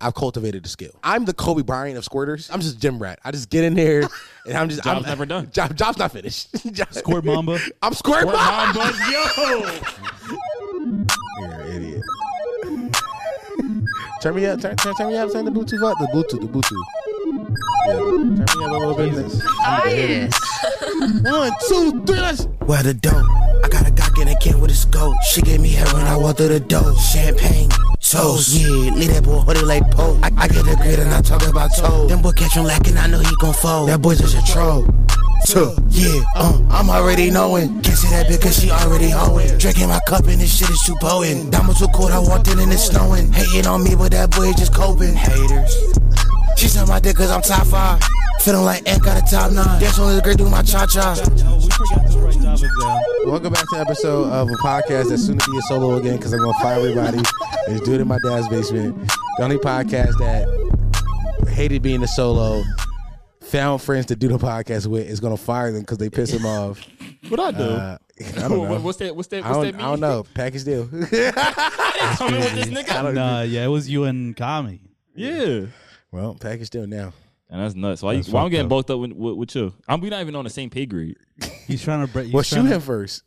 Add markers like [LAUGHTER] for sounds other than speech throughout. I've cultivated the skill. I'm the Kobe Bryant of squirters. I'm just a gym rat. I just get in [LAUGHS] there and I'm just. Job's I'm, never done. [LAUGHS] Job, job's not finished. Job- Squirt Mamba. [LAUGHS] I'm squirt. Squirt Mamba. Mamba, yo. [LAUGHS] You're an idiot. turn me up. Turn, turn, turn me up. Turn the Bluetooth up. The Bluetooth. The Bluetooth. Yeah. Turn me up a little bit. One, two, three. Let's. Where the dope? I got a Glock in a can with a scope. She gave me hair when I walked through the door. Champagne, toast. Yeah, leave that boy hoodie like Pope. I, I get a grid and I talk about toes. Them boy catch him lacking, I know he gon' fold. That boy just a troll. Two. Yeah, um, I'm already knowing. Can't say that because she already hoeing. Drinking my cup and this shit is too potent. Diamonds too cold, I walked in and it's snowing. Hating on me, but that boy is just coping. Haters. She said my dick cause I'm top five. Feeling like Ant got a top nine. That's only the great do my cha cha. Oh, we forgot to write David down. Welcome back to episode of a podcast that's soon to be a solo again because I'm gonna fire everybody and do it in my dad's basement. The only podcast that hated being a solo, found friends to do the podcast with, is gonna fire them because they piss him [LAUGHS] off. What I do? Uh, I don't [LAUGHS] What- know. what's that? What's that? I What's that don't, mean? I don't know. Package deal. [LAUGHS] Coming with this nigga. Nah, yeah, it was you and Kami. Yeah. well, package deal now. And that's nuts. Why, you, That's why I'm fucked getting up. both up with, with, with you? I'm we not even on the same pay grade. He's trying to break. Well, shoot him first.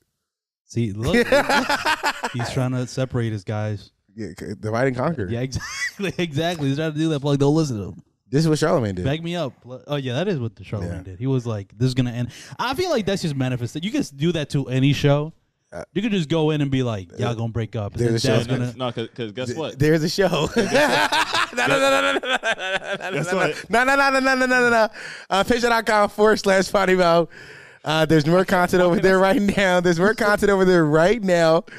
See, look, look. [LAUGHS] he's trying to separate his guys. Yeah, c- divide and conquer. Yeah, exactly, [LAUGHS] exactly. He's trying to do that. but, Like, don't listen to him. This is what Charlamagne did. Back me up. Like, Oh yeah, that is what the Charlamagne Yeah. did. He was like, "This is gonna end." I feel like that's just manifested. You can do that to any show. You could just go in and be like, "Y'all gonna break up." And then there's a show that's next- gonna. No, because guess what? There's a show. No, no, [LAUGHS] no, no, no, no, That's no, what- no, no, no, no, no, no, no, no. Uh, Patreon.com forward slash potty mouth. Uh, there's more content over there right now. There's more content over there right now. [COUGHS]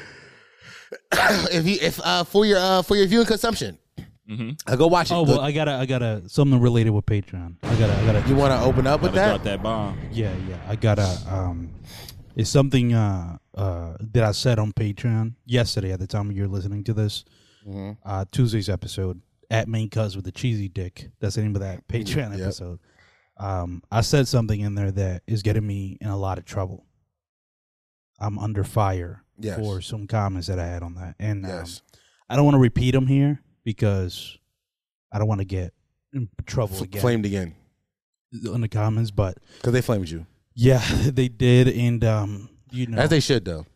if you if uh for your uh for your viewing consumption, uh, go watch it. Oh well, I gotta, I gotta something related with Patreon. I gotta, I gotta. you want to open up with Gotta that? drop that bomb. Yeah, yeah. I gotta um it's something uh uh that I said on Patreon yesterday at the time you're listening to this. Mm-hmm. Uh Tuesday's episode at main cuz with the cheesy dick. That's the name [LAUGHS] of that Patreon Yep. episode. Um I said something in there that is getting me in a lot of trouble. I'm under fire Yes. for some comments that I had on that. And um, Yes. I don't want to repeat them here because I don't want to get in trouble again Flamed again in the comments, but because they flamed you yeah, [LAUGHS] they did, and um, you know, as they should though.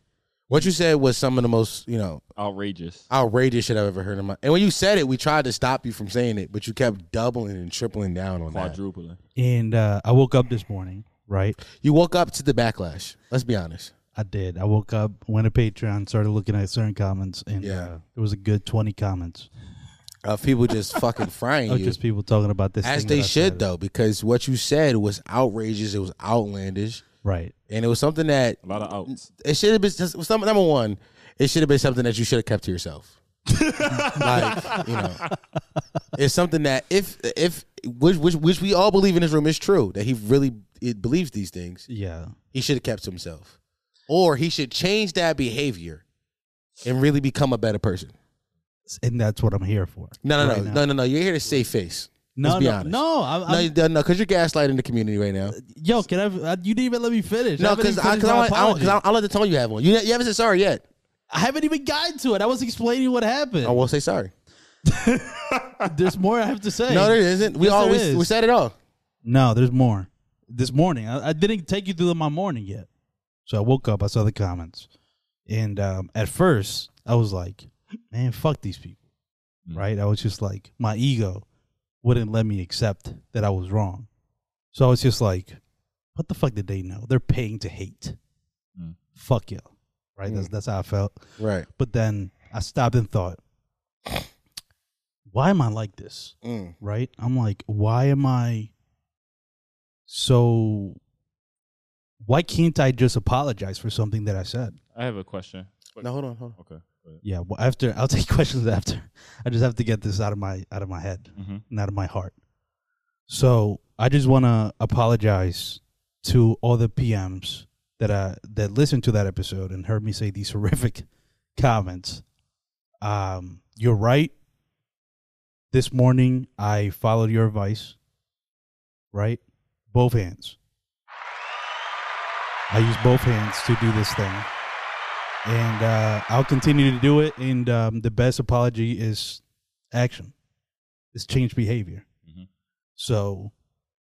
What you said was some of the most you know Outrageous. outrageous shit I've ever heard in my. And when you said it, we tried to stop you from saying it, but you kept doubling and tripling down on that. Quadrupling. and uh, I woke up this morning, right? You woke up to the backlash. Let's be honest. I did. I woke up, went to Patreon, started looking at certain comments, and Yeah. uh, there was a good twenty comments Of people [LAUGHS] just fucking frying of you, just people talking about this, as thing that they I should said. though, because what you said was outrageous. It was outlandish, right? and it was something that A lot of outs. it should have been. Just, some, number one, it should have been something that you should have kept to [LAUGHS] yourself. like you know, it's something that if if which, which which we all believe in this room is true that he really it believes these things. Yeah, he should have kept to himself. Or he should change that behavior and really become a better person. and that's what I'm here for. No, no, right no, now. no, no, no. You're here to save face. no, Let's be no, honest. no, I'm, No, I'm- you don't- no, because you're gaslighting the community right now. yo, can I? I- You didn't even let me finish. I No, haven't because even I, finished cause I, don't- my I, don't- apology. 'cause I, don't- I let to tell you have one. You, you haven't said sorry yet. I haven't even gotten to it. I was explaining what happened. I will say sorry. There's more I have to say. [LAUGHS] No, there isn't. We Yes, all there we, is. we said it all. No, there's more. This morning, I, I didn't take you through my morning yet. So I woke up, I saw the comments, and um, at first I was like, "Man, fuck these people," right? I was just like, my ego wouldn't let me accept that I was wrong, so I was just like, "What the fuck did they know? They're paying to hate. Mm. Fuck you, right?" That's that's how I felt. Right. But then I stopped and thought, why am I like this? Mm. Right? I'm like, why am I so. Why can't I just apologize for something that I said? I have a question. Wait, No, hold on, hold on. Okay. Wait. Yeah, well, after I'll take [LAUGHS] questions after. I just have to get this out of my out of my head Mhm. and out of my heart. So I just want to apologize to all the PMs that uh that listened to that episode and heard me say these [LAUGHS] horrific comments. Um, you're right. This morning I followed your advice. Right, both hands. I use both hands to do this thing and uh, I'll continue to do it. And um, the best apology is action. is change behavior. Mm-hmm. Mhm. So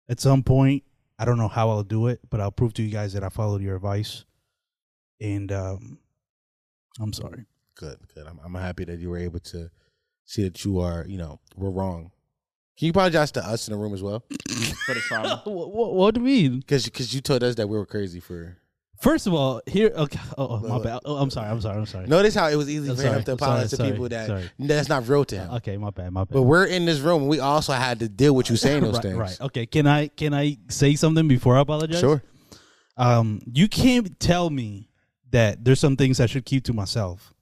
at some point, I don't know how I'll do it, but I'll prove to you guys that I followed your advice. And um, I'm sorry. Good, good. I'm, I'm happy that you were able to see that you are, you know, we're wrong. Can you apologize to us in the room as well? For the trauma. What, what, what do you mean? Because because you told us that we were crazy for. First of all, here. Okay, oh, oh, my Look. bad. Oh, I'm sorry. I'm sorry. I'm sorry. Notice how it was easy I'm for sorry, him to I'm sorry, apologize to sorry, people that sorry. Uh, that's not real to him. Okay, my bad. My bad. But we're in this room. and We also had to deal [LAUGHS] with you saying those right, things. right. Okay. Can I can I say something before I apologize? Sure. Um, you can't tell me that there's some things I should keep to myself.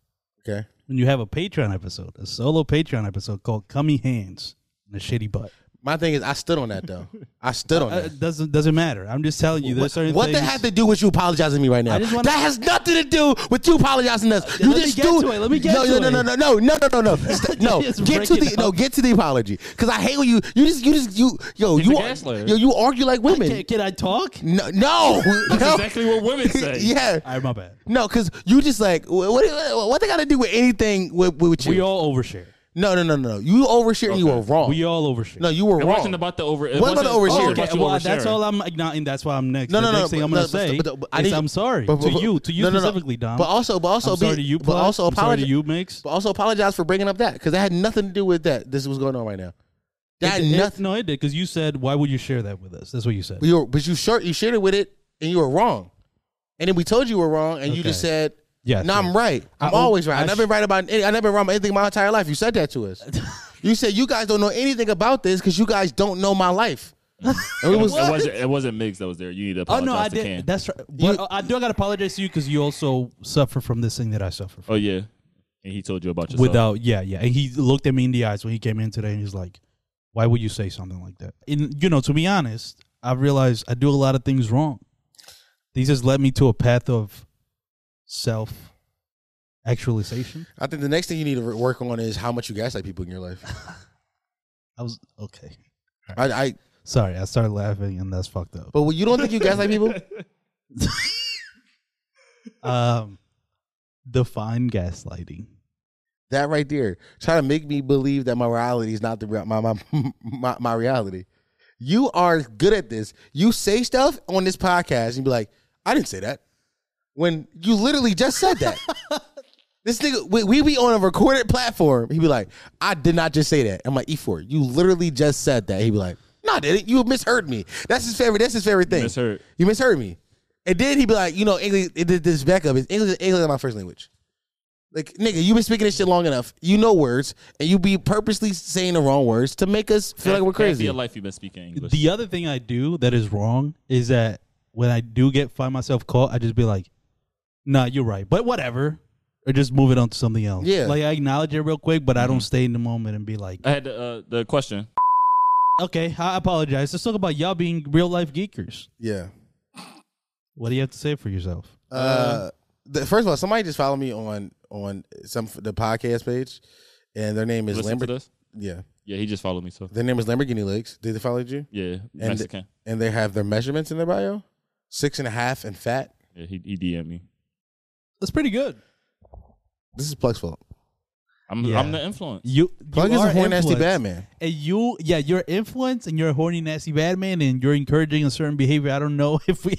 Okay. When you have a Patreon episode, a solo Patreon episode called "Cummy Hands" and a shitty butt, My thing is, I stood on that though. I stood on Uh, that. it doesn't doesn't matter. I'm just telling you, there's certain what things. that had to do with you apologizing to me right now? I just wanna- that has nothing to do with you apologizing to us. yeah, you let me just get do to it. Let me get no, to no, no, it. no, no, no, no, [LAUGHS] no, no, St- no. Just get to break the it no, up. get to the apology because I hate when you you just you just you yo He's you a ar- gaslighter. yo you argue like women. can, can I talk? no, no, That's no. [LAUGHS] exactly what [LAUGHS] women say. yeah. All right, my bad. No, because you just like what, what, what they got to do with anything with, with you? We all overshare. no, no, no, no, no. You overshare and you Okay. were wrong. We all overshare. no, you were It wrong. wasn't about the over. It What about wasn't- the overshare? it Oh, wasn't Okay, about you well, that's oversharing. all I'm ignoring. That's why I'm next. No, the no, no. next thing I'm no, gonna but- say but- but I is need- I'm sorry but- but- to but- you, to you no, no, no. specifically, Dom. But also, but also, I'm be- sorry to you, but Plug. also I'm sorry to apologize. you, Mix. But also apologize for bringing up that because that had nothing to do with that. This is what's going on right now. That It- had it- nothing. no, it did because you said, "Why would you share that with us?" That's what you said. but you were, but you shared you shared it with it and you were wrong, and then we told you were wrong and you just Okay. said. Yeah, no, I'm sure. right. I'm I- always right. I I've never sh- been right about any, I've never been wrong about anything my entire life. You said that to [LAUGHS] us. you said you guys don't know anything about this because you guys don't know my life. And It, we was, was, it wasn't. It wasn't Migs that was there. You need to Oh apologize no, I to Cam. did. That's right. But You- uh, I do. I gotta apologize to you because you also suffer from this thing that I suffer from. oh yeah, and he told you about yourself. Without, yeah, yeah. And he looked at me in the eyes when he came in today, and he's like, "Why would you say something like that?" And you know, to be honest, I realized I do a lot of things wrong. These has led me to a path of self actualization. I think the next thing you need to re- work on is how much you gaslight people in your life. I was okay. I, I Sorry, I started laughing, and that's fucked up. but what- you don't think you gaslight people? Um, define gaslighting. That right there, trying to make me believe that my reality is not the real, my, my [LAUGHS] my my reality. You are good at this. You say stuff on this podcast and be like, "I didn't say that," when you literally just said that. this nigga, we, we be on a recorded platform. He be like, "I did not just say that." I'm like, "E4, you literally just said that." He be like, "No, I didn't. You misheard me." That's his favorite. That's his favorite thing. misheard. You misheard me. And then he be like, "You know, English. It did this backup. Is English? English is my first language." Like, nigga, you've been speaking this shit long enough. You know words, and you be purposely saying the wrong words to make us feel like we're Half crazy. your life you've been speaking English. The other thing I do that is wrong is that when I do get find myself caught, I just be like, "Nah, you're right," but whatever, or just move it on to something else. Yeah. like I acknowledge it real quick, but I don't stay in the moment and be like, Mm-hmm. I had uh, the question. "Okay, I apologize." Let's talk about y'all being real life geekers. Yeah. What do you have to say for yourself? Uh, the, first of all, somebody just followed me on on some the podcast page, and their name is Listen to Lamborghini. this. Yeah, Yeah, he just followed me. So their name is Lamborghini Legs. Did they follow you? yeah, And- Mexican. And they have their measurements in their bio: six and a half and fat. Yeah, he, he DM'd me. That's pretty good. This is Plug's fault. I'm Yeah. I'm the influence. You Plug you is a are horn nasty influenced. bad man. and you yeah you're influenced and you're a horny nasty bad man and you're encouraging a certain behavior i don't know [LAUGHS] if we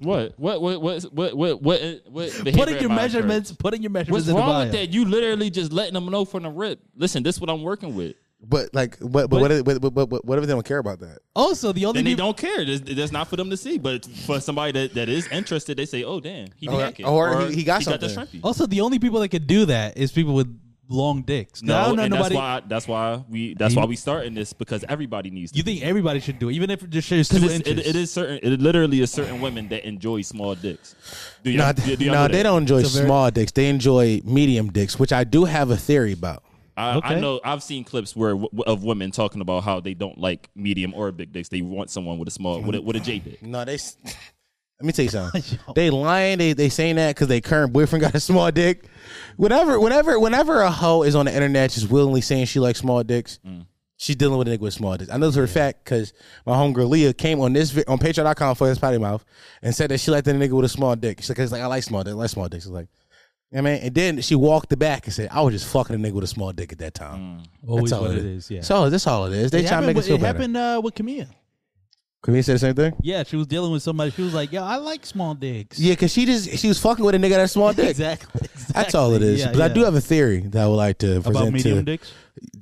What what what what what what what? what putting behavior your am I measurements putting your measurements What's in wrong the with bio. that? You literally just letting them know from the rip. Listen, this is what I'm working with. But like, but but what if, but, but, but, but what if they don't care about that? also the only Then they people- don't care. That's, that's not for them to see. But for somebody that, that is interested, they say, "Oh, damn, he Or- got it. or he- he got the something. shrimpy. also the only people that could do that is people with long dicks No, no, i don't know and nobody that's why that's why we that's You- why we starting this because everybody needs. you to think everybody should do it even if it just shares two Because it's- inches it, it is certain. It literally is certain women that enjoy small dicks. Do y'all- No, do- do y'all know no, that? they don't enjoy It's a very- small dicks. They enjoy medium dicks, which I do have a theory about. I, Okay. I know. I've seen clips where w- of women talking about how they don't like medium or big dicks. They want someone with a small with a, with a J dick. No, they. s- [LAUGHS] Let me tell you [LAUGHS] something. they lying. They they saying that because they current boyfriend got a small dick. Whenever, whenever, whenever a hoe is on the internet just willingly saying she likes small dicks, Mm. she's dealing with a nigga with small dicks. I know this for a fact because my homegirl Leah came on this vi- on Patreon.com for his potty mouth and said that she liked the nigga with a small dick. She's like, 'Cause, like I like small dicks. I like small dicks. I was like, I mean, and then she walked it back and said, "I was just fucking a nigga with a small dick at that time." Mm. Always That's all what it it is. is. Yeah. So that's all it is. They it try to happened, make us with- feel it better. happened uh, with Camille. Can we say the same thing? Yeah, she was dealing with somebody. She was like, "Yo, I like small dicks." [LAUGHS] Yeah, because she just she was fucking with a nigga that had a small dick. exactly. exactly. That's all it is. Yeah, but I yeah. do have a theory that I would like to present about medium to. dicks.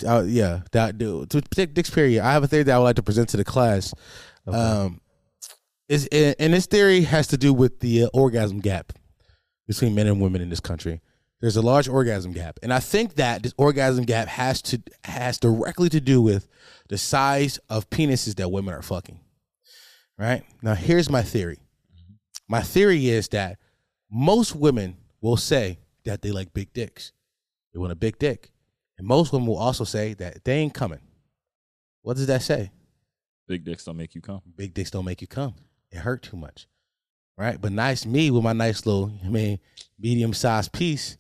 uh, yeah, that do to Dick- Dick's period. I have a theory that I would like to present to the class. Um, is and this theory has to do with the uh, orgasm gap between men and women in this country. There's a large orgasm gap, and I think that this orgasm gap has to has directly to do with the size of penises that women are fucking. Right now, here's my theory. My theory is that most women will say that they like big dicks. They want a big dick. And most women will also say that they ain't coming. What does that say? Big dicks don't make you come. Big dicks don't make you come. It hurt too much. Right? But nice me with my nice little, I mean, medium sized piece.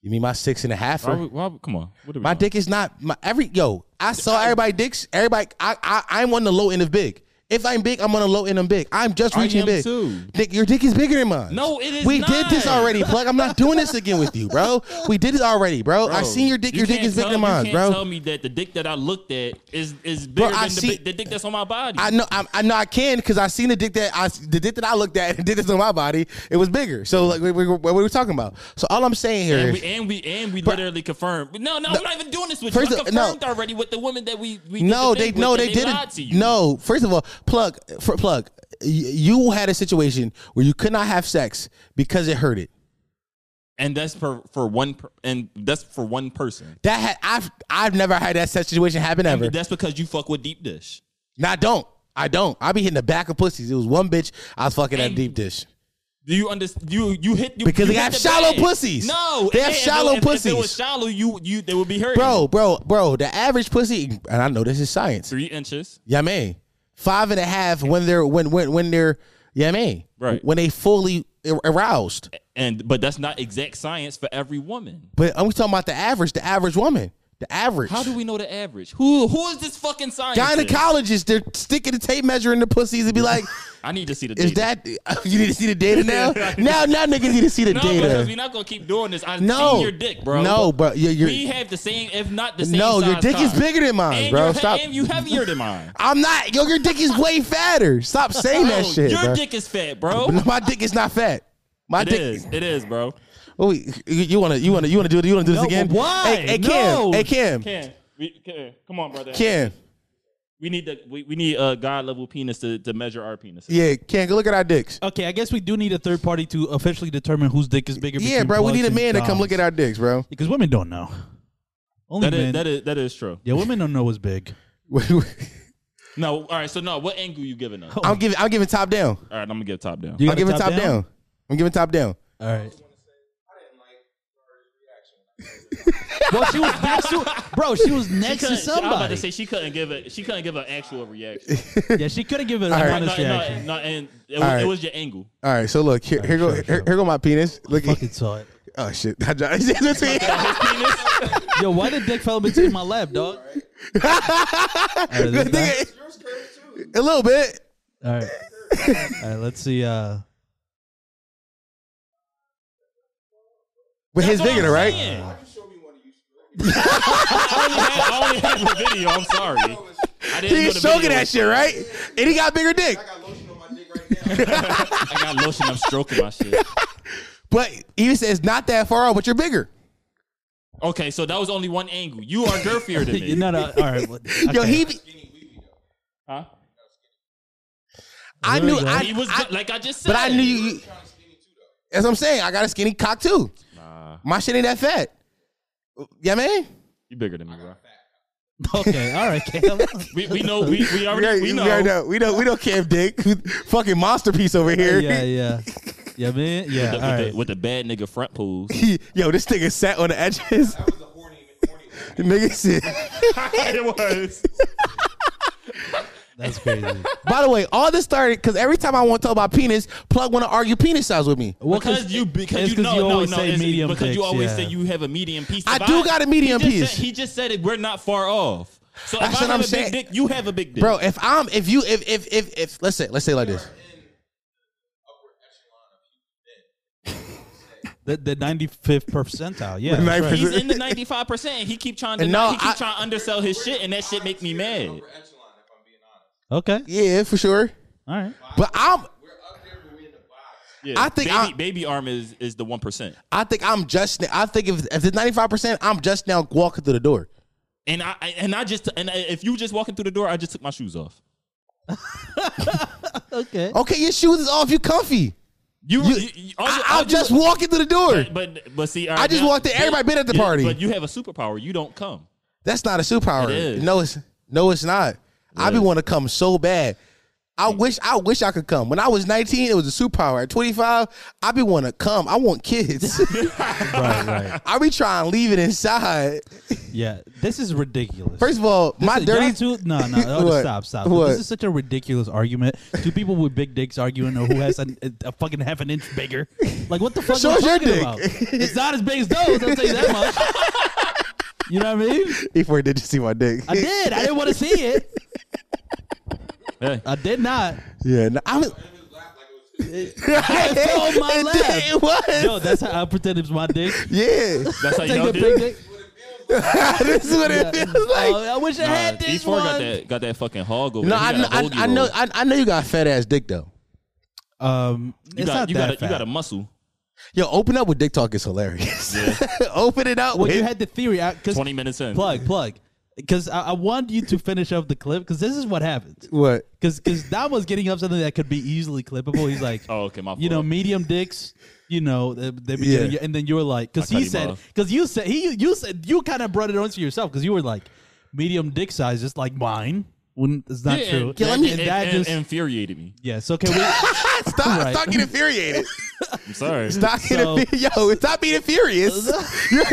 You mean my six and a half? Why would- why would- come on. What are we My doing? dick is not my every yo, I saw everybody dicks. Everybody I I I'm on the low end of big. If I'm big, I'm on the low end of big. I'm just I reaching am big. too. Nick, your dick is bigger than mine. No, it is We did this not. already, plug. I'm not doing this again with you, bro. We did it already, bro. I Bro, seen your dick. you your dick can't is bigger tell- than mine, you bro. can't Tell me that the dick that I looked at is is bigger I than see- the, big- the dick that's on my body. I know I, I know I can because I seen the dick that I the dick that I looked at [LAUGHS] and did this on my body. It was bigger. So like we, we, what were we talking about? So all I'm saying here, and we and we and we literally confirmed. No, no, we're not even doing this with First you. I of- no. confirmed already with the woman that we we did no, the they thing no with they, and didn't. lied to you. No, first of all, plug for, plug. y- You had a situation where you could not have sex because it hurt it. and that's for for one per, and that's for one person. That had I've I've never had that such situation happen ever. And that's because you fuck with deep dish. no, I don't. I don't. I be hitting the back of pussies. It was one bitch I was fucking at And- deep dish. Do you understand? You you hit you, Because they you hit have the shallow bag. pussies. No, They have and- and shallow if- If, it pussies. was shallow, you you they would be hurting. Bro, bro, bro. The average pussy, and I know this is science. three inches. Yeah, I mean, five and a half when they're when when when they're yeah, I mean, Right. when they fully ar- aroused. And but that's not exact science for every woman. But I'm talking about the average, the average woman, the average. How do we know the average? Who who is this fucking scientist? gynecologists? They're sticking the tape measure in the pussies and be [LAUGHS] like, I need to see the "Is data. that [LAUGHS] you need to see the data [LAUGHS] now? now, now niggas need to see the no, because we're data." not gonna keep doing this. I No. see your dick, bro. No, bro, you- you're- we have the same, if not the same. No, your size dick is cock. bigger than mine, and bro. your- Stop. And you heavier than mine. I'm not. Yo, your dick is way fatter. Stop saying that Bro, shit, your bro. dick is fat, bro. No, My dick is not fat. My It dick. is. It is, bro. Oh, you- you want to? You want to? You want to do it? You want to do this No, again? but why? Hey, hey Kim. No. Hey Kim. Can we? Can, come on, brother. Kim. We need the we, we need a god level penis to, to measure our penis. Yeah, Ken, go look at our dicks. Okay, I guess we do need a third party to officially determine whose dick is bigger. yeah, bro, we need a man to come look at our dicks, bro. [LAUGHS] because women don't know. Only That men. is, that is that is true. yeah, women don't know what's big. No, all right. So no, what angle you giving us? All I'm giving, I'm giving top down. right, I'm gonna give top down. You I'm giving top, down? I'm giving top down. All right. well, she was next to bro. She was next to Couldn't- I was about somebody. to say she couldn't give it. She couldn't give an actual reaction. [LAUGHS] yeah, she could have given an right. No, no, [LAUGHS] honest reaction. no, and it, was, right. it was your angle. All right, so look here. here go. sure, here, sure. here go my penis. Look. At, Fucking saw it. [LAUGHS] oh shit! I [LAUGHS] dropped- Look Yo, why the dick fell between my lap, [LAUGHS] dog? All right, this at- a little bit. guy- all right. All right, let's see. Uh, But his bigger, I'm right? saying. [LAUGHS] I only have, I only have a video. I'm sorry. I didn't He know was the stroking video that was- shit, right? And he got bigger dick. I got lotion. I'm stroking [LAUGHS] my shit. But he says not that far off, but you're bigger. Okay, so that was only one angle. You are girthier [LAUGHS] [LAUGHS] than you're me. not a, all right. well, Yo, okay. he. be- Huh? I knew. I, He was I- like I just said. but I knew you. As I'm saying, I got a skinny cock too. My shit ain't that fat. Yeah, man. You bigger than me, bro. Okay, all right, Cam. We, we know [LAUGHS] we, we We already already- we know. We, already know. we don't. We don't care if Dick, [LAUGHS] fucking monster piece over [LAUGHS] here. [LAUGHS] yeah, yeah, yeah, man. Yeah, all With, the, right. with the bad nigga [LAUGHS] front pools. Yo, this nigga sat on the edges. [LAUGHS] The nigga said. it was. That's [LAUGHS] crazy. By the way, all this started because every time I want to talk about penis, plug want to argue penis size with me. Well, Because you because it's you know you no, always no, say it's medium because you dicks, always yeah. say you have a medium piece. I If do got a medium he just piece. Said, he just said it. We're not far off. So That's what if I have I'm a saying. big dick, you have a big dick, Bro, if I'm, if you, if, if, if, if, let's say, let's say it like this. The, the 95th percentile. [LAUGHS] Yeah. The ninth that's right. He's in the ninety five percent. He keep trying to And no, he keep I- trying to undersell his shit, and that shit make me mad. Okay. Yeah, for sure. All right. But I'm Yeah. I think baby, I- baby arm is is the one percent, I think I'm just I think if if it's 95 percent, I'm just now walking through the door. and I I- and I just and if you just walking through the door, I just took my shoes off. Okay. Okay, your shoes is off. You comfy. You, You- you- Oh, you- all I, you- all I'm you- just walking through the door. But but see, all I just now- walked in. Everybody been at the yeah, party. But you have a superpower. You don't come. That's not a superpower. It is. No, it's no, it's not. I be is. want to come so bad. I wish I wish I could come. When I was 19, it was a superpower. At 25, I be want to come. I want [LAUGHS] kids. Right, right. I be trying to leave it inside. Yeah. This is ridiculous. First of all, my Listen, dirty y'all two- no, no, oh, What? stop, stop. What? This is such a ridiculous argument. Two people with big dicks arguing over who has a, a fucking half an inch bigger. Like, what the fuck? So are we is your talking dick. About? It's not as big as those. I'll tell you that much. You know what I mean? before did you see my dick? I did. I didn't want to see it. Hey. I did not. Yeah, no, I was. It's on [LAUGHS] my It lap. did, It was. Yo, that's how I pretend it's my dick. Yeah, That's how you Take the know, dude. big dick. [LAUGHS] this is what it feels like. Oh, I wish I had this These E four one. got that got that fucking hog over no, there. I, He know, got a I, bogey I know, roll. I, I know you got fat ass dick though. Um, You it's got not you that got a- fat. you got a muscle. Yo, open up with dick talk is hilarious. [LAUGHS] open it up. well, with, you had the theory. I, 'cause- Twenty minutes in. plug, plug. Because I, I want you to finish up the clip. Because this is what happens. what? [LAUGHS] Because because Dom was getting up something that could be easily clippable. He's like, Oh, okay, my fault. you know, medium dicks. You know, they, they be Yeah. getting- and then you were like, because I cut he him said, off. because you said he you said you kind of brought it onto yourself because you were like, medium dick size, just like mine. When it's not Yeah, true. And, that- let me- and- that and- just- infuriated me. yes. Okay. [LAUGHS] We, Stop! Right. Stop getting [LAUGHS] infuriated. I'm sorry. Stop So- getting yo. Stop being [LAUGHS] furious. you're,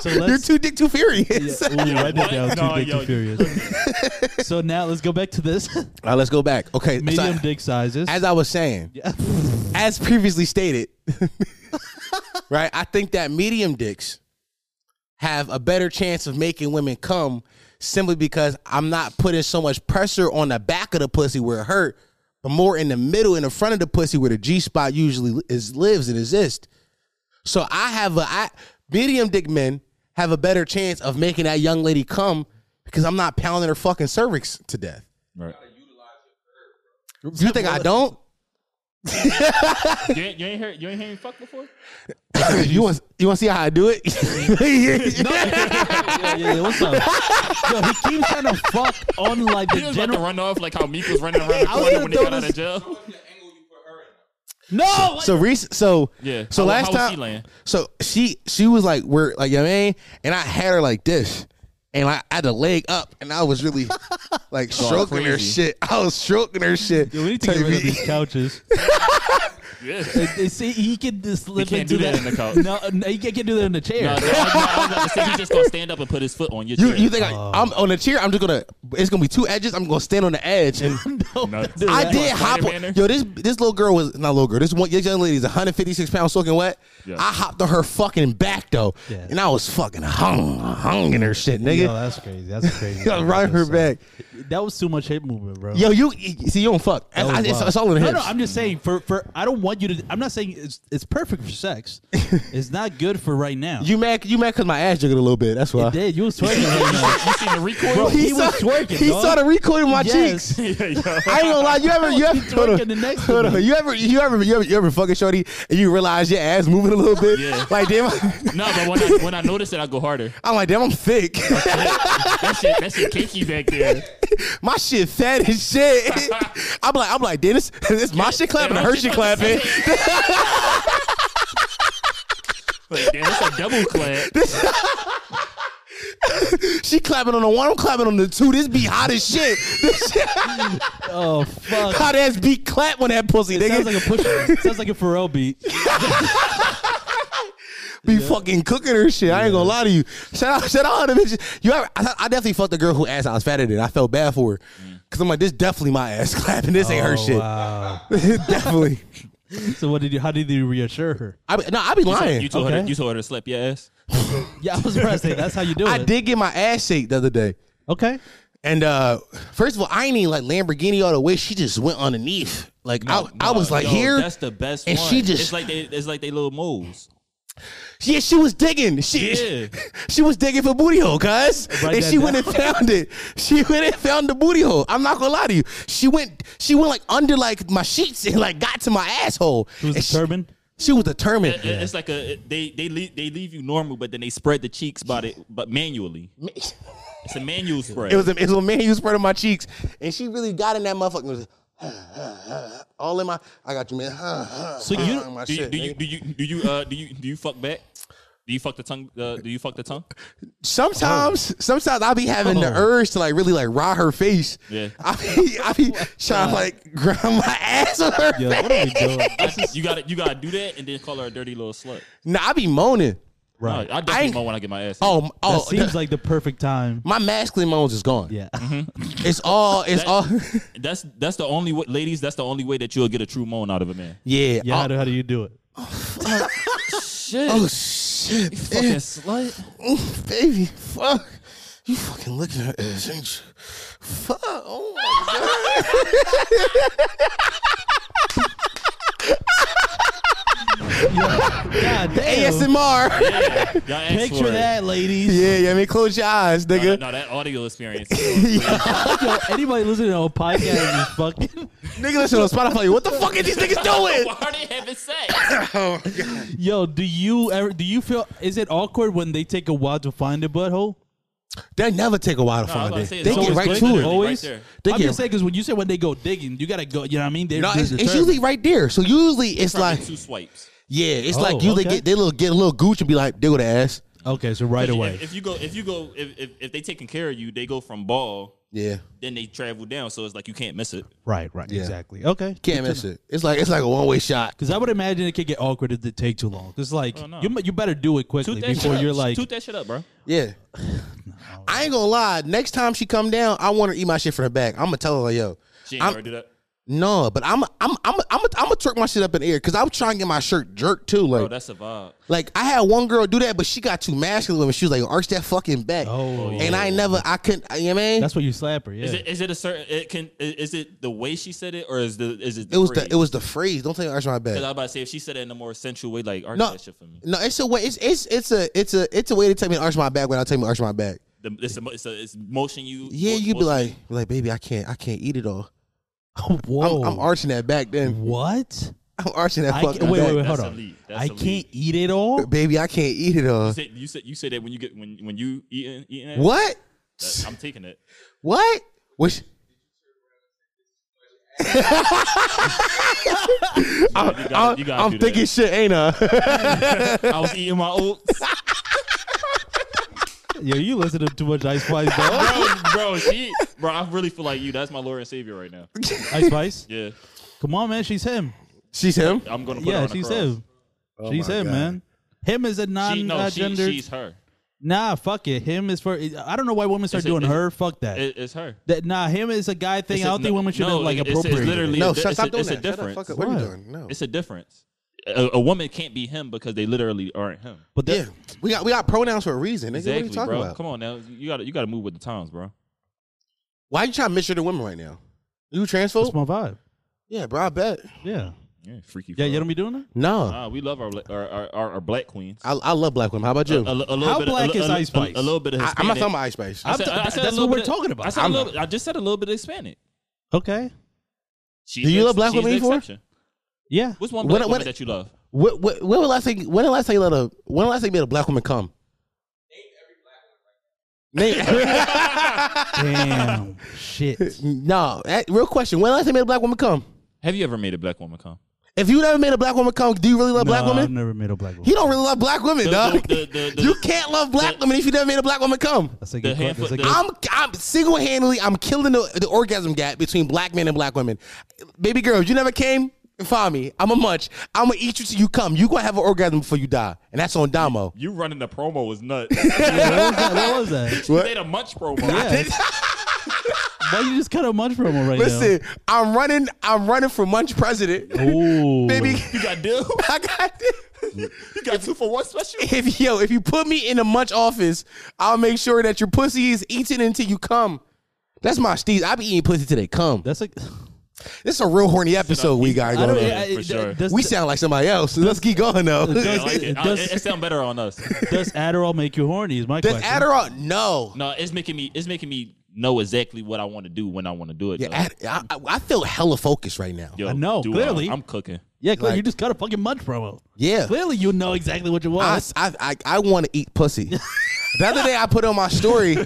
so you're let's. too dick too furious. yeah, ooh, write that down. what? Too No, big, yo, too furious. [LAUGHS] so now let's go back to this [LAUGHS] [LAUGHS] All right, let's go back. Okay, so medium I- dick sizes. as I was saying, [LAUGHS] as previously stated, [LAUGHS] right? I think that medium dicks have a better chance of making women come simply because I'm not putting so much pressure on the back of the pussy where it hurt, but more in the middle in the front of the pussy where the G spot usually is lives and exists. So I have a I, medium dick men have a better chance of making that young lady come because I'm not pounding her fucking cervix to death. Right. You think I don't? You ain't, you ain't heard you ain't heard me fuck before. you want you want to see how I do it? [LAUGHS] yeah, yeah, yeah, what's up? Yo, he keeps trying to fuck on like He the was about to general. run off like how Meek was running around the I was corner gonna when he throw got out this- of jail. No, [LAUGHS] what- so recent, so Yeah. So How- last how was time, she laying? so she she was like we're like you know what I mean, and I had her like this, and I, I had the leg up, and I was really like stroking her crazy. shit. I was stroking her shit. Yo, we need to get Tell rid of me- these couches. Yeah. [LAUGHS] They say he can just slip can't into do that in the couch. No, no, he can't do that in the No, chair. [LAUGHS] no, no, I was about to say, he just gonna stand up and put his foot on your you chair. you think I, I'm on the chair? I'm just gonna it's gonna be two edges. I'm gonna stand on the edge. And No, No. don't do I that. did hop. Spider-Man On, there? yo, this this little girl was not little girl. This one this young lady is 156 pounds soaking wet. Yeah. I hopped on her fucking back though, Yeah. and I was fucking hung hung in her shit, nigga. Yo, that's crazy. [LAUGHS] That's crazy. Yo, right her back. That was too much hip movement, bro. Yo, you see, you don't fuck. That was I- it's, wild. it's all in the No, hips. no, I'm just saying for for I don't want you to. I'm not saying it's it's perfect [LAUGHS] for sex. it's not good for right now. you uh, mad? You mad because my ass jiggled a little bit. That's why. it did. You was twerking. right now. you seen the recoil? [LAUGHS] Bro, He, He saw, was [LAUGHS] twerking, He dog. saw the recoil in [LAUGHS] my Yes. cheeks. Yeah, yo. I ain't gonna lie. You ever, you ever, He hold twerking on, the next hold to on. me. You ever, you ever, you ever, you ever fucking shorty and you realize your ass moving a little bit? Yeah. Like damn, [LAUGHS] No, but when I when I notice it, I go harder. I'm like damn, I'm thick. [LAUGHS] That shit, that shit, kinky back there. [LAUGHS] my shit fat as shit. I'm like, I'm like, Dennis, [LAUGHS] it's my shit clapping, Yeah, her I'm shit just clapping. about to [LAUGHS] Like, damn, that's a double clap. [LAUGHS] She clapping on the one, I'm clapping on the two. This be hot as shit. This shit, Oh fuck. hot ass be clap on that pussy. It nigga. sounds like a push. it sounds like a Pharrell beat. be fucking cooking her shit. I ain't gonna lie to you. Shout out, shout out to the bitches. You ever, I, I definitely fucked a girl who asked I was fatter than. I felt bad for her because I'm like, this definitely my ass clapping. This ain't her Oh, shit. Wow. [LAUGHS] definitely. So what did you? How did you reassure her? I, be- no, I be lying. You told her, Okay. you told her to slap your ass. Yeah, [LAUGHS] I was about to say that's how you do it. I did get my ass shaped the other day. Okay. And uh first of all, I ain't even like Lamborghini all the way. She just went underneath. Like I, I was like yo, here. That's the best. and one. she just- It's like they. It's like they little moles. Yeah, she was digging. She Yeah. [LAUGHS] she was digging for booty hole, cuz. Write And that she went and found it. She [LAUGHS] went and found the booty hole. I'm not gonna lie to you. She went she went like under like my sheets and like got to my asshole. [LAUGHS] It was And the she, turban. she was determined. It- It's like a it- they they leave, they leave you normal, but then they spread the cheeks by the but manually. It's a manual spread. [LAUGHS] It was a, it was a man who spread on my cheeks, and she really got in that motherfucker. and was [SIGHS] all in my, I got you, man. [SIGHS] So you- my do, you, shit, do you nigga. do you do you uh do you do you fuck back? Do you fuck the tongue? Uh, do you fuck the tongue? Oh. sometimes, sometimes I'll be having the Oh. urge to like really like raw her face. Yeah. I be, I be trying to like grind my ass on her. Yo, what are [LAUGHS] we doing? you got to You got to do that and then call her a dirty little slut. Nah, I be moaning. Right. No, I I definitely ain't- moan when I get my ass. Oh, m- That oh, seems the- like the perfect time. my masculine moans is gone. Yeah. It's all, it's That- all. [LAUGHS] That's that's the only way, ladies. That's the only way that you'll get a true moan out of a man. yeah. Oh, Yeah. all- How do, how do you do it? Shit, oh shit, fucking slut. Oof, baby, fuck. You fucking looking at her ass, ain't you? Fuck. Oh my god. God damn. ASMR. Y'all asked for Picture it. that, ladies. Yeah, yeah, I mean, close your eyes, No, nigga. no, that audio experience. [LAUGHS] [LAUGHS] Yo, anybody listening to a podcast is fucking. Nigga, listen on Spotify. What the fuck is these niggas doing? [LAUGHS] Why are they having [LAUGHS] sex? Yo, do you ever? Do you feel? Is it awkward when they take a while to find a butthole? They never take a while to No, I was find about to it. say, They it's get always right good to literally it. right Always. there. They I'm get- just saying because when you say when they go digging, you gotta go. You know what I mean? They're, No, they're it's, it's determined. usually right there. So usually it's Probably like, two swipes. yeah, it's Oh, like usually okay. get they little get a little gooch and be like, diggle the ass. okay. So right If- away. If, if you go, if you go, if, if if they taking care of you, they go from ball, Yeah, then they travel down. So it's like you can't miss it. right. Right. Yeah. Exactly. Okay. can't miss it. It's like it's like a one way shot. Because I would imagine it could get awkward if it take too long. Because like Oh, no. you you, you better do it Toot quickly that before shit up. you're like. toot that shit up, bro. Yeah, [SIGHS] I ain't gonna lie. Next time she come down, I want her to eat my shit from the back. I'm gonna tell her, yo, She ain't I'm- gonna do that. no, but I'm I'm I'm I'm I'm gonna jerk my shit up in the air because I'm trying to get my shirt jerked too. Like Bro, that's a vibe. Like I had one girl do that, but she got too masculine and she was like, "Arch that fucking back." Oh, and I ain't never, I couldn't. You know what I mean? That's what you slap her. Yeah. Is it is it a certain? It can i- is it the way she said it or is the is it? The it was phrase? the it was the phrase. Don't tell me arch my 'Cause I back. was about to say if she said it in a more sensual way, like arch No, that shit for me. no, it's a way. It's it's it's a it's a it's a way to tell me to arch my back without telling me to arch my back. The, it's, a, mo- it's a it's motion you. Yeah, mo- you'd be motion- like, like baby, I can't, I can't eat it all. [LAUGHS] Whoa. I'm, I'm arching that back. Mm-hmm. Then what? [LAUGHS] I'm arching that I, fucking wait, wait, back. wait, hold That's on. elite. That's I elite. can't eat it all. [LAUGHS] Baby, I can't eat it all. You say, you say you say that when you get when when you eating eating. it? What? That- I'm [LAUGHS] taking it. What? Which? You gotta- you gotta I'm do that. thinking shit, ain't I? [LAUGHS] I was eating my oats. Yo, you listen to too much Ice Spice. [LAUGHS] Bro. bro, bro, she, bro, I really feel like you. That's my Lord and Savior right now. Ice Spice. Yeah, Come on, man. She's him. She's him. I'm gonna put her Yeah, on the she's cross. him. she's Oh my him, God. man. Him is a She, no, she, non-gender. she's her. nah, fuck it. Him is for. I don't know why women start It's a- doing it's a- her. Fuck that. It, it's her. that. Nah, him is a guy thing. It's I a- don't think no- women should no, like it's- it's- appropriate. It's literally No, it's, shut it's stop a, doing it's that. a Shut the fuck difference. up. What are you What? doing? No. It's a difference. A, a woman can't be him because they literally aren't him. But that, Yeah, we got we got pronouns for a reason. Nigga. Exactly, what are you talking bro. about? Come on now, you got to you got to move with the times, bro. Why you trying to mistreat the women right now? You transphobe? that's my vibe. yeah, bro. I bet. Yeah. Yeah, freaky. Yeah, fro. you don't be doing that. No, Nah, we love our our our, our, our black queens. I, I love black women. How about A, a, you? a little How bit of- a black li- is a, li- Ice Spice? A, little bit of I, Uh, Hispanic. am not talking about ice spice. I said- I'm I ta- said a that's little what we're bit of- talking about. I said a I'm- little- I just said a little bit of Hispanic. Okay. She's Do you the- love black she's the women before? exception. Yeah. What's one What- black what- woman that you love? Wh- wh- when the last thing? When the last thing you let a? When the last thing you made a black woman come? Name every black Damn. [LAUGHS] Shit. woman. Name. [LAUGHS] no, that- real question. When the last thing you made a black woman come? Have you ever made a black woman come? If you never made a black woman come, do you really love black No, I've women? never made a black woman. You don't really love black women, The- dog. the- the- the- you can't love black women if you never made a black woman come. That's a The good hand question. That's a foot- good- I'm, I'm single handedly, I'm killing the, the orgasm gap between black men and black women. Baby girl, if you never came, find me. I'm a munch. I'm gonna eat you till you come. You gonna have an orgasm before you die, and that's on Damo. You running the promo was [LAUGHS] nuts. Yeah, what [LAUGHS] was that? What was that? What? They a munch promo. Yeah. [LAUGHS] Why you just cut a munch promo right Listen, I'm running. I'm running for munch president, now? Ooh. baby. [LAUGHS] You got deal. I got this. You got two for one special. If yo, if you put me in a munch office, I'll make sure that your pussy is eaten until you come. That's my steez. I be eating pussy till they come. [LAUGHS] That's like this is a real horny episode we got I going don't- on. I- For sure. Does, we sound like somebody else. Let's keep going though. I Does does- like it. I- does- it, it sound better on [LAUGHS] us. [LAUGHS] does Adderall make you horny? Is my question. Adderall? No. No, it's making me. It's making me know exactly what I want to do when I want to do it. Yeah, though. Ad- I, I- I feel hella focused right now. Yo, I know, do clearly. I'm cooking. yeah, clearly you like- just got a fucking munch promo. Yeah. Clearly you know exactly what you I, want. I, I, want to eat pussy. the other day I put on my story,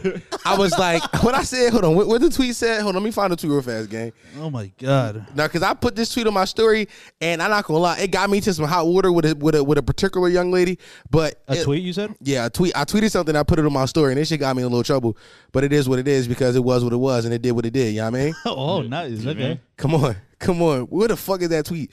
I was like, [LAUGHS] what I said, hold on, what, what the tweet said? Hold on, let me find the tweet real fast, gang. oh my god. Now, because I put this tweet on my story, and I'm not gonna lie, it got me into some hot water with a with a with a particular young lady. But A it- tweet you said? [LAUGHS] yeah, a tweet. I tweeted something, I put it on my story, and this shit got me in a little trouble. But it is what it is because it was what it was, and it did what it did. You know what I mean? [LAUGHS] Oh, nice. Okay. Come on, come on. Where the fuck is that tweet?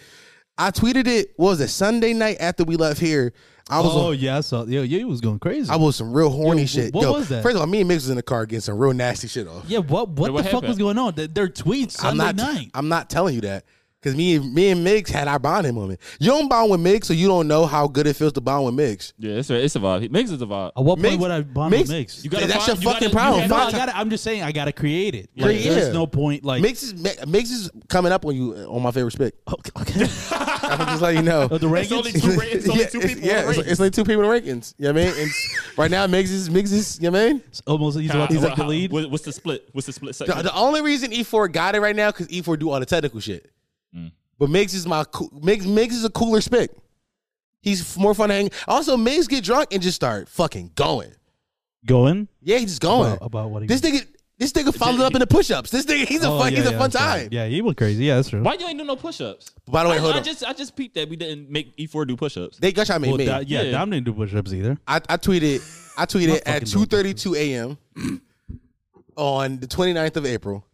I tweeted it. What was it Sunday night after we left here? I was Oh on, yeah, I saw. Yo, you was going crazy. I was some real horny Yo, wh- shit. what Yo, was that? First of all, me and Mix was in the car getting some real nasty shit off. yeah, what what, Yeah, what the fuck happened? was going on? Th- Their tweets I'm Sunday not. night. I'm not telling you that because me, and- me and Migs had our bonding moment. You don't bond with Migs, so you don't know how good it feels to bond with Migs. Yeah, it's a, it's a vibe. It makes it a vibe. At what Mix- point would I bond with Mix- Mix? You gotta That's find- your you fucking gotta- you problem. gotta- no, Find I time- gotta, I'm just saying, I gotta create it. Like, Create There's it. no point. Like, Migs is Migs is coming up on you on my favorite [LAUGHS] pick. okay, okay. I'm just letting you know. Oh, the It's only Reagans? two. ra- It's [LAUGHS] [LAUGHS] only yeah, two it's- people. yeah, on the it's, ring. it's only two people in rankings. You know what I mean? [LAUGHS] And s- right now, Migs is Migs is. You know what I mean? It's almost he's about to How- take the how- lead. what- What's the split? What's the split The, section? the only reason E4 got it right now because E4 do all the technical shit. Mm. But Migs is my coo- Migs. Migs is a cooler spick. He's f- more fun to hang. Also, Migs get drunk and just start fucking going. Going Yeah, he's just going About- about what he- Oh, This nigga, this nigga followed up in the push-ups. This nigga, he's a fun, he's a fun time. Yeah, he went crazy. Yeah, that's true. Why you ain't do no push-ups? By the way, I, hold I on. just I just peeped that we didn't make E4 do push-ups. They got shot me. Well, me. Da- Uh, yeah, Yeah. Dom didn't do push-ups either. I, I tweeted, I tweeted at fucking doing 2:32 a.m. on the 29th of April.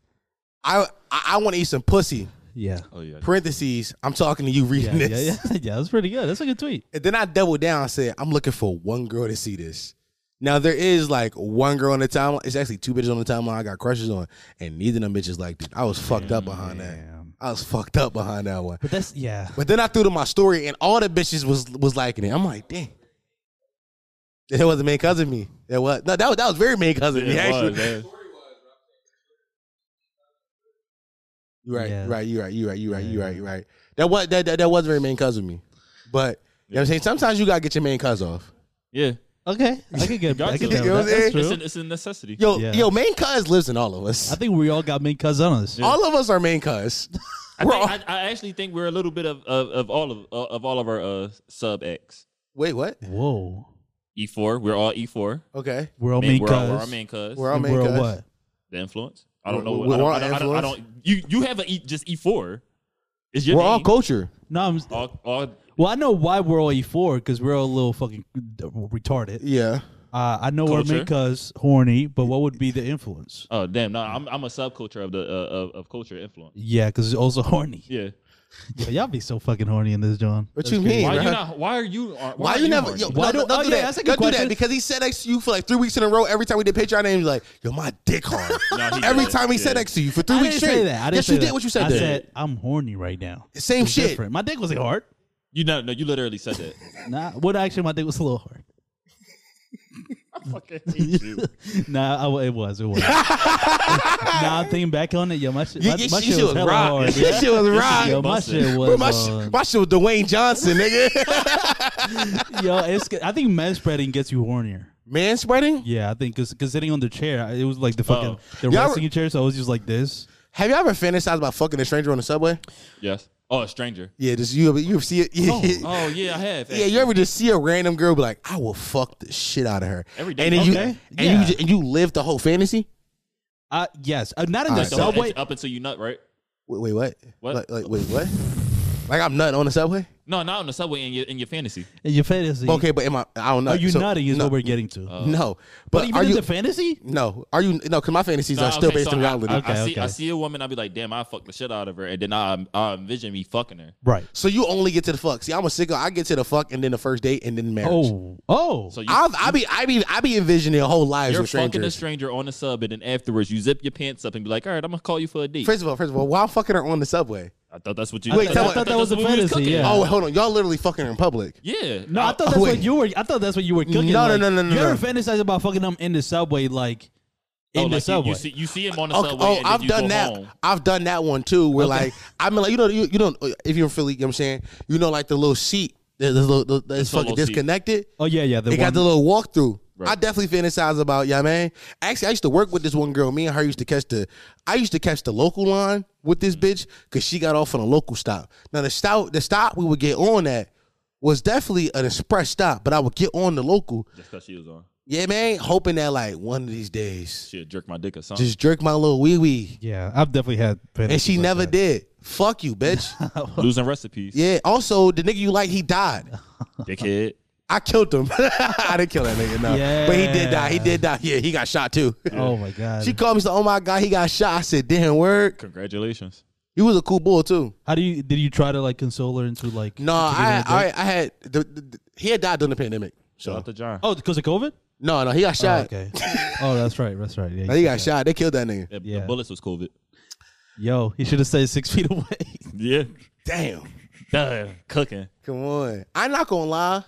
I I, I want to eat some pussy. Yeah. oh yeah. Parentheses. I'm talking to you Yeah, reading yeah, this. yeah, yeah. [LAUGHS] That's pretty good. That's a good tweet. And then I doubled down and said, I'm looking for one girl to see this. Now there is like one girl on the timeline. It's actually two bitches on the timeline I got crushes on, and neither of them bitches liked it. I was fucked up behind that. Damn. I was fucked up behind that one. But that's yeah. But then I threw to my story, and all the bitches was was liking it. I'm like, dang. That wasn't main cousin me. That was no, that was, that was very main cousin me. It was, Actually, man. you right, Yeah. you right, you right, you right, you right, you right, you right. That was that that, that was very main cousin me. But you know what I'm saying sometimes you gotta get your main cuz off. Yeah. Okay, I could [LAUGHS] get. Got I could to. get You know what that. I'm That's saying? It's, true. an, it's a necessity. Yo, Yeah. yo, main cuz lives in all of us. I think we all got main cuz on us. All of us are main cuz. I, We're think, all, I, I actually think we're a little bit of of, of all of uh, of all of our uh, sub X [LAUGHS] wait, what? Whoa, E4. We're all E4. Okay, we're all Man, main we're, cuz. all, we're all main cuz. we're all And main We're cuz. all what? the influence. I don't know. We're- what- I, don't, we're I, don't, I, don't, I all don't- You you have a E, just E4. It's your We're all name. culture. No, I'm. all, all Well, I know why we're all E4 because we're all a little fucking retarded. Yeah. Uh, I know we're main cuz horny, but what would be the influence? Oh damn! No, I'm I'm a subculture of the uh, of, of culture influence. Yeah, because it's also [LAUGHS] horny. Yeah. Yo, y'all be so fucking horny in this, John. What That's you crazy. mean? Why bruh. you not? Why are you? uh, Why, Why, are you never? horny? Yo, Why no, don't, don't- don't oh, do yeah, that. that's a good don't do that question. because he said next to you for like three weeks in a row. Every time we did Patreon, and he was like, "Yo, my dick hard." [LAUGHS] No, he Every did. time he said Yeah. next to you for three I weeks didn't straight. say that. I didn't yes, say you that. did. What you said? I there. said I'm horny right now. Same It's shit. Different. My dick wasn't hard. You know, no, you literally said that. Nah, what actually my dick was a little hard. [LAUGHS] Fucking hate you. [LAUGHS] Nah, I, it was. [LAUGHS] It was. nah, I'm thinking back on it. Yo, my shit, You- my, you- my you shit was hella raw. [LAUGHS] hard. Your yeah. shit was Yo, raw. my busted. shit was. uh, Bro, my, sh- on- my shit was Dwayne Johnson, [LAUGHS] nigga. yo, it's. I think man spreading gets you hornier. Man spreading. Yeah, I think because sitting on the chair, I- it was like the fucking Oh. the Y'all- wrestling chair. So I was just like this. Have you ever fantasized about fucking a stranger on the subway? Yes. Oh, a stranger. Yeah, just you. ever- You ever see it? [LAUGHS] Yeah, Oh yeah, I have. yeah. You ever just see a random girl be like, "I will fuck the shit out of her," Every day. and then you Okay. and Yeah. you ju- and you live the whole fantasy. Uh, yes, uh, not in the Alright. So subway. it's up until you nut, right? Wait, wait what? What? Like, like, wait, what? Like I'm nutting on the subway? No, not on the subway in your in your fantasy. In your fantasy. Okay, but am I? I don't know. Are you So- nutting? Is no, what we're getting to. no. but But even are in you? the fantasy, no. Are you? No, because my fantasies Nah, are still okay, based so on reality. I, I, Okay, I see, okay. I see a woman. I be like, damn, I fuck the shit out of her, and then I I envision me fucking her. right? so you only get to the fuck. See, I'm a sicko. I get to the fuck and then the first date and then marriage. Oh, oh, So you, I've, I be I be I be envisioning whole lives you're with fucking a strangers. stranger on the sub, and then afterwards you zip your pants up and be like, all right, I'm gonna call you for a date. First of all, first of all, why I'm fucking her on the subway? I thought that's what you. Wait, I tell me- I I thought that was that's a what we was fantasy, cooking. yeah. Oh, wait, hold on, y'all literally fucking her in public. Yeah. no, I thought that's Oh, wait. what you were. I thought that's what you were cooking. No, no, like, no, no, no, You no. ever fantasize about fucking them in the subway, like in the oh, like you- subway. You, see, you see him on the Okay, subway. oh, and then I've you done go that. home. I've done that one too. Where like I mean, like you know, you, you don't if you're in Philly, you know what I'm saying you know, like the little seat, the, the little the, it's solo fucking seat. disconnected. oh yeah, yeah. The They one- got the little walkthrough. Right. I definitely fantasize about yeah, man. Actually, I used to work with this one girl. Me and her used to catch the, I used to catch the local line with Mm-hmm. this bitch because she got off on a local stop. Now the stop, the stop we would get on at was definitely an express stop, but I would get on the local. Just because she was on. Yeah, man, hoping that like one of these days, She jerk my dick or something. just jerk my little wee wee, yeah, I've definitely had. and she never did. Fuck you, bitch. [LAUGHS] [LAUGHS] Losing recipes. yeah. Also, the nigga you like, he died. Dickhead. I killed him. [LAUGHS] I didn't kill that nigga, no. But he did die. He did die. Yeah, he got shot too. Oh my god. She called me, said, "Oh my god, he got shot." I said, "Damn, word." Congratulations. He was a cool boy too. How do you did you try to like console her into like? No, to give her I, a I, date? I had the, the, the- he had died during the pandemic. Shout So out to John. Oh, because of COVID. no, no, he got Oh, shot. okay. oh, that's right. That's right. Yeah, [LAUGHS] No, he got shot. They killed that nigga. The- yeah. The bullets was [LAUGHS] COVID. Yo, he should have stayed six feet away. Yeah. Damn. Duh. Cooking. Come on. I'm not gonna [LAUGHS] lie.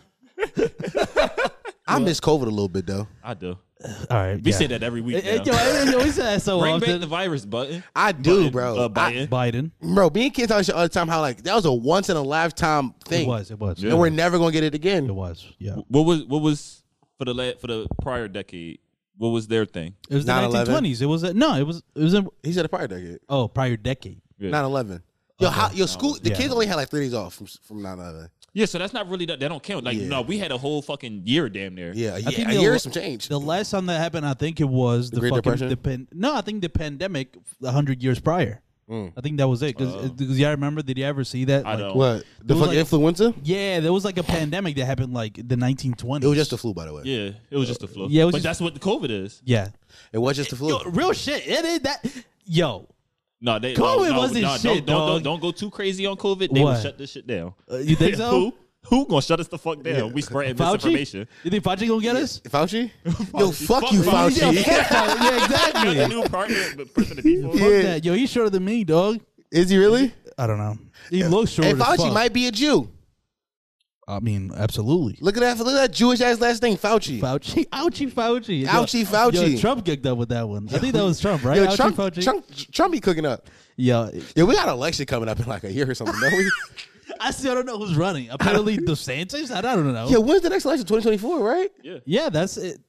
I miss COVID a little bit though. I do. All right. We yeah. say that every week. Eh, eh, now. yo, yo, we say that so [LAUGHS] Bring back often. the virus button. I do, Button. bro. Uh, I- button. Biden. bro, me and kids talking shit all the time. How like that was a once in a lifetime thing, It was. It was. Yeah. and we're never gonna get it It again. was. Yeah. what was what was for the la- for the prior decade? What was their thing? It was the 9/11. 1920s. It was. a- No. It was. It was. In, He said a prior decade, oh, prior decade. Yeah. 9/11. Yo, how, yo, school. The Yeah. kids only had like three days off from from 9/11. Yeah, so that's not really that. They don't count. Like, Yeah. no, we had a whole fucking year damn near. Yeah, a, I year, think a the- year or some change. The last time that happened, I think it was the, Great fucking Depression? The pan- no, I think the pandemic, a hundred years prior. Hmm. I think that was it. Because y'all remember? Did you ever see that? Oh. I like, don't. What the It was fucking like- influenza? Yeah, there was like a pandemic that happened like the 1920s. It was just the flu, by the way. Yeah, it was just the flu. Yeah, it was but just- that's what the COVID is. yeah. It was just the flu. Yo, real shit. It is that. Yo, No, they COVID no, no, wasn't no, shit, Don't, don't, dog. don't, don't go too crazy on COVID. They What? will shut this shit down. uh, you [LAUGHS] think so? Who? Who gonna shut us the fuck down? We spreading Fauci? misinformation. You think Fauci gonna get us? Fauci? Yo, fuck Fuck you, Fauci. Fauci. Yeah, fuck Fauci. [LAUGHS] Yeah, You're the [LAUGHS] exactly. new partner, but [LAUGHS] person to people. Yeah. Fuck that. Yo, he's shorter than me, dog. Is he really? I don't know. He looks short. And as Fauci fuck. might be a Jew. I mean, absolutely. Look at that. Look at that Jewish ass last name, Fauci. Fauci, [LAUGHS] ouchie, Fauci, Yo, Ouchie Fauci. Yo, Trump geeked up with that one. I think that was Trump, right? Yo, Ouchie Trump, Fauci. Trump, Trump be cooking up. Yo, Yeah, we got an election coming up in like a year or something, don't we? I still don't know [LAUGHS] who's running. Apparently, DeSantis. I don't know. yeah, when's the next election? 2024, right? Yeah, that's it.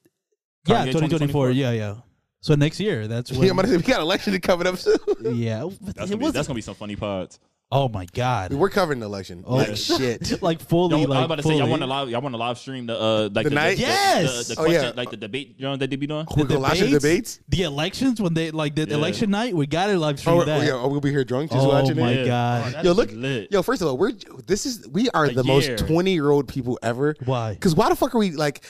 yeah, Kanye 2024. 2024. Yeah, yeah. So next year, that's [LAUGHS] when. Yeah, I'm gonna say we got an election coming up soon. yeah, but That's it gonna, be, was- that's gonna be some funny pods. oh my god, We're covering the election. Oh, [LAUGHS] like yeah. shit. like fully. Yo, I like, was about to say y'all fully. want to live y'all want to live stream the uh like the, night? the, the- Yes! Oh the, the Oh, question, yeah. like the debate you know, that they be doing. We're gonna watch the debates. the elections when they like the Yeah. election night. We got to live stream Oh, that. yeah, oh, we'll be here drunk just Oh watching my it. Yeah. God. Oh, that Yo, shit look, lit. yo. First of all, we're this is we are the year. most twenty year old people ever. Why? Because why the fuck are we like?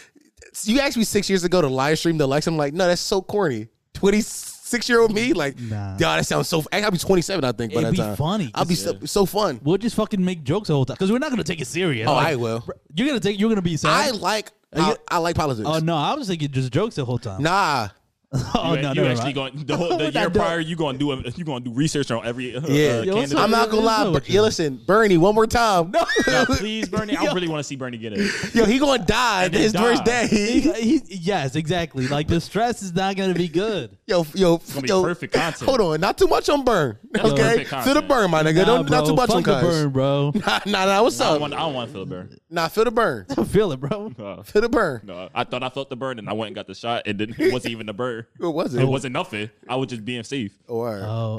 You asked me six years ago to live stream the election. I'm like, no, that's so corny. Twenty six year old me, like, Nah. nah. that sounds so. I'll be twenty seven, I think. By It'd that be time, funny, I'll be cause- so, so fun. We'll just fucking make jokes the whole time because we're not gonna take it serious. Oh, Like, I will. You're gonna take. You're gonna be. I Sad. like. you- I, I like politics. oh no, I was thinking just jokes the whole time. Nah. [LAUGHS] oh you, no, you no, [LAUGHS] actually going the, whole, the We're year not doing- prior you gonna do a, you gonna do research on every Yeah. uh, uh, Yo, what's candidate. up? I'm not gonna lie. No, But, what you- yeah, listen, Bernie, one more time. No. Nah, please, [LAUGHS] Bernie. I really want to see Bernie get it. Yo, he gonna die then his first die. day. yes, exactly. Like the stress is not gonna [LAUGHS] be good. Yo, yo, gonna be yo. perfect content. Hold on, not too much on burn. okay, perfect feel the content. burn, my nigga. Nah, Don't not bro, too much fuck on the cuz. burn, bro. [LAUGHS] [LAUGHS] Nah, nah, nah. What's I up? don't want, I don't want to feel the burn. Nah, feel the burn. I feel it, bro. Uh, Feel the burn. no, I thought I felt the burn, and I went and got the shot, and then it wasn't even [LAUGHS] the burn. What was it? It wasn't nothing. I was just being safe. Or Oh,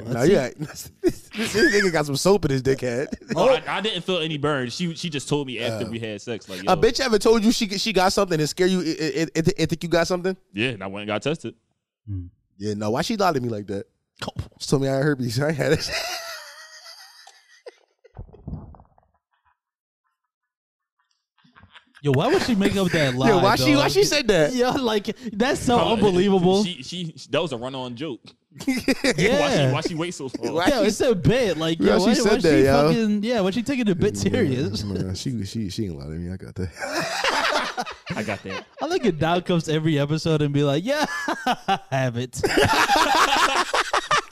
no, that's yeah. [LAUGHS] this, this nigga got some soap in his [LAUGHS] dickhead. Oh, I, I didn't feel any burn. She she just told me after we had sex, like yo, A bitch ever told you she she got something and scare you and- and and- and think you got something? Yeah, and I went and got tested. Yeah, no. Why she lied to me like that? She told me I had herpes. [LAUGHS] I ain't had it. Yo, why would she make up [LAUGHS] that lie? yeah, why she why dog? she said that? [LAUGHS] Yo, like that's so Uh, unbelievable. She, she that was a run on joke. yeah. Why she why she wait so long? Why- Yo, it's a bit. Like, Yo, yo, she why, said why that, she yo. fucking, yeah, why she taking it a bit serious? Man, she she she ain't lied to me. I got that. I [LAUGHS] got that. I like it. Dow comes every episode and be like, yeah, [LAUGHS] I have it.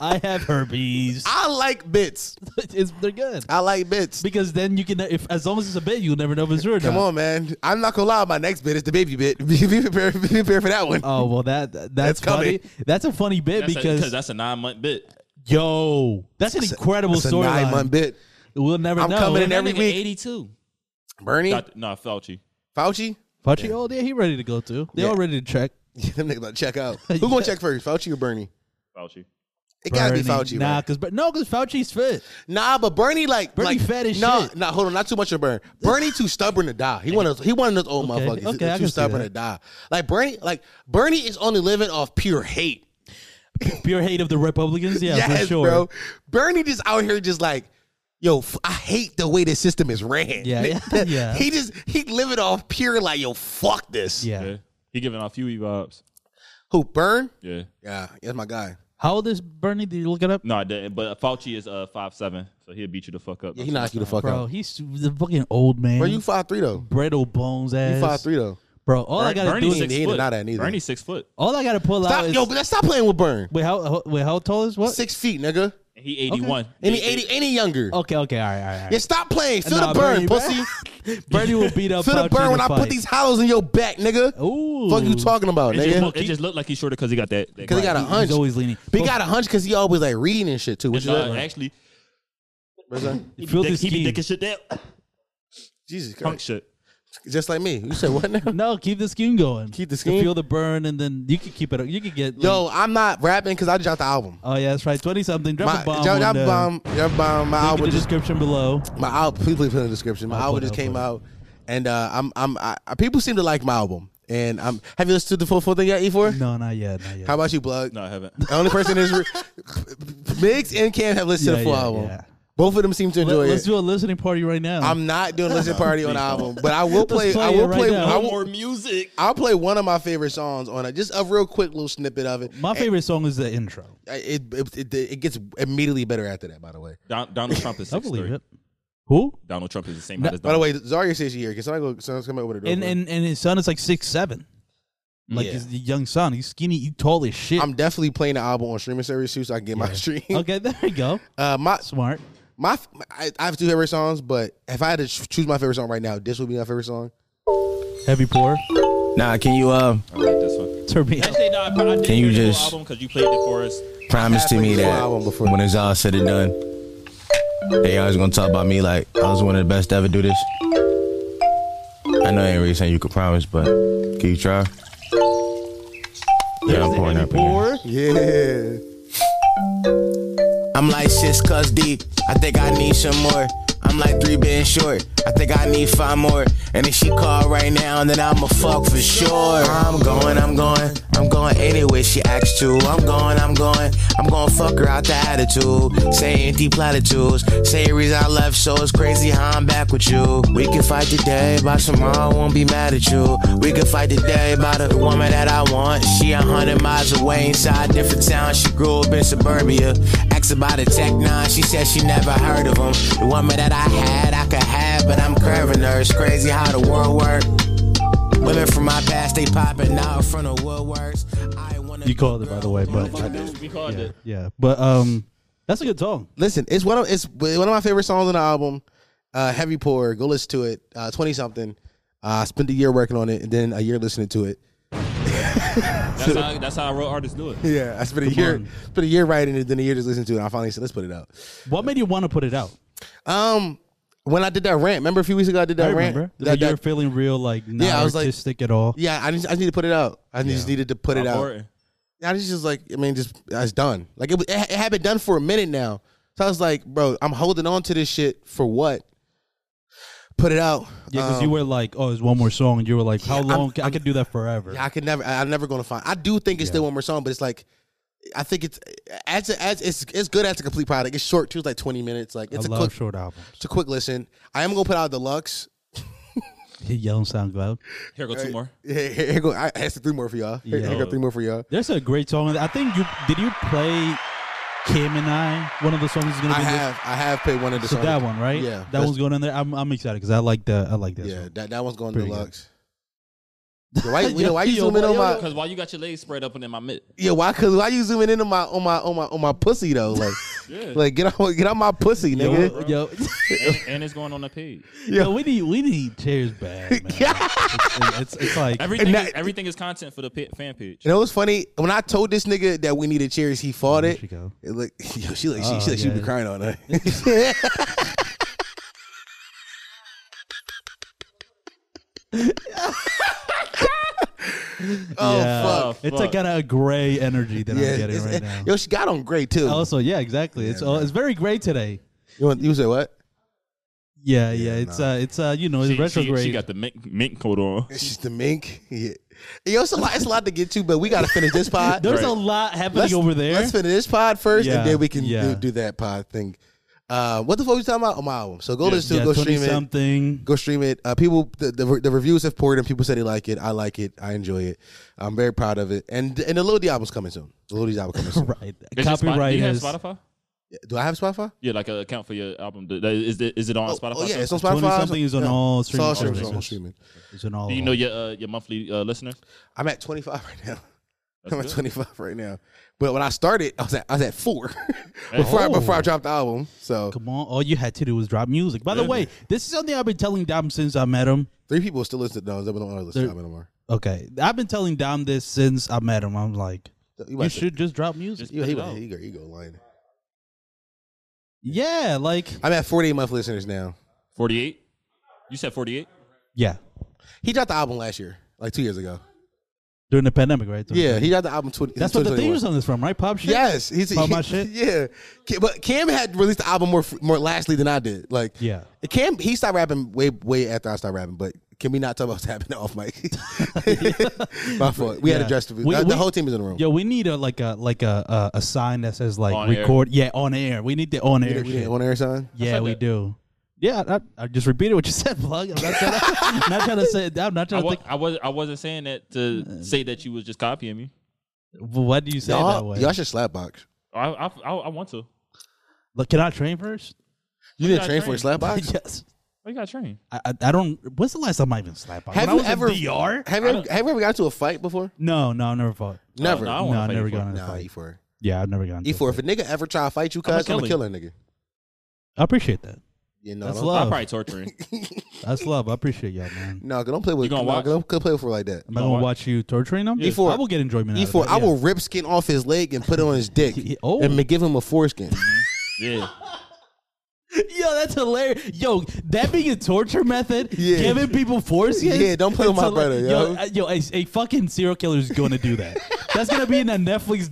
I have herpes. I like bits. [LAUGHS] it's, they're good I like bits. because then you can if as long as it's a bit, you'll never know if it's true or Come not. on, man. I'm not gonna lie. My next bit is the baby bit. [LAUGHS] Be prepared, be prepared for that one. Oh well, that that's, funny. coming. That's a funny bit That's because because that's a nine month bit. yo, that's an incredible It's a nine month storyline. bit. We'll never I'm know. coming We'll in never- every week. eighty two. Bernie, No, Fauci. Fauci. [LAUGHS] Fauci, oh yeah, he ready to go too. They all Yeah. ready to check. Yeah, them niggas about to check [LAUGHS] out. Who gonna check first, Fauci or Bernie? Fauci. It gotta be Bernie. Fauci. Nah, Nah, because but no, because Fauci's fit. nah, but Bernie like Bernie like, fat as nah, shit. Nah, hold on, not too much of Bernie. Bernie too stubborn to die. He one of he one of those old Okay, motherfuckers. okay, I that's can too see stubborn to that. die. Like Bernie, like Bernie is only living off pure hate. Pure hate of the Republicans, yeah, yes, for sure. bro. Bernie just out here just like, yo, f- I hate the way the system is ran. [LAUGHS] Yeah, yeah, [LAUGHS] That- yeah. He just he living off pure like, yo, fuck this. Yeah. Yeah. He giving off Huey vibes. Who Burn? Yeah. Yeah, that's my guy. How old is Bernie? Did you look it up? No, I didn't, but Fauci is uh five seven, so he'll beat you the fuck up. Yeah, he knocked you the fuck Bro, out. he's the fucking old man. Bro, you five three though. brittle bones ass. You five three though. Bro, all I Bernie, gotta Bernie's do is six He ain't foot. deny that neither. Bernie's six foot. all I gotta pull out Stop, is yo, but let's stop playing with Burn. wait, how, how wait, how tall is what? Six feet, nigga. And He eighty one. Any eighty, any younger. Okay, okay, all right, all right. All Yeah, right. stop playing. Feel Oh. Nah, the burn, Bernie, pussy. Bernie [LAUGHS] will beat [LAUGHS] up. Feel the Fauci burn in when a I put fight. these hollows in your back, nigga. Ooh, Fuck you talking about, It just, nigga? look, it just looked like he's shorter because he got that. that Because he got a grind. hunch. He's always leaning. But he got a hunch because he always like reading and shit too. Which is And, uh, that, like? actually, What's that? he be, Filthy dick, he be scheme. dicking shit down. Jesus Punk Christ. shit. Just like me. You said what now? No, keep the skin going. Keep the To scheme? Feel the burn, and then you can keep it. You can get. [LAUGHS] like- Yo, I'm not rapping because I dropped the album. oh yeah, that's right. Twenty something. Drop My, a bomb. drop, on drop the- bomb, drop bomb. My Link in album the just description below. my album. Please, please put in the description. My I'll album put it, just I'll came put it. out, and uh, I'm I'm I, people seem to like my album. And I'm have you listened to the full full thing yet, E4? No, not yet. Not yet. How about you, Blood? No, I haven't. [LAUGHS] The only person is re- Migs and Cam have listened to Yeah, the full yeah, album. yeah. Both of them seem to Let, enjoy us it. do a listening party right now. I'm not doing a listen party on the Please album, but I will play. play I it will right play. now. I No will, more music. I'll play one of my favorite songs on it. Just a real quick little snippet of it. My favorite song is the intro. It it, it, it gets immediately better after that. By the way. Don, Donald Trump is I six believe three. it. Who? Donald Trump is the same No, height as By the Donald. way, Zarya says she here. Can somebody go? Someone's coming over the door. And please? and and his son is like six seven. Like Yeah. his young son. He's skinny. He's tall as shit. I'm definitely playing the album on streaming service too, so I can get my stream. [LAUGHS] okay, there you go. Uh, my [LAUGHS] Smart. my, I, I have two favorite songs, but if I had to ch- choose my favorite song right now, this would be my favorite song. Heavy pour. Nah, can you uh I like this one. Turn me up. Actually, no, I, I did Can you hear the whole just- album because you played it for us. promise to me Halfway that through the album before- when it's all said and done, they always gonna talk about me like I was one of the best to ever do this? I know I ain't really saying you could promise, but can you try? Yeah, I'm pouring up in here. Yeah, I'm like six cuts deep. I think I need some more. I'm like three bins short. I think I need five more. And if she call right now, then I'ma fuck for sure. I'm going, I'm going, I'm going anywhere she asks to. I'm going, I'm going, I'm gonna fuck her out the attitude. Say empty platitudes, say the reason I left, so it's crazy how I'm back with you. We can fight today, but tomorrow I won't be mad at you. We can fight today about the woman that I want. She a hundred miles away inside different town. She grew up in suburbia. Asked about a tech nine, she said she never heard of him. The woman that I had, I could have, but I'm curving her. It's crazy how the world works. Women from my past, they popping out from the woodworks. I wanna You called it by the way, but We called it. [LAUGHS] yeah, but um, that's a good song. listen, it's one of it's one of my favorite songs on the album. Uh, Heavy pour, go listen to it. Uh, Twenty something. Uh, I spent a year working on it, and then a year listening to it. That's how, that's how real artists do it. Yeah, I spent a year, spent a year writing it, then a year just listening to it. And I finally said, let's put it out. What made you want to put it out? Um, when I did that rant, remember a few weeks ago I did that I rant. remember That- that, you were that- feeling real, like not Yeah, I was like- artistic at all. yeah, I just, I just need to put it out. I just needed to put it out. Or- I was just like, I mean, just it's done. Like it, was- it, ha- it had been done for a minute now. So I was like, bro, I'm holding on to this shit for what? Put it out. Yeah, because Um, you were like, oh, there's one more song, and you were like, how I'm- long? i I'm- could do that forever. I could never. I, I'm never gonna find. I do think it's still one more song, but it's like, I think it's as a, as it's it's good as a complete product. It's short too. It's like 20 minutes. Like it's I a love quick. short albums. It's a quick listen. I am gonna put out deluxe. [LAUGHS] He yelling sound loud. Here go two more. Here, here, here go. I I said three more for y'all. Here, here Yeah. go three more for y'all. There's a great song. I think you did. You play Kim and I. One of the songs is gonna I be. in have I have paid one of the this. So songs. that one, right? Yeah, that that's- one's going in there. I'm, I'm excited because I like the I like that. Yeah, song. that, that one's going Pretty good. deluxe. Yo, [LAUGHS] why, you know, why you Yo, zooming yo, on my? Because while you got your legs spread up and in my mid, [LAUGHS] Yeah, why? Cause why you zooming in on my on my on my on my pussy though? Like Yeah. Like get out, get out my pussy, nigga. bro. yo, [LAUGHS] [LAUGHS] and, and it's going on the page. yo, we need we need chairs [LAUGHS] bad, man. it's, it's, it's like Everything, that- is, everything is content for the pa- fan page. You know what's funny? When I told this nigga that we needed cherries, he fought There it. she go. It Like, [LAUGHS] yo, she like she, Oh, she like she yeah. be crying on [LAUGHS] her. oh yeah, fuck! it's like fuck. kind of a gray energy that Yeah, I'm getting it's- right [LAUGHS] now. yo, she got on great too. Also, yeah, exactly. it's all, it's very gray today. you, want, you say what? Yeah, yeah. it's uh, it's uh, you know, it's She, she, retrograde. she got the mink, mink coat on. It's just the mink. Yeah. Yo, it's a lot. It's a lot to get to, but we gotta finish this pod. There's Right. a lot happening over there. Let's finish this pod first, Yeah, and then we can yeah. do, do that pod thing. Uh, what the fuck we talking about? Oh, my album. So go Yeah. listen to yeah, it. Go 20 stream it. something. Go stream it. Uh, people, the, the the reviews have poured, and people say they like it. I like it. I enjoy it. I'm very proud of it. And and the Lil D album's coming soon. The Lil D's album coming [LAUGHS] soon. Right. Is it Spot- Copyright Do you have has Spotify? Do I have Spotify? Yeah, like an account for your album. Th- that- Is it, is it on Oh, Spotify? oh, yeah, too? it's on Spotify. 20 something is on Yeah. all It's all streaming streaming. It's all services. streaming. It's in all. Do you of know them. your uh, your monthly uh, listeners? I'm at 25 [LAUGHS] right now. That's I'm at good. 25 right now. But when I started, I was at I was at four [LAUGHS] before I, Oh. before I dropped the album. So Come on, all you had to do was drop music. By the Yeah. way, this is something I've been telling Dom since I met him. three people still listen to those. They don't want to listen to the album anymore. Okay, I've been telling Dom this since I met him. I'm like, you might- should just drop music. Just You, put he, it he, out. he, go- he go lying. Yeah, like I'm at 48 month listeners now. 48? You said 48? yeah, He dropped the album last year, like two years ago. during the pandemic, right? Yeah, he dropped the album. 20, that's what the theme 2021. song is from, right? Pop shit. Yes, he's About my shit? [LAUGHS] Yeah, Ca- but Cam had released the album more more lastly than I did. Like, Yeah. Cam he stopped rapping way way after I started rapping. But can we not talk about [LAUGHS] what's happening off mic? my fault. We had Yeah. to dress the, We- the we- whole team is in the room. Yo, we need a like a like a a, a sign that says like On air. record. Yeah, on air. We need the on we air. didn't shit. want to air sign. Yeah, we do. Yeah, I, I just repeated what you said, plug. I'm not trying to, [LAUGHS] I'm not trying to say. I'm not I, trying to wa- think. I, was, I wasn't saying that to say that you was just copying me. Why do you say it that Y'all, way? y'all should slap box. I, I, I, I want to. Look, can I train first? You We didn't got train for a trained. slap [LAUGHS] box. yes. Oh, you got trained. I, I, I don't. When's the last time I even slapped? When Have I you was in ever- DR? Have you, ever, have you ever gotten to a fight before? No, no, I never fought. Never. no, Nah, I E No, don't wanna I fight never you for got it. in a fight. E4. Yeah, I've never gotten. into a E4 if fight. a nigga ever try to fight you, I'ma cuz I'm gonna kill kill a nigga. I appreciate that. You know, That's don't, love. I'm probably torturing. E That's love. I appreciate y'all, man. no, don't play with. You gonna no, watch? Don't play with her like that. I'm not know gonna what? watch you torturing them. E4 I will get enjoyment. out of E4, that, E I yeah. will rip skin off his leg and put it on his dick, He- [LAUGHS] oh. and ma- give him a foreskin. yeah. [LAUGHS] Yo, that's hilarious. Yo, that being a torture method, Yeah. giving people foreskins. Yeah, don't play with it's my hila- brother, yo. Yo, uh, yo, a, a fucking serial killer is gonna do that. that's gonna be in a Netflix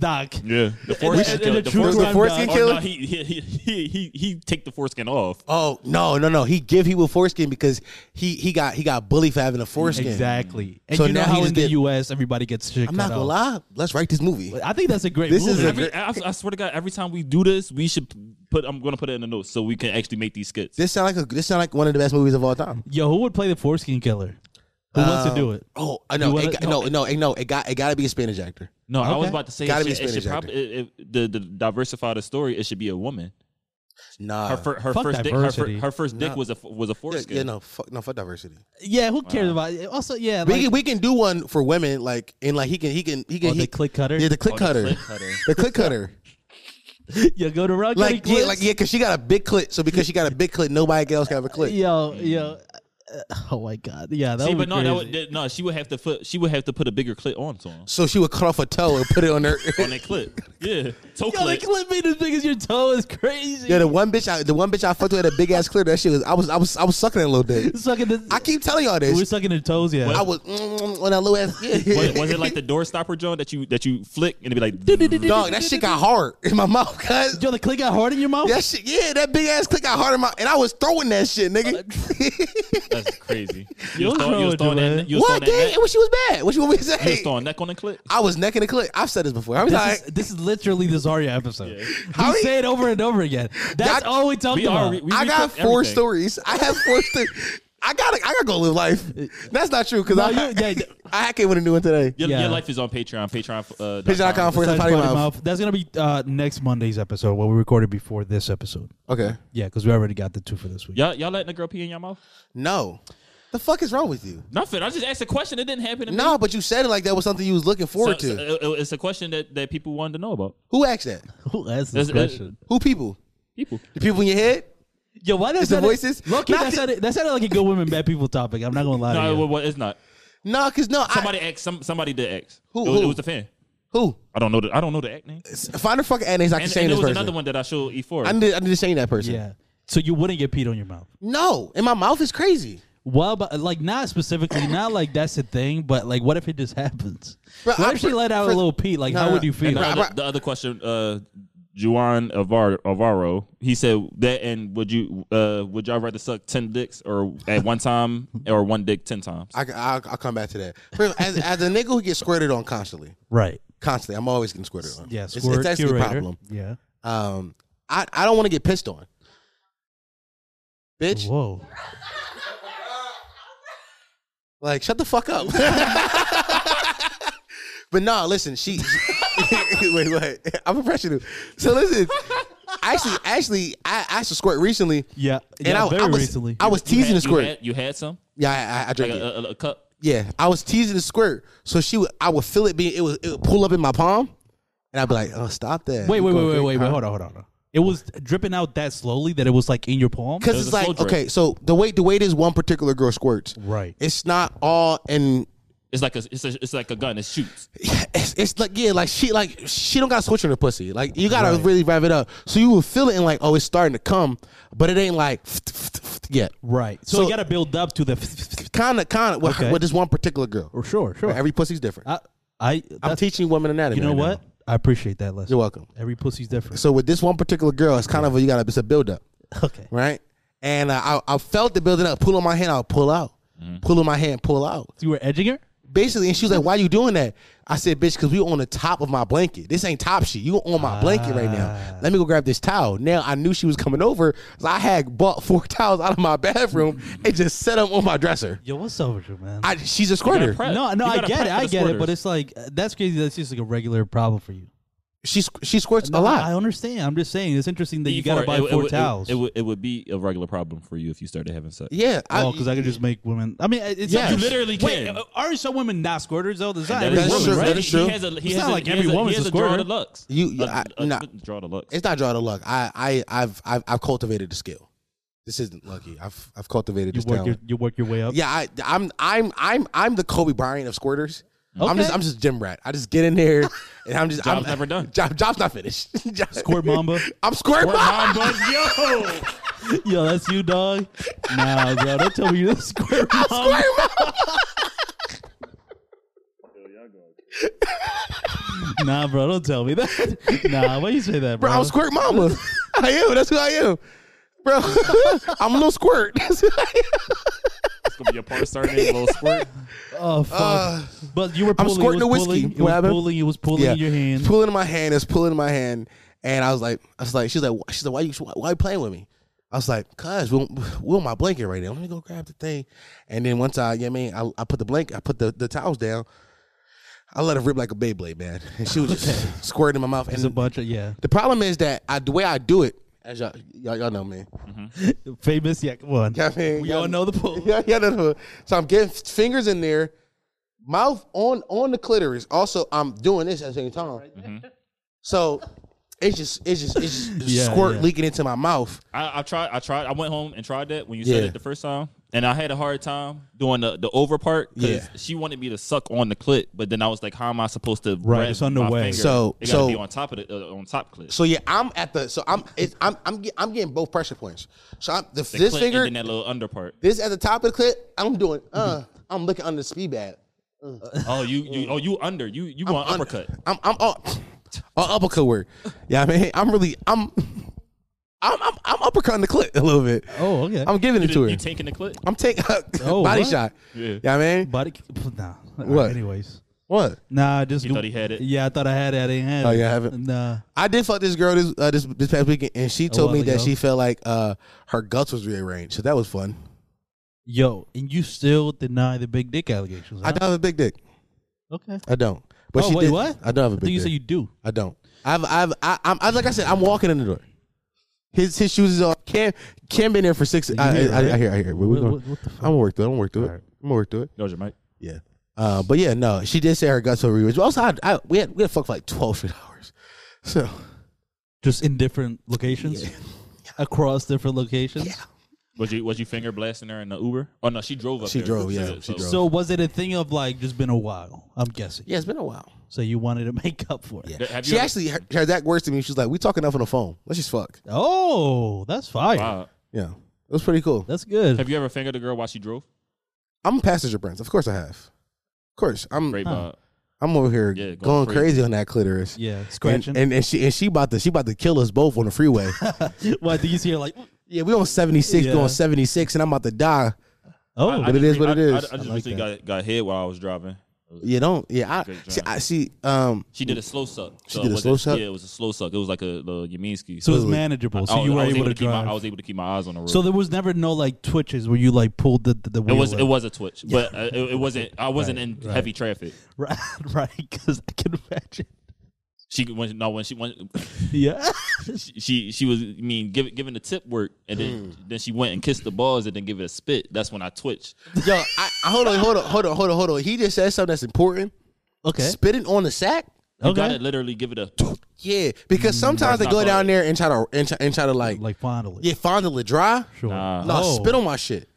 [LAUGHS] doc. Yeah. The and- foreskin and killer. a The true The foreskin crime foreskin doc. killer? Oh, no, he, he, he, he, he, he take the foreskin off. Oh no, no, no! He give he with foreskin because he he got he got bullied for having a foreskin. Exactly. And So you know now he how just in the did- U.S. everybody gets shit. I'm not cut gonna off. lie. Let's write this movie. I think that's a great This movie. is a Every, I, I swear to God, every time we do this, we should put. I'm gonna put it in the notes so we can actually make these skits. This sound like a, this sound like one of the best movies of all time. Yo, who would play the foreskin killer? Who wants to do it? Oh, I You know. wanna- It got, no, no, it- no. It got it got to be a Spanish actor. no, I Okay. was about to say Gotta it be should, it should Spanish actor. probably it, it, the, the diversify the story. It should be a woman. Nah, Her, fir- her Fuck first dick. Her, diversity. fir- her first dick No. was a f- was a Ah. yeah, foreskin. yeah, no, fuck, no, fuck diversity. Yeah, who cares about it? Also, yeah, we like, can we can do one for women, like and like he can he can he can Oh, he, the click cutter? Yeah, the click Oh, the cutter, clit cutter. [LAUGHS] the click [LAUGHS] cutter. yo, go to rock. like yeah, like yeah, because she got a big clit. So because she got a big clit, nobody else can [LAUGHS] have a clit. yo, yo. uh, Oh my god, yeah, that See, would but be no, that crazy. would, that, no. She would have to put. She would have to put a bigger clit on to him So she would cut off a toe and put it [LAUGHS] on her. on that clit. [LAUGHS] Yeah, toe Yo, the clit. clip being as big as your toe is crazy. Yeah, the [LAUGHS] one bitch, I, the one bitch I fucked with had a big ass clit. That shit was, I was, I was, I was sucking it a little bit. sucking the, I keep telling y'all we're this. sucking the toes. Yeah, I was mm, on that little ass. Was, was it like the door stopper, John, that you that you flick and [LAUGHS] it'd be like, Dog, that shit got hard in my mouth, cuz. yo, the click got hard in your mouth. That shit, yeah, that big ass clit got hard in my, and I was throwing that shit, nigga. that's crazy. You was What's throwing, you wrong was with throwing you, that, man? you was what, throwing that, gang? neck, And What she was bad? What you want me to you was say? throwing neck on the clit. I was necking the clit. I've said this before. I was This like, is, this is literally the Zarya episode. How we he- say it over and over again. That's Y'all- all we talk We about. are. We, we I got recooked four everything. stories. I have [LAUGHS] four stories. I gotta, I gotta go live life. That's not true, cause No, I, you- yeah, yeah. [LAUGHS] I came with a new one today. Your, Yeah. your life is on Patreon. Patreon. Uh, dot Patreon.com com. forward slash Besides potty Potty mouth. Mouth, That's gonna be uh, next Monday's episode. What we recorded before this episode. Okay. Yeah, because we already got the two for this week. Y'all, y'all letting the girl pee in your mouth? No. The fuck is wrong with you? Nothing. I just asked a question. It didn't happen. To me. No, but you said it like that was something you was looking So- forward to. so, uh, uh, it's a question that, that people wanted to know about. Who asked that? Who asked this uh, That's- question? Who people? People. The people in your head? Yo, why does Is the voices? Look, Not that the- sounded, that sounded like a good women, bad people topic. I'm not gonna lie. No, to you. well, well, it's not. No, cause no. I- Somebody asked. Some, somebody did ask. Who- It was, who? It was a fan. who? I don't know the. I don't know the act name. Find the fucking ad names I can And, shame and there this was person. another one that I showed E E4. I need, to- I need to shame that person. yeah. So you wouldn't get peed on your mouth. No, and my mouth is crazy. Well, but like not specifically, not like that's the thing. But like, what if it just happens? Bro, what I if she pre- let out for- a little pee? Like, No, how no, would you And feel? the, Right, other, right. the other question, uh, Juan Avar- Avaro, he said that, and would you, uh, would y'all rather suck ten dicks or at one time or one dick ten times? I, I, I'll come back to that. First, as, as a nigga who gets squirted on constantly, Right. constantly, I'm always getting squirted on. Yeah. It's- squirt it's, actually curator. a problem. Yeah. Um, I, I don't want to get pissed on. Bitch, Whoa. like shut the fuck up. [LAUGHS] but no, listen, she. [LAUGHS] wait, what? I'm impressing you. So listen, actually, actually, I, I used to squirt recently, Yeah. and yeah, I, very I was recently. I was You teasing had- the squirt. You had, you had some, yeah, I, I, I like drank a, uh, it. a, a cup. Yeah, I was teasing the squirt, so she would. I would feel it being. It was. It would pull up in my palm, and I'd be like, "Oh, stop that!" wait, You wait, gonna wait, wait, drink- wait, wait. Hold on, hold on. hold on. It was dripping out that slowly that it was like in your palm. Because was it's a slow like drip. okay, so the way the way this one particular girl squirts, Right. It's not all and It's like a, it's, a, it's like a gun. It shoots. it's, it's like yeah, like she like she don't got switch on her pussy. Like you gotta really rev it up, so you will feel it and like oh, it's starting to come, but it ain't like yet. Right. So, So- you got to build up to the. Kind of, kind of with, her- Okay. with this one particular girl. sure, sure. Every pussy's different. I, I, I'm that's- teaching women anatomy. you know right now. what? I appreciate that lesson. You're welcome. Every pussy's different. So with this one particular girl, it's kind of a, you gotta it's a build up. Okay. right? And uh, I, I felt the building up. Pull on my hand, I'll pull out. Mm. Pull on my hand, pull out. You were edging her. Basically, and she was like, "Why you doing that?" I said, "Bitch, because we on the top of my blanket. This ain't top sheet. You on my blanket right Ah. now. Let me go grab this towel." Now I knew she was coming over, so I had bought four [LAUGHS] towels out of my bathroom and just set them on my dresser. Yo, what's up with you, man? I, she's a squirter. prep. no, no, You I gotta get prep it. for I the get it, but squirters. it's like uh, that's crazy. That's just like a regular problem for you. She squ- she squirts a I lot. understand. I'm just saying it's interesting that you got to E4, buy E it- it four would- it, towels. It, would, it would be a regular problem for you if you started having sex. Yeah, I, e oh, because I could just make women. I mean, it's Yeah. You literally Wait, can. uh, are some women not squirters though? That's not That every is woman, true. right? That is true. He has a, he It's has not a, like he every has a, woman's he has a a draw squirter. to lux. You- A- I- a- nah. draw to lux. [LAUGHS] it's not draw to luck. I I I've I've, I've cultivated the skill. This isn't lucky. I've I've cultivated You this work talent. your you work your way up. Yeah, I, I'm I'm I'm I'm the Kobe Bryant of squirters. I'm Okay. just I'm just a gym rat. I just get in there and I'm just [LAUGHS] Job's I'm, never done. Job, job's not finished. [LAUGHS] Job- Squirt mamba. [LAUGHS] I'm squirt. Squirt mamba. mamba, yo. [LAUGHS] Yo, that's you, dog. Nah, bro, don't tell me you're the squirt mamba. [LAUGHS] Nah, bro, don't tell me that. Nah, why you say that, bro? Bro, I'm squirt mama. [LAUGHS] I am. That's who I am. Bro, [LAUGHS] I'm a little squirt. [LAUGHS] That's who I am. It's gonna be your part starting name, little squirt. Oh fuck! but you were Uh, I'm pulling. squirting it the was whiskey. Pulling, it What was happened? pulling. It was pulling in your hand. It's pulling in my hand. It's pulling in my hand. And I was like, I was like, she's like, why- she's like, why you why, you playing with me? I was like, cuz we're, we're on my blanket right now. Let me go grab the thing. And then once I, you know what I mean, I, I put the blanket, I put the, the towels down. I let her rip like a Beyblade, man. [LAUGHS] And she was [LAUGHS] just squirting in my mouth. It's a And bunch of yeah. the problem is that I, the way I do it, as y'all, y'all, y'all know me. Famous, yeah. Come on. You know what I mean? We Y'all all know the pull. [LAUGHS] yeah, yeah. no, no. So I'm getting f- fingers in there, mouth on on the clitoris. Also, I'm doing this at the same time. So it's just it's just it's just Mm-hmm. [LAUGHS] Yeah, squirt yeah. leaking into my mouth. I, I tried. I tried. I went home and tried that when you said Yeah. it the first time, and I had a hard time doing the, the over part because Yeah. she wanted me to suck on the clit, but then I was like, "How am I supposed to?" Right, grab it's on the my way. finger? So- it gotta so- be on top of the uh, on top clit. So yeah, I'm at the so I'm it's, I'm I'm, get, I'm getting both pressure points. So I'm, the, the this clit finger, and then that little [LAUGHS] under part. this at the top of the clit. I'm doing uh, Mm-hmm. I'm looking under the speed bag. Oh, you you oh you under you you want under- uppercut. I'm I'm [LAUGHS] up, on uppercut [LAUGHS] word. Yeah, I mean I'm really I'm. I'm, I'm, I'm uppercutting the clit a little bit. Oh, okay. I'm giving it to her. You taking the clit? I'm taking [LAUGHS] a Oh, body what? shot. Yeah. You know what I mean? Body. Nah. What? Anyways. What? Nah, just You thought he had it? Yeah, I thought I had it. I didn't have Oh, it. you haven't? Nah. I did fuck this girl this uh, this, this past weekend, and she told while me that ago. she felt like uh, her guts was rearranged. So that was fun. Yo, and you still deny the big dick allegations? I huh? don't have a big dick. Okay. I don't. But Oh, she wait, did. what? I don't have a I think big you dick. said you do. I don't. I've I've I, I'm I, like I said I'm walking in the door. His his shoes is off. Cam Cam been there for six. I, hear it, I, I, right? hear. I hear. We, we What- gonna, what- what the I'm gonna work through. it. I'm gonna work through it. Alright. I'm gonna work through it. That was your mic. Yeah. Uh, but yeah, no, she did say her guts over revenge. But also, I, I we had we had fucked for like twelve straight hours. So Just in different locations, across different locations. Was you was you finger blasting her in the Uber? Oh no, she drove up. She there. drove, yeah, So- she drove. So was it a thing of like just been a while? I'm guessing. yeah, it's been a while. So you wanted to [LAUGHS] make up for it. Yeah. Th- have you she ever- actually her, her exact words to me. She's like, "We talking enough on the phone. Let's just fuck." Oh, that's fire. Wow. Yeah, it was pretty cool. That's good. Have you ever fingered a girl while she drove? I'm a passenger prince. Of course I have. Of course. I'm Great Huh. vibe. I'm over here Yeah, going, going crazy. on that clitoris. yeah, And, scratching. and and she and she about to she about to kill us both on the freeway. [LAUGHS] [LAUGHS] Why do you see her like? yeah, we on 76 Yeah. going 76 and I'm about to die. Oh, I- I but it just is what re- it is. I- I- I, I just like recently got got hit while I was driving. You don't. Yeah, I Good see, job. I see um She did a slow suck. She did a it slow wasn't- suck? Yeah, it was a slow suck. It was like a the Yaminsky. so it's Absolutely. manageable. I So was- you I were was able to keep my, drive. I was able to keep my eyes on the road. so there was never no like twitches where you like pulled the the, the it wheel was in. it was a twitch, but uh, it, it wasn't. I wasn't in heavy traffic. right [LAUGHS] right because I can [LAUGHS] imagine. She when no when she when [LAUGHS] Yeah. she she, she was I mean give, giving the tip work and Mm. then then she went and kissed the balls and then give it a spit. That's when I twitched. Yo, I, I hold on, hold on, hold on, hold on, hold on. He just said something that's important. Okay. Spitting on the sack? You Okay. gotta literally give it a. Yeah, because sometimes they Mm, not go hard. down there and try to and try, and try to like, Like fondle it. yeah, fondle it dry. Sure. Nah. No, Oh. spit on my shit.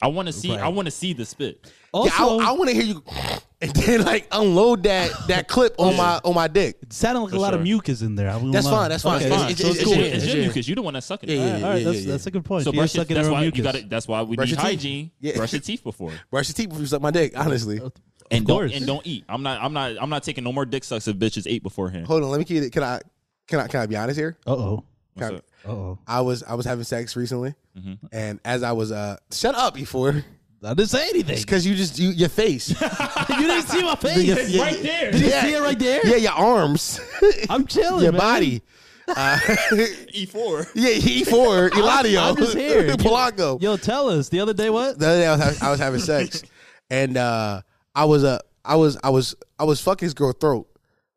I want to see. I Right. want to see the spit. Yeah, I, Also, I want to hear you [LAUGHS] and then like unload that that clip on my on my dick. it sounded like a lot of sure. mucus in there. I'm That's fine, that's fine. Okay. It's- Fine. it's- so it's, it's cool. your- It's it's your your- mucus. You the one that's sucking. it. Yeah, yeah, yeah. All right, that's, that's a good point. So Oh, So brush your, sucking that's her own why mucus. you got to That's why we Brush need your teeth. hygiene. Yeah. Brush your [LAUGHS] teeth before Brush your teeth before you suck my dick. Honestly, and don't course. and don't eat. I'm not. I'm not. I'm not taking no more dick sucks if bitches ate beforehand. hold on. Let me keep it. Can I? Can I? Can I be honest here? Uh oh. Can I- up? Uh oh. I was I was having sex recently, and as I was uh, shut up before [LAUGHS] I didn't say anything. because you just you, your [LAUGHS] face. you didn't see [LAUGHS] my face. It's Yeah. right there. Did you see it right there? yeah, your arms, I'm chilling. your man. body. Uh, E four. yeah, he [LAUGHS] for Eladio, I'm [LAUGHS] just here. Polanco. Yo, tell us. The other day, what? the other day I was, hav- I was having sex, and uh, I was uh, I was I was I was fucking this girl throat.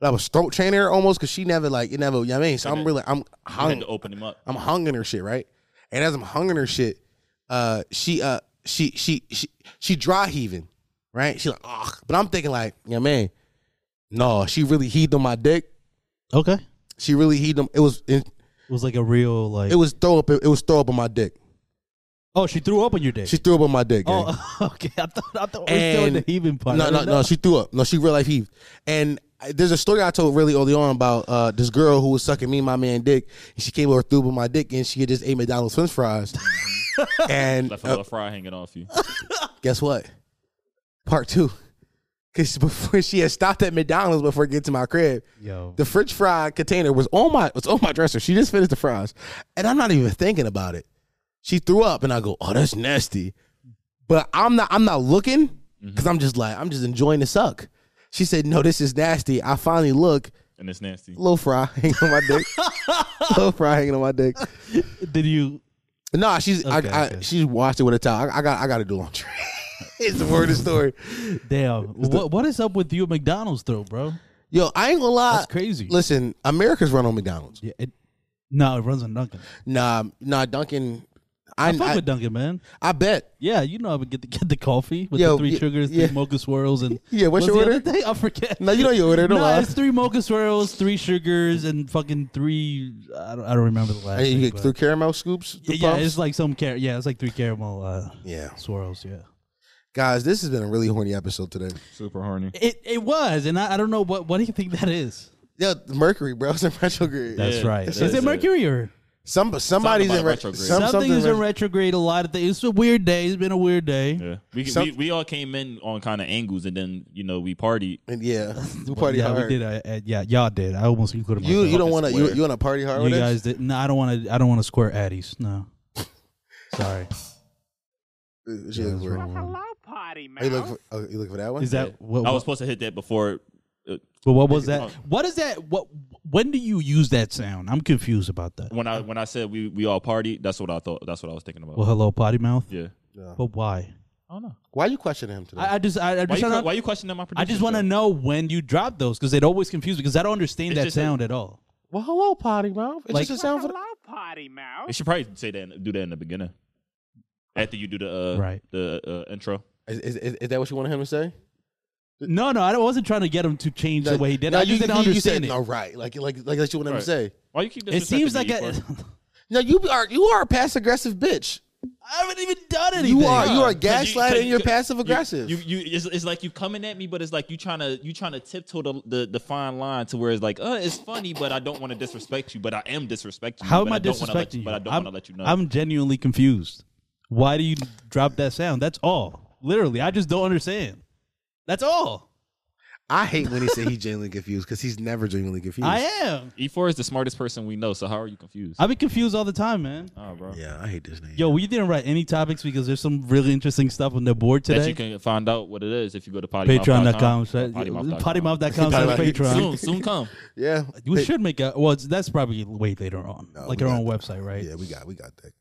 And I was throat chaining her almost because she never like it never. You know what I mean, so I'm really I'm I had hung to open him up. I'm hung in her shit right, and as I'm hung in her shit, uh, she uh she she she she dry heaving, right? She like ah, but I'm thinking like yeah man, no, she really heaved on my dick. Okay. It She really heaved on. It was it, was like a real like. it was throw up. It was throw up on my dick. oh, she threw up on your dick. She threw up on my dick. gang. oh, [LAUGHS] okay. I thought I thought we were still in the And- heaving part. I No, no, didn't know. no. She threw up. No, she real life heaved. And I, there's a story I told really early on about uh, this girl who was sucking me and my man dick. And she came over through with my dick, and she had just ate McDonald's French [LAUGHS] fries. and Left a uh, little fry hanging off you. guess what? Part two. Because before she had stopped at McDonald's before getting to my crib, Yo. the French fry container was on my was on my dresser. She just finished the fries, and I'm not even thinking about it. She threw up, and I go, "Oh, that's nasty," but I'm not I'm not looking Mm-hmm. because I'm just like I'm just enjoying the suck. She said, "No, this is nasty." I finally look, And it's nasty. little fry [LAUGHS] hanging on my [LAUGHS] dick, little fry hanging on my dick. Did you? Nah, she's Okay, I, I, okay. she's washed it with a towel. I, I got I got to do laundry. [LAUGHS] it's the word of the story. Damn. What, what is up with you, at McDonald's though, bro? Yo, I ain't gonna lie. That's crazy. Listen, America's run on McDonald's. Yeah. It, no, it runs on Dunkin'. Nah, nah, Duncan. I I fuck I, with Dunkin', man. I bet. Yeah, you know I would get the get the coffee with Yo, the three yeah, sugars, yeah. three mocha swirls, and [LAUGHS] Yeah, what's your the order? other thing? I forget. No, you know your order. Don't no, lie. it's three mocha swirls, three sugars, and fucking three. I don't, I don't remember the last. And thing, you but- get through caramel scoops. through yeah, pumps? it's like some car- Yeah, it's like three caramel uh, yeah. swirls. Yeah, Guys, this has been a really horny episode today. Super horny. it it was, and I, I don't know what what do you think that is. Yeah, Mercury, bro, [LAUGHS] it's in retrograde. That's Yeah, right. that Is is it it. Mercury or Some somebody's Something in about retrograde. retrograde. Some, something? Is in retro- retrograde. A lot of things. It's a weird day. It's been a weird day. Yeah. We, Some- we we all came in on kind of angles and then you know we partied. and [LAUGHS] yeah, we party yeah, hard. we did. Uh, uh, yeah, y'all did. I almost included You myself. you don't want to you, square. you want to party hard You with guys did. No, I don't want to. I don't want to square Addies. No, sorry. us? Yeah, that's right. Are you looking for, oh, you looking for that one? Is that Oh, what? I was supposed to hit that before. uh, But what was that? Oh. What is that? What? When do you use that sound? I'm confused about that. When I when I said we we all partied, that's what I thought. That's what I was thinking about. Well, hello, potty mouth. yeah. But why? I don't know. why you questioning him today? I, I just, I, I Why just, you, wanna- why you questioning my prediction? I just want to know. know when you drop those because it always confused me because I don't understand It's that just a- sound at all. well, hello, potty mouth. It's Like- just a sound for the- potty mouth. They should probably say that in- do that in the beginning. After you do the uh, Right. the uh, intro. Is, is, is, is that what you wanted him to say? No, no, I wasn't trying to get him to change the way he did. No, I just you, didn't you, you understand said, it. No, right. Like, like, like that's what you wanted him to say. Right. Why you keep E it seems like a, a No, you are you are a passive aggressive bitch. [LAUGHS] I haven't even done anything. You are you are Cause you- gaslighting. cause and you're you- passive aggressive. You, you, you it's, it's like you coming at me, but it's like you trying to you trying to tiptoe the, the the fine line to where it's like, uh, it's funny, but I don't want to disrespect you, but I am disrespecting you. How am but I don't wanna let disrespecting you? But I don't I'm- want to let you know. I'm genuinely confused. Why do you drop that sound? That's all. Literally, I just don't understand. That's all. I hate when he say he's genuinely confused because he's never genuinely confused. I am. E4 E is the smartest person we know, so how are you confused? I've been confused all the time, man. oh, bro. Yeah, I hate this name. Yo, we didn't write any topics because there's some really interesting stuff on the board That today. you can find out what it is if you go to Patreon.com. potty.com. slash- Pottymouth.com. slash Pottymouth. Patreon. Soon, [LAUGHS] soon come. yeah, We should make a. Well, it's- that's probably way later on. No, like we our got own that. website, right? Yeah, we got we got that.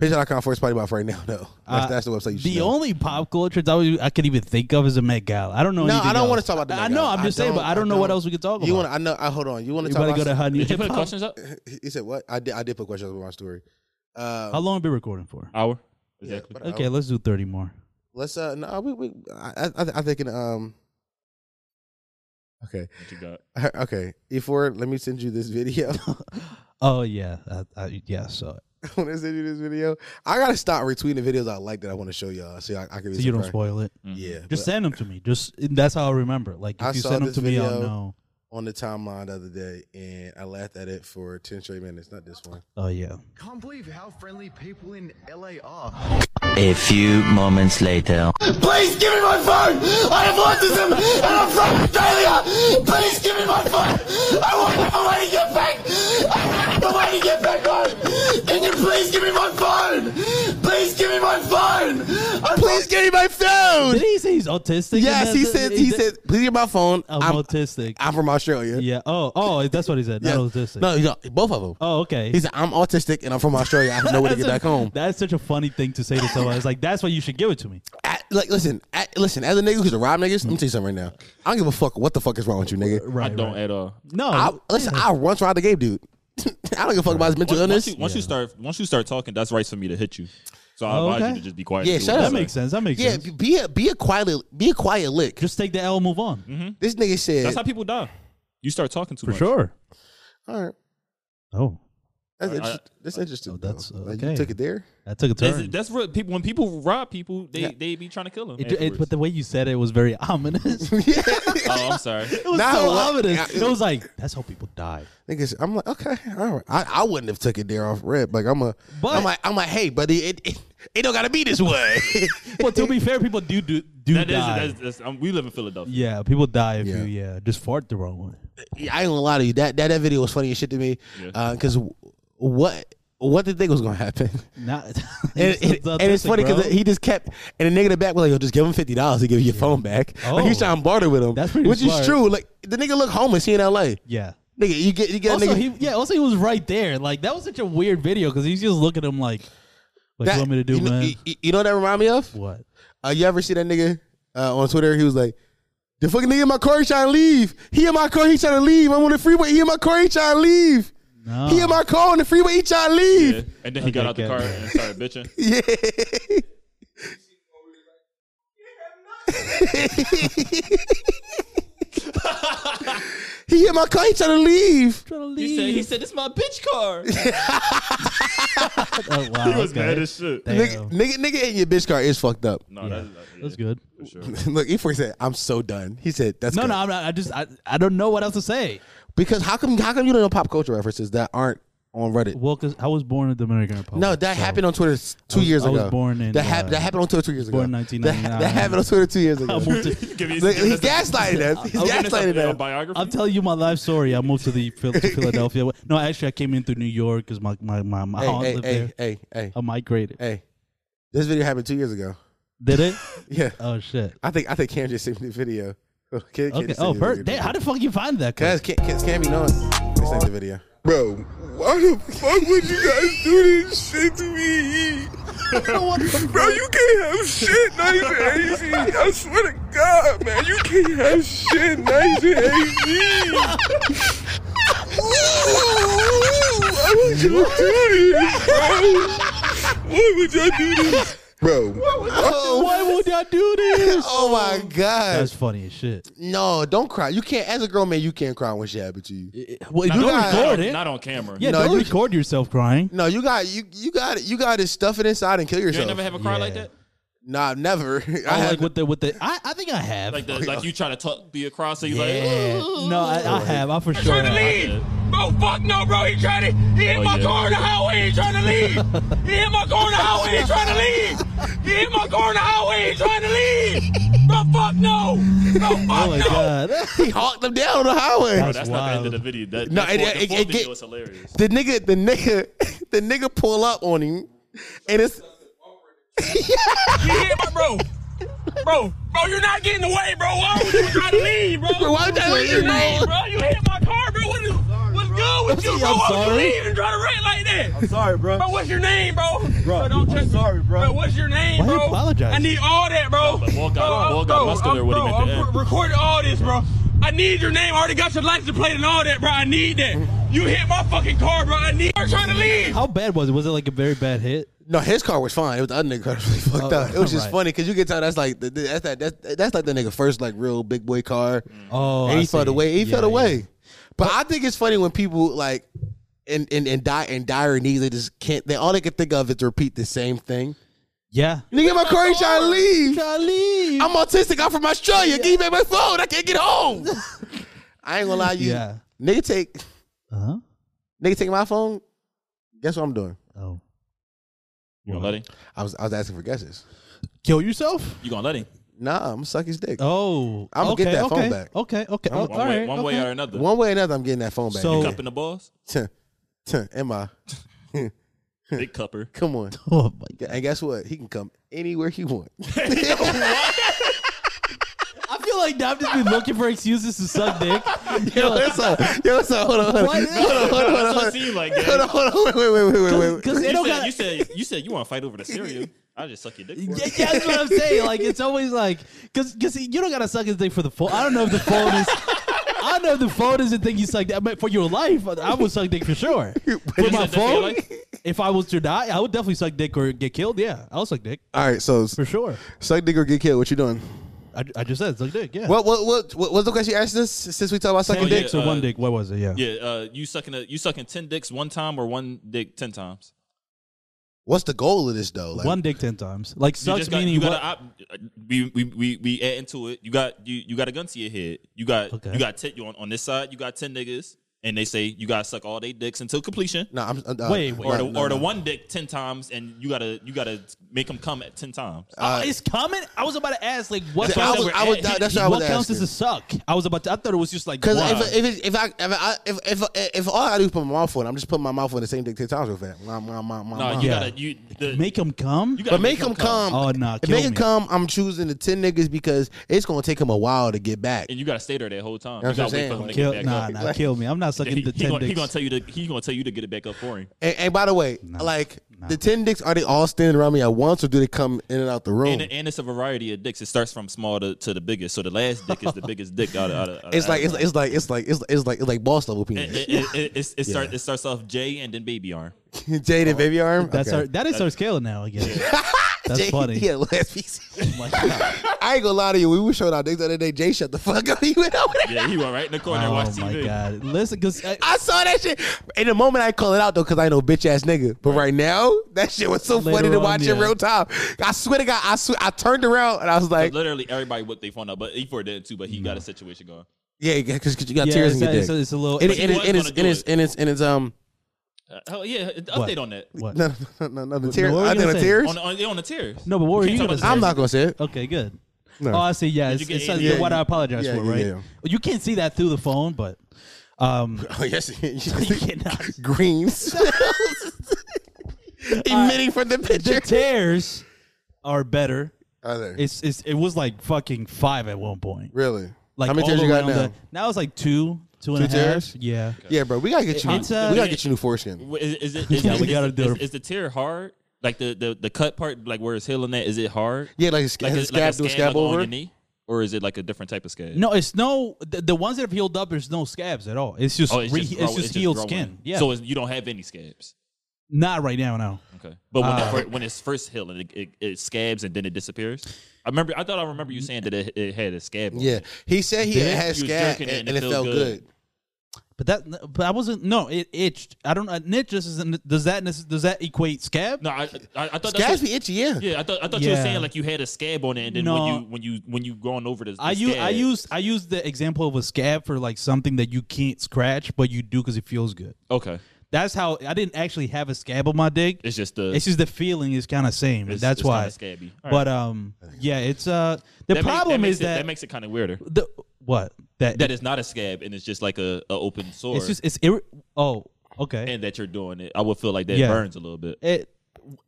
Patreon.com forward Spotty Mouth right now. No, that's, Uh, that's the website. You should The know. only pop culture that we- I could even think of is a Met Gala. I don't know. No, anything I don't else. want to talk about the. I Met know. Gala. I'm just saying, but I don't know what else we could talk You want? about. I know. I hold on. You want You to talk better about? go to Honey. Did you put questions up? [LAUGHS] he said what? I did. I did put questions about my story. Uh, How long have we been recording for? Hour. yeah, Exactly. but, uh, Okay, let's do [LAUGHS] 30 more. Let's. Uh, no, we. we I, I, I think in um. [LAUGHS] Okay. What you got? Okay. E4, let me send you this video. Oh, yeah. I, I, yeah, so, [LAUGHS] when I send you this video, I gotta stop retweeting the videos I like that I want to show y'all, so I, I can. Be so you don't surprised. spoil it. Mm. Yeah. Just but send them to me. Just That's how I remember. Like, if I you saw send them this to me, I'll video. know. on the timeline the other day, and I laughed at it for ten straight minutes. Not this one. Oh, yeah. Can't believe how friendly people in LA are. A few moments later. Please give me my phone! I have autism and I'm from Australia! Please give me my phone! I want the way to get back! I want the way to get back home! Can you please give me my phone? Please give me my phone! [LAUGHS] I'm Please give me my phone. Did he say he's autistic? [LAUGHS] Yes, he said. He said. Please give me my phone. I'm, I'm, autistic. I'm from Australia. yeah. Oh, oh, that's what he said. Yeah. Not autistic. No, you know, both of them. Oh, okay. He said, "I'm autistic and I'm from Australia. I have no way to get [LAUGHS] back home." That's such a funny thing to say to someone. It's like, that's why you should give it to me. At- like, listen, at, listen. As a nigga who's a rob niggas, let me tell you something right now. I don't give a fuck what the fuck is wrong with you, nigga. I don't at all. No. I, listen, I once robbed the game, dude. [LAUGHS] I don't give a fuck about his mental Once, once illness. you, once you start, once you start talking, that's right for me to hit you. So I Oh, advise okay. you to just be quiet. Yeah, and do shut what up. I that say. makes sense. That makes yeah, sense. be a be a quiet be a quiet lick. Just take the L, move on. Mm-hmm. this nigga said, That's how people die. You start talking too For much. sure. "All right, Oh, that's, I- inter- that's interesting. Oh, though. that's, uh, Like, okay. You took it there. that took a turn. That's, that's what people. When people rob people, they they be trying to kill them. It, it, but the way you said it was [LAUGHS] very [LAUGHS] ominous. it oh, [LAUGHS] I'm sorry. was Nah, so what- ominous. I- It was like that's how people die. Niggas, I'm like, okay, all right. I, I wouldn't have took it there off rip. Like, I'm a, But- am like, I'm like, hey, buddy, it, it, it don't gotta be this way. [LAUGHS] Well, to be fair, people do do, do That is, die. that's, that's, um, we live in Philadelphia. yeah, people die if Yeah. you yeah just fart the wrong way. Yeah, I ain't gonna lie to you. That that, that video was funny as shit to me. Because what what did they think was gonna happen? [LAUGHS] [LAUGHS] Not, And, and- and it's funny because he just kept and the nigga in the back was like, "Yo, just give him fifty dollars to give you your phone back." Like he was Oh. trying to barter with him, That's pretty which smart. is true. Like the nigga look homeless. He in L.A. yeah. Nigga, you get you get a Also, nigga. he yeah. Also, he was right there. Like that was such a weird video because he's just looking at him like, "What that- you want me to do, you, man? Know, you, you know what that remind me of? what? Uh, you ever see that nigga uh, on Twitter? He was like, "The fucking nigga in my car, he trying to leave. He in my car, he trying to leave. I'm on the freeway. He in my car, he trying to leave. No. He in my car on the freeway, he trying to Yeah. leave. And then he got out the Okay, car okay. and [LAUGHS] started bitching. Yeah." [LAUGHS] he in my car, he trying to leave. He said, "He said this is my bitch [LAUGHS] car." he oh, wow, he was mad as shit. Nigga, nigga, nigga in your bitch car is fucked up. No, that's, uh, yeah, That's good. For [LAUGHS] sure. Look, E4 said, "I'm so done." He said, "That's No, good." no, I'm not. I just I, I don't know what else to say. Because how come how come you don't know pop culture references that aren't on Reddit? Well, because I was born in the Dominican Republic. No, that so- happened on Twitter s- two I was- years I was ago. born in, that, hap- uh, that happened on Twitter two years ago. born in That, 1999. that happened on Twitter two [LAUGHS] years ago. [LAUGHS] I moved to- [LAUGHS] Give [LAUGHS] me- Look, [LAUGHS] give he's us a- gaslighting us. He's give us a- a gaslighting us. biography. I'm telling you my life story. I moved to [LAUGHS] the Phil- to Philadelphia. No, actually, I came in through New York because my my my, my aunt Hey, hey, lived there. hey, hey, hey, I migrated. hey. This video happened two years ago. Did it? Yeah, Oh shit. I think I think Cam just sent me the video. [LAUGHS] Can, can Okay. Oh, per- damn, how the fuck you find that? Cause Cam, Cam, Cam be knowing. This ain't the video. Bro, why the fuck would you guys do this shit to me? Bro, you can't have shit nice and easy. I swear to God, man, you can't have shit nice and easy. Ooh, I want y'all do this, bro? Why would y'all do this? Bro, Oh, would y'all [LAUGHS] do this? oh my god! That's funny as shit. No, don't cry. You can't. As a grown man, you can't cry when shit happens to you. Well, if you don't not, record on- it, not on camera. yeah, No, don't you- record yourself crying. No, you got you you got it. You got to stuff it inside and kill You ain't yourself. never have a cry like that? nah, Oh, never. [LAUGHS] I I had like with the with the. I, I think I have. Like the, like you try to tuck the across so you yeah. like No, I, I have. I for sure. have. Yeah. Bro, fuck no, bro. He trying to. He hit Oh, my yeah. car in the highway. He trying to [LAUGHS] leave. he hit my car in the highway. He trying to leave. He hit my car in the highway. He trying to leave. Bro, fuck no. Bro, fuck Oh my no. god. [LAUGHS] he honked them down on the highway. Bro, that's not the end of wild. the video. That, No, no, it- the full, it- the full it video get- is hilarious. The nigga, the nigga, [LAUGHS] the nigga pull up on him, and it's [LAUGHS] You hear my bro? Bro, bro, you're not getting away, bro. Why would you [LAUGHS] try to leave, bro? Bro, why would you leave, bro? bro? You hit my car, bro. What is, what's good with you, bro? I'm Why would sorry. you leave and try to rant like that? Sorry, bro. Bro, what's your name, bro? Bro, don't I'm touch me. sorry, bro. Bro, what's your name, Why you bro? apologize? I need all that, bro. but Walt got- Bro, I'm- Walt got bro, muscular I'm- when he bro, meant to I'm add. re- recording all this, bro. I need your name. I already got your license plate and all that, bro. I need that. You hit my fucking car, bro. I need. You're trying to leave. How bad was it? Was it like a very bad hit? no, his car was fine. It was the other nigga car was really fucked up. It was just right. funny because you can tell that's like the- the- that's that that's, that's like the nigga first like real big boy car. Oh, and he I felt see. away. He Yeah, felt yeah. away. But I think it's funny when people like in in in, di- in dire need they just can't. They all they can think of is to repeat the same thing. Yeah. Nigga, my car ain't trying to leave. Charlie. I'm autistic. I'm from Australia. Give me my phone. I can't get [LAUGHS] home. I ain't gonna lie, you Yeah. nigga take Uh Uh-huh. huh. nigga take my phone. Guess what I'm doing? Oh. You gonna let him? I was I was asking for guesses. Kill yourself? You gonna let him? Nah, I'm gonna suck his dick. Oh. I'ma okay, get that okay, phone back. Okay. Okay. I'ma- Oh, One, all way, right, one way okay. [LAUGHS] or another. One way or another, I'm getting that phone back. So- So, Cup in the balls. am I? [LAUGHS] Big cupper. Come on. Oh my god. And guess what? He can come anywhere he [LAUGHS] want. I feel like Dom just been looking for excuses to suck dick. [LAUGHS] yo, it's a, yo, it's a, hold on, hold on, What? hold on, hold on, That's what hold it on, [LAUGHS] seemed like. [LAUGHS] hold on, yeah. hold on, wait, wait, wait, wait, wait, wait. Because they don't You got. said, you said you said you want to fight over [LAUGHS] the cereal. I just suck your dick. For Yeah, it. yeah, that's what I'm saying. Like it's always like, cause, cause you don't gotta suck his dick for the phone. I don't know if the [LAUGHS] phone is. I don't know if the phone is the thing you suck. dick- I mean, for your life, I would suck dick [LAUGHS] for sure. For my suck dick for your phone, if I was to die, I would definitely suck dick or get killed. Yeah, I'll suck dick All right, so for sure. suck dick or get killed. What you doing? I, I just said suck dick. [LAUGHS] Yeah. What what what what what's the question you asked us since we talk about sucking Ten Oh, dick? yeah, dicks or uh, one dick? What was it? Yeah. Yeah, uh, you sucking a, you sucking ten dicks one time or one dick ten times. What's the goal of this though? Like, one dick ten times. Like You sucks just got, meaning you what? got a op- we, we we we add into it. You got you you got a gun to your head. You got Okay. you got ten, you on on this side. You got ten niggas, and they say you gotta suck all they dicks until completion. no, I'm uh, Wait, wait. Or no, the, no, or no. the one dick ten times, and you gotta you gotta make them come at ten times. Oh, it's coming. I was about to ask, like, what? That's what Uh, I was- I was- that's what I was counts as asking. a suck? I was about to. I thought it was just like Because wow. if if, it, if, I, if I if if if all I do is put my mouth on, it, I'm just putting my mouth on the same dick ten times real fast. Nah, nah, nah, nah, no, nah. you Yeah. gotta you the, make him come. you gotta But make him come. Oh, nah, If kill make him me. come. I'm choosing the ten niggas because it's gonna take him a while to get back. and you gotta stay there that whole time. That's you what gotta I'm wait for saying. him to Kill, get back nah, up. nah, kill me. I'm not He, sucking he, the ten gonna, he dicks. gonna tell you to he gonna tell you to get it back up for him. And, and by the way, like the ten dicks, are they all standing around me at once, or do they come in and out the room? And, and it's a variety of dicks. It starts from small to, to the biggest. So the last dick is the biggest dick out of. Out of out it's of- like it's, it's like it's like it's like it's like it's like boss level it, penis. it, it, it, it's- it, start, it starts off J and then baby arm. [LAUGHS] Jade Oh. and baby arm. That's Okay. our. That is our scale now. I [LAUGHS] guess. [LAUGHS] That's Jay, funny. Yeah, last piece. Oh my God. [LAUGHS] I ain't gonna lie to you. We were showing our dicks the other day. Jay, shut the fuck up. [LAUGHS] He went over there. Yeah, he went right in the corner and Oh watched my TV. god. Listen, uh, because I saw that shit. In the moment, I call it out though, cause I know bitch ass nigga. But right now, that shit was so Later funny to on, watch in yeah. real time. I swear to God, I swear, I turned around and I was like, Literally everybody whipped their phone up, but E4 did too. But he got a situation going. Uh, yeah, cause, 'cause you got yeah, tears it's, in your a- it's, dick. a, it's a little. And but it- he and it- was and it's gonna and do it's it. and it's and it's um [LAUGHS] Uh, oh yeah, update What? on that. what? no no no no the tears what were I you think gonna the say? tears On, on, yeah, on the tears. No, but what were can't you talk gonna about say? I'm the not gonna say it Okay, good. No. Oh, I see. Yeah, Did it's, you get it's any- what Yeah, I apologize yeah, for, yeah, right? yeah. You can't see that through the phone, but [LAUGHS] um, oh yes [LAUGHS] [LAUGHS] you cannot. greens emitting from the the picture tears are better. Are there? It's, it's it was like fucking five at one point. really Like how many all tears you got around now The, now it's like two, two and a half. Two tears? Yeah. yeah bro we gotta get you It's, new, uh, we gotta get you new foreskin Wh- Is, is it? Is, Yeah, is, we gotta is, do is, it. is the tear hard? Like the, the the cut part, like where it's healing at. Is it hard? yeah like a, sca- Like scab do a scab like on over your knee. or is it like a different type of scab? No, it's no the, the ones that have healed up. There's no scabs at all. It's just Oh, re- grow- it's just healed growing. skin. Yeah, So it's, you don't have any scabs. not right now. No, Okay. But when, Uh, the fir- when it's first healing, it, it, it scabs and then it disappears. I remember. I thought I remember you saying that it, it had a scab. on Yeah, it. he said he Did? had You was scab jerking and, it and it felt good. but that but I wasn't. No, it itched. I don't. An itch isn't. Does that nece- does that equate scab? No, I, I, I thought Scabs that's. What, be itchy, yeah. yeah, I thought I thought you were Yeah. saying like you had a scab on it, and then No. when you when you when you going over the, the I use I scab- use I use the example of a scab for like something that you can't scratch, but you do because it feels good. Okay, That's how I didn't actually have a scab on my dick. it's just the It's just the feeling is kind of same. it's- that's it's why. kinda scabby. All right. But um, yeah, it's uh the That makes- that problem makes is it- that, that makes it kind of weirder. the what that That it's not a scab and it's just like a, a open sore, it's just it's ir- oh okay and that you're doing it. I would feel like that Yeah. burns a little bit. it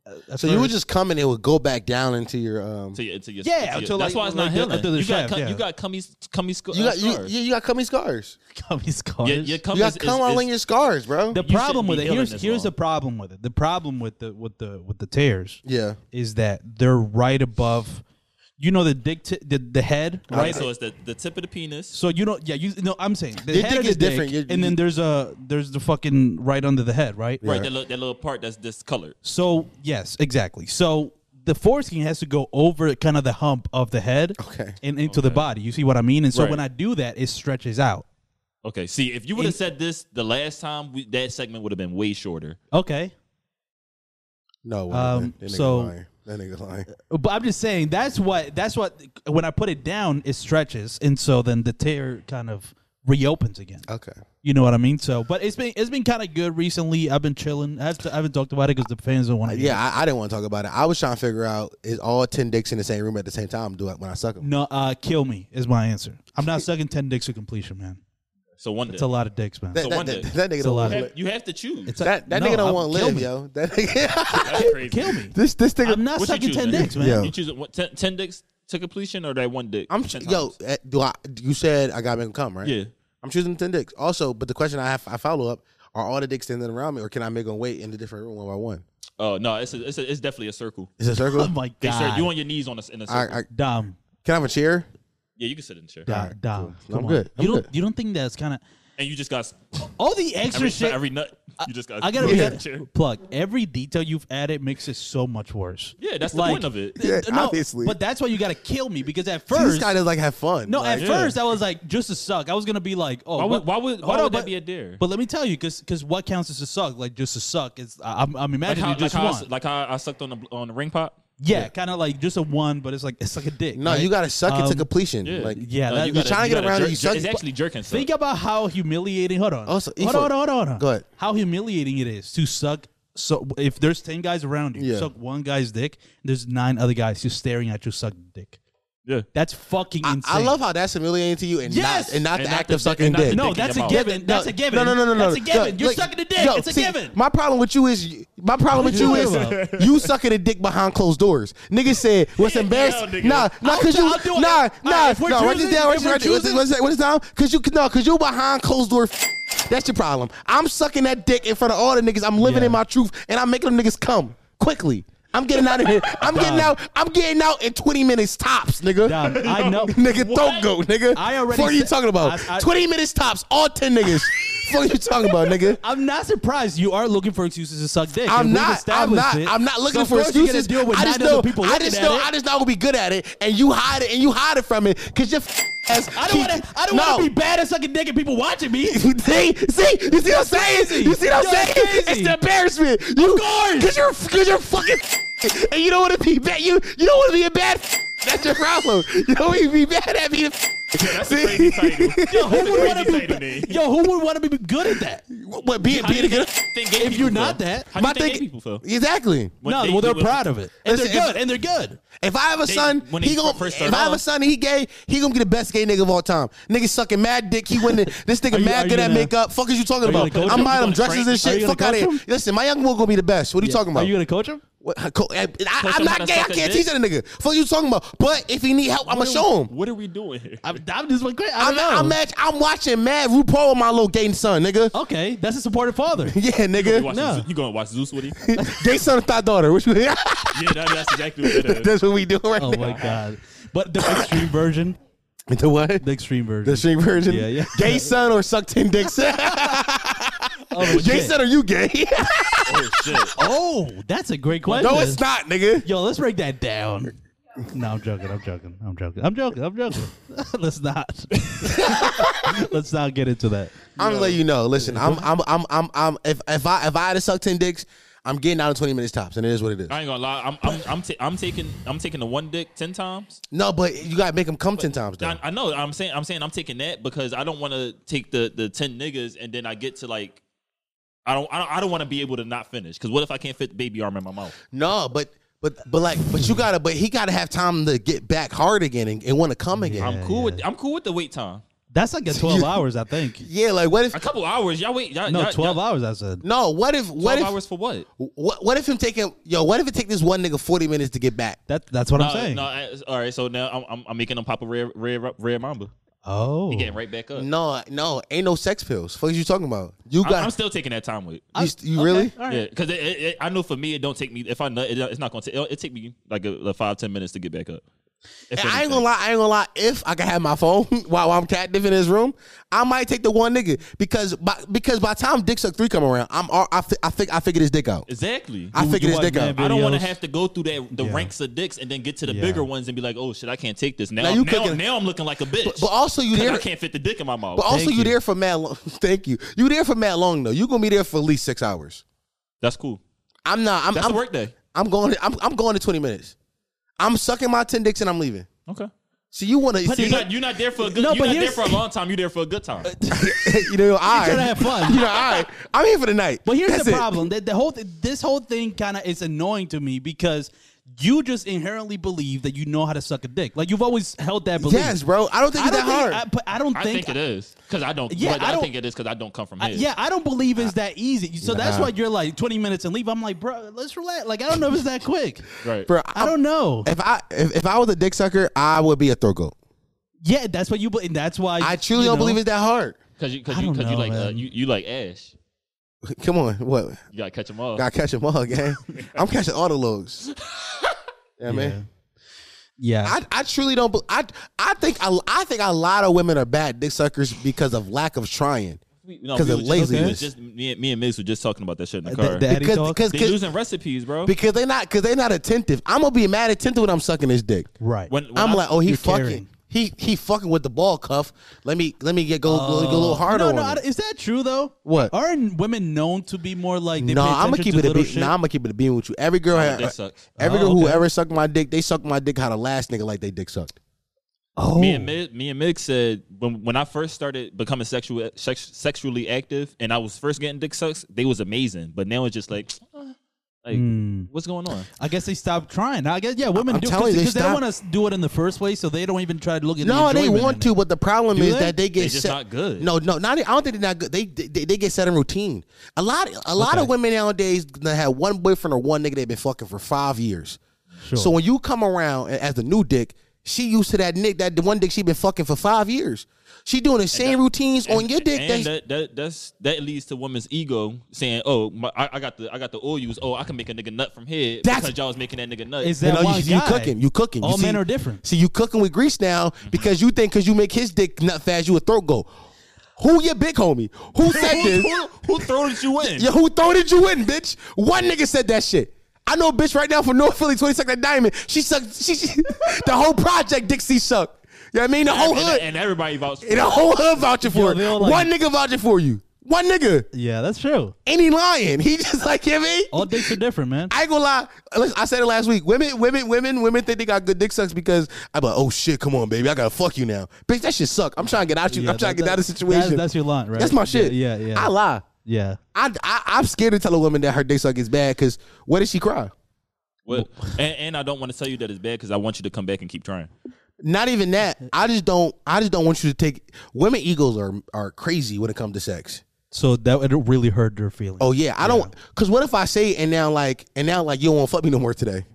uh, So you would just come and it would go back down into your um. To your, to your, Yeah, to your, to like- that's why like it's not the- healing. to the you, shaft, got, cum- yeah. you got cummy cummy sc- You uh, got you, scars. you, you got cummy scars. [LAUGHS] gummy scars. Your, your cum You is- got is- cum is- all in your scars, bro. the you shouldn't problem be with it healing here's this here's long. the problem with it. The problem with the with the with the tears yeah, is that they're right above, you know the dick t- the the head right. right. So it's the, the tip of the penis. So you don't yeah you no I'm saying the Your head dick of the is different. Your- and then there's a there's the fucking right under the head right Right, that, little, that little part that's discolored. So yes, exactly. So the foreskin has to go over kind of the hump of the head Okay. and into the body. You see what I mean? And so Right. when I do that, it stretches out. Okay, see, if you would have And- said this the last time, we, that segment would have been way shorter. Okay. no. Way, Um, man. that nigga so- lying. that nigga lying. But I'm just saying that's what that's what when I put it down, it stretches, and so then the tear kind of reopens again. Okay. You know what I mean? So, but it's been it's been kind of good recently. I've been chilling. I, have to, I haven't talked about it because the fans don't want to. Uh, Yeah, I, I didn't want to talk about it. I was trying to figure out is all ten dicks in the same room at the same time? Do I when I suck them? No, uh, kill me is my answer. I'm not sucking ten dicks to completion, man. So one It's day. a lot of dicks, man. That, one that, dick. that, that nigga a don't lot want You to of- have, you have to choose. It's a- That, that no, nigga I'm- don't want to kill live, me. yo. That [LAUGHS] nigga, That's crazy. Kill me. this this nigga. I'm not What you sucking ten choosing? dicks, man. Yo. You choose what, ten, 10 dicks to completion or that one dick? I'm ten yo. times? eh, Do I? You said I gotta make him come, right? Yeah. I'm choosing ten dicks. Also, but the question I have, I follow up: Are all the dicks standing around me, or can I make them wait in the different room one by one? Oh no, it's a, it's a, it's definitely a circle. Is it a [LAUGHS] circle? Oh my They god! start- you on your knees on a, in a I, circle. I, Dom, can I have a chair? yeah, you can sit in the chair, Dom, Dom. I'm come on. good. I'm you don't. good. You don't think that's kind of and you just got all the extra every, shit. every nut. You just got. I [LAUGHS] gotta be in the chair. honest- plug. Every detail you've added makes it so much worse. Yeah, that's the Like, point of it. th- Yeah, obviously. But that's why you gotta kill me because at See, This first, guy does like have fun. no, like, at first I was like just to suck. I was gonna be like, oh, Why would what- why would, why hold on, would that but- be a dare? But let me tell you, because what counts as a suck, like just a suck, is I- I'm, I'm like imagining how, like, just how I, one. s- like how I sucked on the on the ring pop. yeah, kind of like just a one, but it's like it's like a dick. no, right? you gotta suck it to Um, completion. yeah. Like, Yeah, No, that, you you're gotta- trying to get gotta around jerk- and you suck It's it. actually jerking. suck. Think about how humiliating. Hold on. Also, hold Ifo- on, hold on, hold on. Go ahead. How humiliating it is to suck. So if there's ten guys around you, you Yeah. suck one guy's dick. There's nine other guys just staring at you suck dick. Yeah. that's fucking I, insane. I love how that's humiliating to you, and Yes! not and not And the not act the of dick- sucking and not the dick. dick No, in that's a your mouth. given. that's a given. No, no, no, no, no. That's a no. given. You're Like, sucking a dick. yo, it's a see, given. My problem with you is my problem with you you [LAUGHS] is talking you sucking a dick behind closed doors. Nigga [LAUGHS] said what's Yeah, embarrassing. nigga. Nah, nah, I'll cause do- you I'll do it. nah Alright, nah if we're nah. Write this choosing- down. Write if this- write we're this. What's that? What's down? Cause you no, cause you behind closed door. That's your problem. I'm sucking that dick in front of all the niggas. I'm living Yeah. in my truth, and I'm making them niggas come quickly. I'm getting out of here. I'm getting out. I'm getting out in 20 minutes tops, nigga. Dom, [LAUGHS] I know. Nigga, don't go, nigga. I already What are you said- talking about? I- I- 20 minutes tops, all 10 [LAUGHS] niggas. what are you talking about, nigga? I'm not surprised you are looking for excuses to suck dick. I'm and we've not. I'm established not. it. I'm not looking So for first you're gonna excuses. Deal with I nine just other know. people I looking just at know. it. I just know I'm gonna be good at it, and you hide it, and you hide it from it, cause your ass. I don't want to. I don't want to be bad at sucking dick and people watching me. [LAUGHS] See, see, you see what I'm saying? You see what I'm saying? Yo, that's crazy. It's the embarrassment. You, of course. cause you're, cause you're fucking, and you don't want to be bad. You, you don't want to be a bad. That's your problem. You don't want to be bad at being. That's see? [LAUGHS] [LAUGHS] Yo, who would want crazy to title, be? man. Yo, who would want to be good at that? What being How do being you a good? think gay If you're people not feel? that, how do my you think thing- gay people feel? Exactly. When no, they well, they're do it- proud of it, and Listen, they're if- good, and they're good. If I have a They- son, when he they gon' first if started I have a off- son and he gay, he gonna be the best gay nigga of all time. Nigga sucking mad dick. He [LAUGHS] went this nigga Are you- mad are good you at gonna- makeup. Fuck is you talking you about? gonna coach I'm him? buying You him gonna dresses and train- shit. you gonna Fuck out coach of here. him? Listen, my young boy gonna be the best. What are you talking about? Are you gonna coach him? What- I, co- eh, I, I, him I'm how not to gay. I suck a can't dick? teach that nigga. Fuck you talking about? But if he need help, I'ma What are show we- him. What are we doing here? I'm, I'm just like, I I'm, don't know. I'm mad. I'm watching Mad RuPaul with my little gay son, nigga. Oh. okay, that's a supportive father. [LAUGHS] Yeah, You, nigga. watching No. Zeus- you gonna watch Zeus with him? gay son of thought daughter. Which [LAUGHS] yeah, that, that's exactly what that is. that's what we doing right Oh now. [LAUGHS] my god! But the extreme version. The what? The extreme version. The stream version? Yeah, yeah. Gay son or suck 10 dicks? [LAUGHS] Oh, gay shit. son, are you gay? Oh shit! oh, that's a great question. no, it's not, nigga. Yo, let's break that down. [LAUGHS] No, I'm joking. I'm joking. I'm joking. I'm joking. I'm joking. [LAUGHS] Let's not. [LAUGHS] Let's not get into that. I'm gonna let you know. Listen, I'm, I'm, I'm, I'm, I'm. If if I if I had to suck 10 dicks, I'm getting out of 20 minutes tops, and it is what it is. I ain't gonna lie. I'm I'm I'm, ta- I'm taking I'm taking the one dick ten times. No, but you gotta make them come 10 times though. I, I know. I'm saying I'm saying I'm taking that because I don't want to take the the ten niggas and then I get to like. I don't, I don't, I don't want to be able to not finish. Because what if I can't fit the baby arm in my mouth? No, but but but like but you gotta but he gotta have time to get back hard again and, and want to come again. I'm cool with, I'm cool with the wait time. [LAUGHS] That's like a 12 hours, I think. Yeah, like what A if couple hours, y'all wait. Y'all, No, y'all, 12 y'all, hours, I said. no? What if what Twelve if hours for what? what, what if him taking yo? What if it take this one nigga 40 minutes to get back? That, that's what No, I'm saying. no. I, eh, all right, so now I'm, I'm, I'm making them pop a red, red, red mamba. oh. He getting right back up. No, no, ain't no sex pills. Fuck is you talking about? You I'm, got I'm still taking that time with. you, you really? All Yeah, because it, it, it, I know for me, it don't take me. If I nut, it, it's not going to. It'll, it take me like a, a five ten minutes to get back up. If I ain't anything. gonna lie. I ain't gonna lie. If I can have my phone [LAUGHS] while I'm captive in his room, I might take the one nigga because by because by the time Dick Suck Three come around, I'm al- I fi- I, fi- I figured his dick out. Exactly. I, I figured his watch dick Man out. Big don't want to videos. have to go through that the Yeah. ranks of dicks and then get to the Yeah. bigger ones and be like, oh shit, I can't take this. Now, Now now, you now, cooking- I'm looking like a bitch. But also you 'Cause there. I can't fit the dick in my mouth. But also Thank you you. there for Matt. Long. [LAUGHS] Thank you. You there for Matt Long though. You gonna be there for at least six hours. That's cool. I'm not. I'm That's I'm, a work day. I'm going. To, I'm I'm going to twenty minutes. I'm sucking my ten dicks and I'm leaving. Okay. So you want to? You're See, not, you're not there for a good. No, you're but not there here's- for a long time. You're there for a good Uh, time. [LAUGHS] you know, I. Trying to have fun. [LAUGHS] You know, I. I'm here for the night. [LAUGHS] But here's That's the it. problem. That the whole th- this whole thing kind of is annoying to me because you just inherently believe that you know how to suck a dick. Like you've always held that belief. Yes, bro. I don't think I it's don't that hard. think, I, but I don't I think. think it is because I don't. Yeah, but I I, don't- think it is because I don't come from I- his. yeah, I don't believe it's that easy. So that's why you're like 20 minutes and leave. I'm like, bro, let's relax. Like I don't know if it's that quick. Right. bro. I don't know. If I if, if I was a dick sucker, I would be a throat goat. Yeah, that's what you believe. That's why I truly you don't know. believe it's that hard. Because you because I you don't because you know, like uh, man. you you like Ash. Come on, Oh. what? You gotta catch him off. Gotta catch them [LAUGHS] all, gang. I'm catching all the loads. Yeah, man. Yeah. I, I truly don't. be- I I think a- I think a lot of women are bad dick suckers because of lack of trying. We- no, 'Cause we of were just- we laziness. was Just, me, and- me and Migs were just talking about that shit in Uh, the The- car. the Eddie Because talk? because they because, losing recipes, bro. because they not because they not attentive. I'm gonna be mad attentive when I'm sucking his dick. right. When, when I'm I- like, oh, he You're fucking. caring. He he fucking with the ball cuff. Let me let me get go, go, go a little harder no, on no. him. I- Is that true though? What? Aren't women known to be more like? They No, pay I'm gonna attention keep to it a little beam. shit? No, I'm gonna keep it a beam with you. Every girl, had, that sucks. every Oh, girl who okay. ever sucked my dick, they sucked my dick how the last nigga like they dick sucked. oh, me and Mig, me and Mig said when when I first started becoming sexual sex, sexually active and I was first getting dick sucks, they was amazing. But now it's just like, uh, like Hmm. what's going on? I guess they stopped trying. I guess yeah, women I'm do telling you, because they they, don't stop- want to do it in the first place, so they don't even try to look at. No, the they enjoyment want in to, it. but the problem is they? that they get They just set, not good. No, no, not. I don't think they're not good. They they, they get set in routine. A lot a lot of women nowadays that have one boyfriend or one nigga they've been fucking for five years. So when you come around a- as the new dick, she used to that nick that the one dick she been fucking for five years. She doing the same routines on your dick. and that- that, that that's that leads to women's ego saying, "Oh, my, I, I got the I got the oil use. Oh, I can make a nigga nut from here That's- because y'all was making that nigga nut." Is You that know, you, one you guy? cooking, you cooking. You All men see- are different. See, you cooking with [LAUGHS] grease now because you think because you make his dick nut fast, you a throat go. Who your big homie? [LAUGHS] Who said who, this? who, who throws you [LAUGHS] in? Yo, who throw did you in, bitch? One nigga said that shit. I know a bitch right now from North Philly, 20 Second Diamond. She sucked, she, she- [LAUGHS] the whole project Dixie sucked. You know what I mean? The whole and, hood. and, And, and everybody vouched. for the it. whole hood vouching for Yo, it. they all like- One nigga vouching for you. One nigga. Yeah, that's true. Ain't he lying? [LAUGHS] He just like, you know what I mean? All dicks are different, man. I ain't gonna lie. Listen, I said it last week. Women, women, women, women think they got good dick sucks because I'm like, oh shit, come on, baby, I gotta fuck you now, bitch. That shit suck. I'm trying to get out you. Yeah, I'm trying to that- get out of the that- situation. that's- that's your line, right? That's my Yeah, shit. yeah, yeah. I lie. yeah, I, I I'm scared to tell a woman that her dick suck is bad because what did she cry? What- and, and I don't want to tell you that it's bad because I want you to come back and keep trying. Not even that. I just don't. I just don't want you to take. Women egos are are crazy when it comes to sex. so that it really hurt their feelings. Oh yeah, I don't. Cause what if I say it and now like and now like you don't want to fuck me no more today?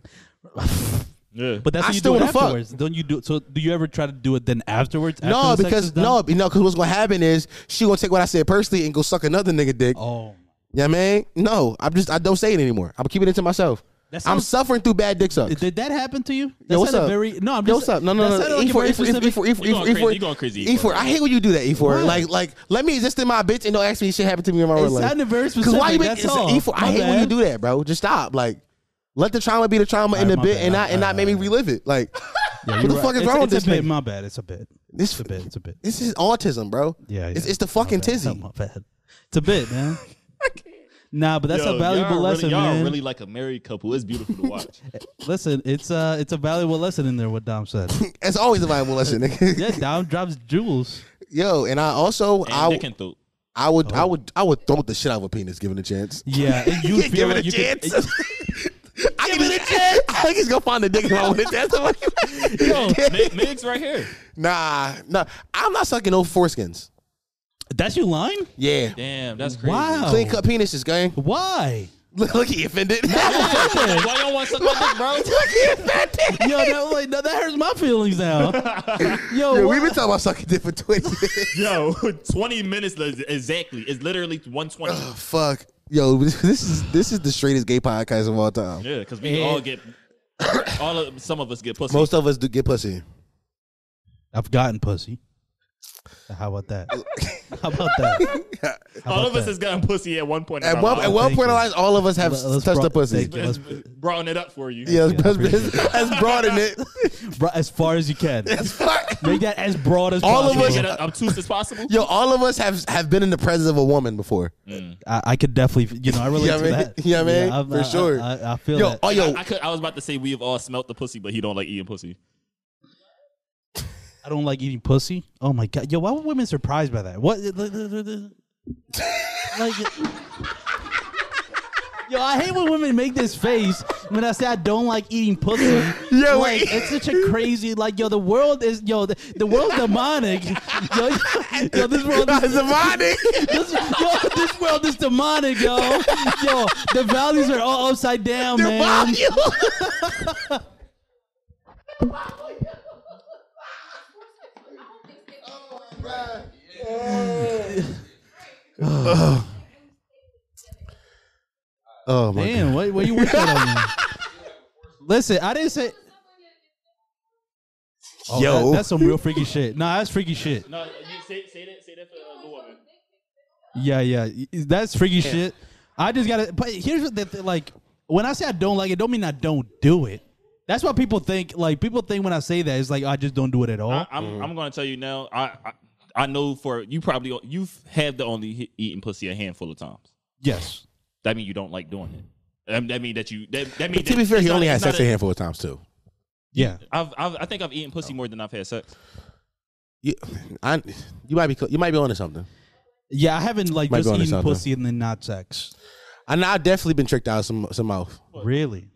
Yeah, but but that's I what you still do it wanna fuck. afterwards. Don't you do? So do you ever try to do it then afterwards? No, after the sex is because done? no, no, because what's gonna happen is she gonna take what I said personally and go suck another nigga dick. Oh, Yeah, man. No, I'm just I don't say it anymore. I'm keeping it to myself. That I'm sounds- suffering through bad dick sucks. Did that happen to you? That Yo, what's sounded up? Very no. I'm Yo, just what's up? No, no, that no. sounded like E a E4, very E4, specific- E4, E4, You going E4, crazy- you going crazy, E4. E4, E I hate when you do that, E4. Why? Like, like, let me exist in my bitch and don't ask me shit happened to me in my real It life. sounded very Because specific. why you make that's it's- all. E4, I My hate when you bad. do that, bro. Just stop. Like, let the trauma be the trauma in the my bit bad. and not and I- not make me relive it. Like, what the You're fuck right. is wrong with It's- this it's a bit. nigga? My bad. It's a bit. This It's a bit. It's a bit. this is autism, bro. Yeah, It's, yeah. it's the fucking My bad. tizzy. My bad. It's a [LAUGHS] bit, man. Nah, but that's a valuable y'all lesson, Really, y'all man. really like a married couple. It's beautiful to watch. Listen, it's uh, it's a valuable lesson in there. What [LAUGHS] Dom said. It's always a viable lesson, nigga. [LAUGHS] yeah, Dom drops jewels. Yo, and I also And I Nick would and Thope. I would I would I would throw the shit out of a penis given a chance. Yeah, [LAUGHS] and you Give it a you could- chance. [LAUGHS] I give it a chance. I think he's gonna find the dick if I want to test him. Nick, Nick's right here. [LAUGHS] Nah, nah. I'm not sucking no foreskins. that's your line. Yeah. Damn, that's crazy. Wow. Clean cut penises, gang. Why? Oh. [LAUGHS] Look, he offended. Why y'all want to suck my dick, bro? [LAUGHS] Yo, that was like that, that hurts my feelings now. Yo, Yo, why- we've been talking about sucking dick for 20 minutes. [LAUGHS] Yo, 20 minutes li- exactly. It's literally [SIGHS] 120. Oh, [LAUGHS] fuck. Yo, this is this is the straightest gay podcast of all time. yeah, because we all get, all of, some of us get pussy. Most of us do get pussy. I've gotten pussy. How [LAUGHS] about that? How about that? How all about of us that? has gotten pussy at one point. in At our one, lives. at one thank point in you. our lives, all of us have Let- let's touched bro- the pussy. thank you. It's Let's- broaden it up for you. Yeah, let's, let's, [LAUGHS] appreciate let's, broaden it. [LAUGHS] bro, as far as [LAUGHS] you can. Make that as broad as All of possible. us- Get it obtuse as possible. Yo, all of us have have been in the presence of a woman before. I, I could definitely, you know, I relate Yeah, to man. [LAUGHS] that. Yeah, man. I'm- For I- sure. I, I, I feel Yo, that. oh, yo, I, I, could, I was about to say we've all smelt the pussy, but he don't like eating pussy. I don't like eating pussy. Oh my god, yo, why were women surprised by that? What? [LAUGHS] Like, yo, I hate when women make this face when I say I don't like eating pussy. [LAUGHS] Yeah, like, wait. it's such a crazy. Like, yo, the world is yo, the, the world's demonic. Yo, yo, yo, this world [LAUGHS] it's is a body. [LAUGHS] this, yo, this world is demonic, yo. Yo, the values are all upside down, man. Oh my Damn, what, what you wish that on me? [LAUGHS] Listen, I didn't say. Oh, Yo. that- that's some real freaky shit. Nah, that's freaky shit. No, you say, say that. Say that for uh, the woman. Yeah, yeah, y- that's freaky shit. I just gotta. But here's what the thing, like when I say I don't like it, don't mean I don't do it. That's what people think. Like people think when I say that, it's like I just don't do it at Oh, all. I, I'm mm. I'm gonna tell you now. I, I I know for you probably you've had the only he- eaten pussy a handful of times. yes. That means you don't like doing it. Um, that means that you that, that means To be that fair, it's he not- only had it's not sex a- a handful of times too. Yeah. I've, I've I think I've eaten pussy more than I've had sex. You, I, you might be co- you might be onto something. Yeah, I haven't like Might be just onto eaten something. pussy and then not sex. I know I've definitely been tricked out of some some mouth. Oh, Really?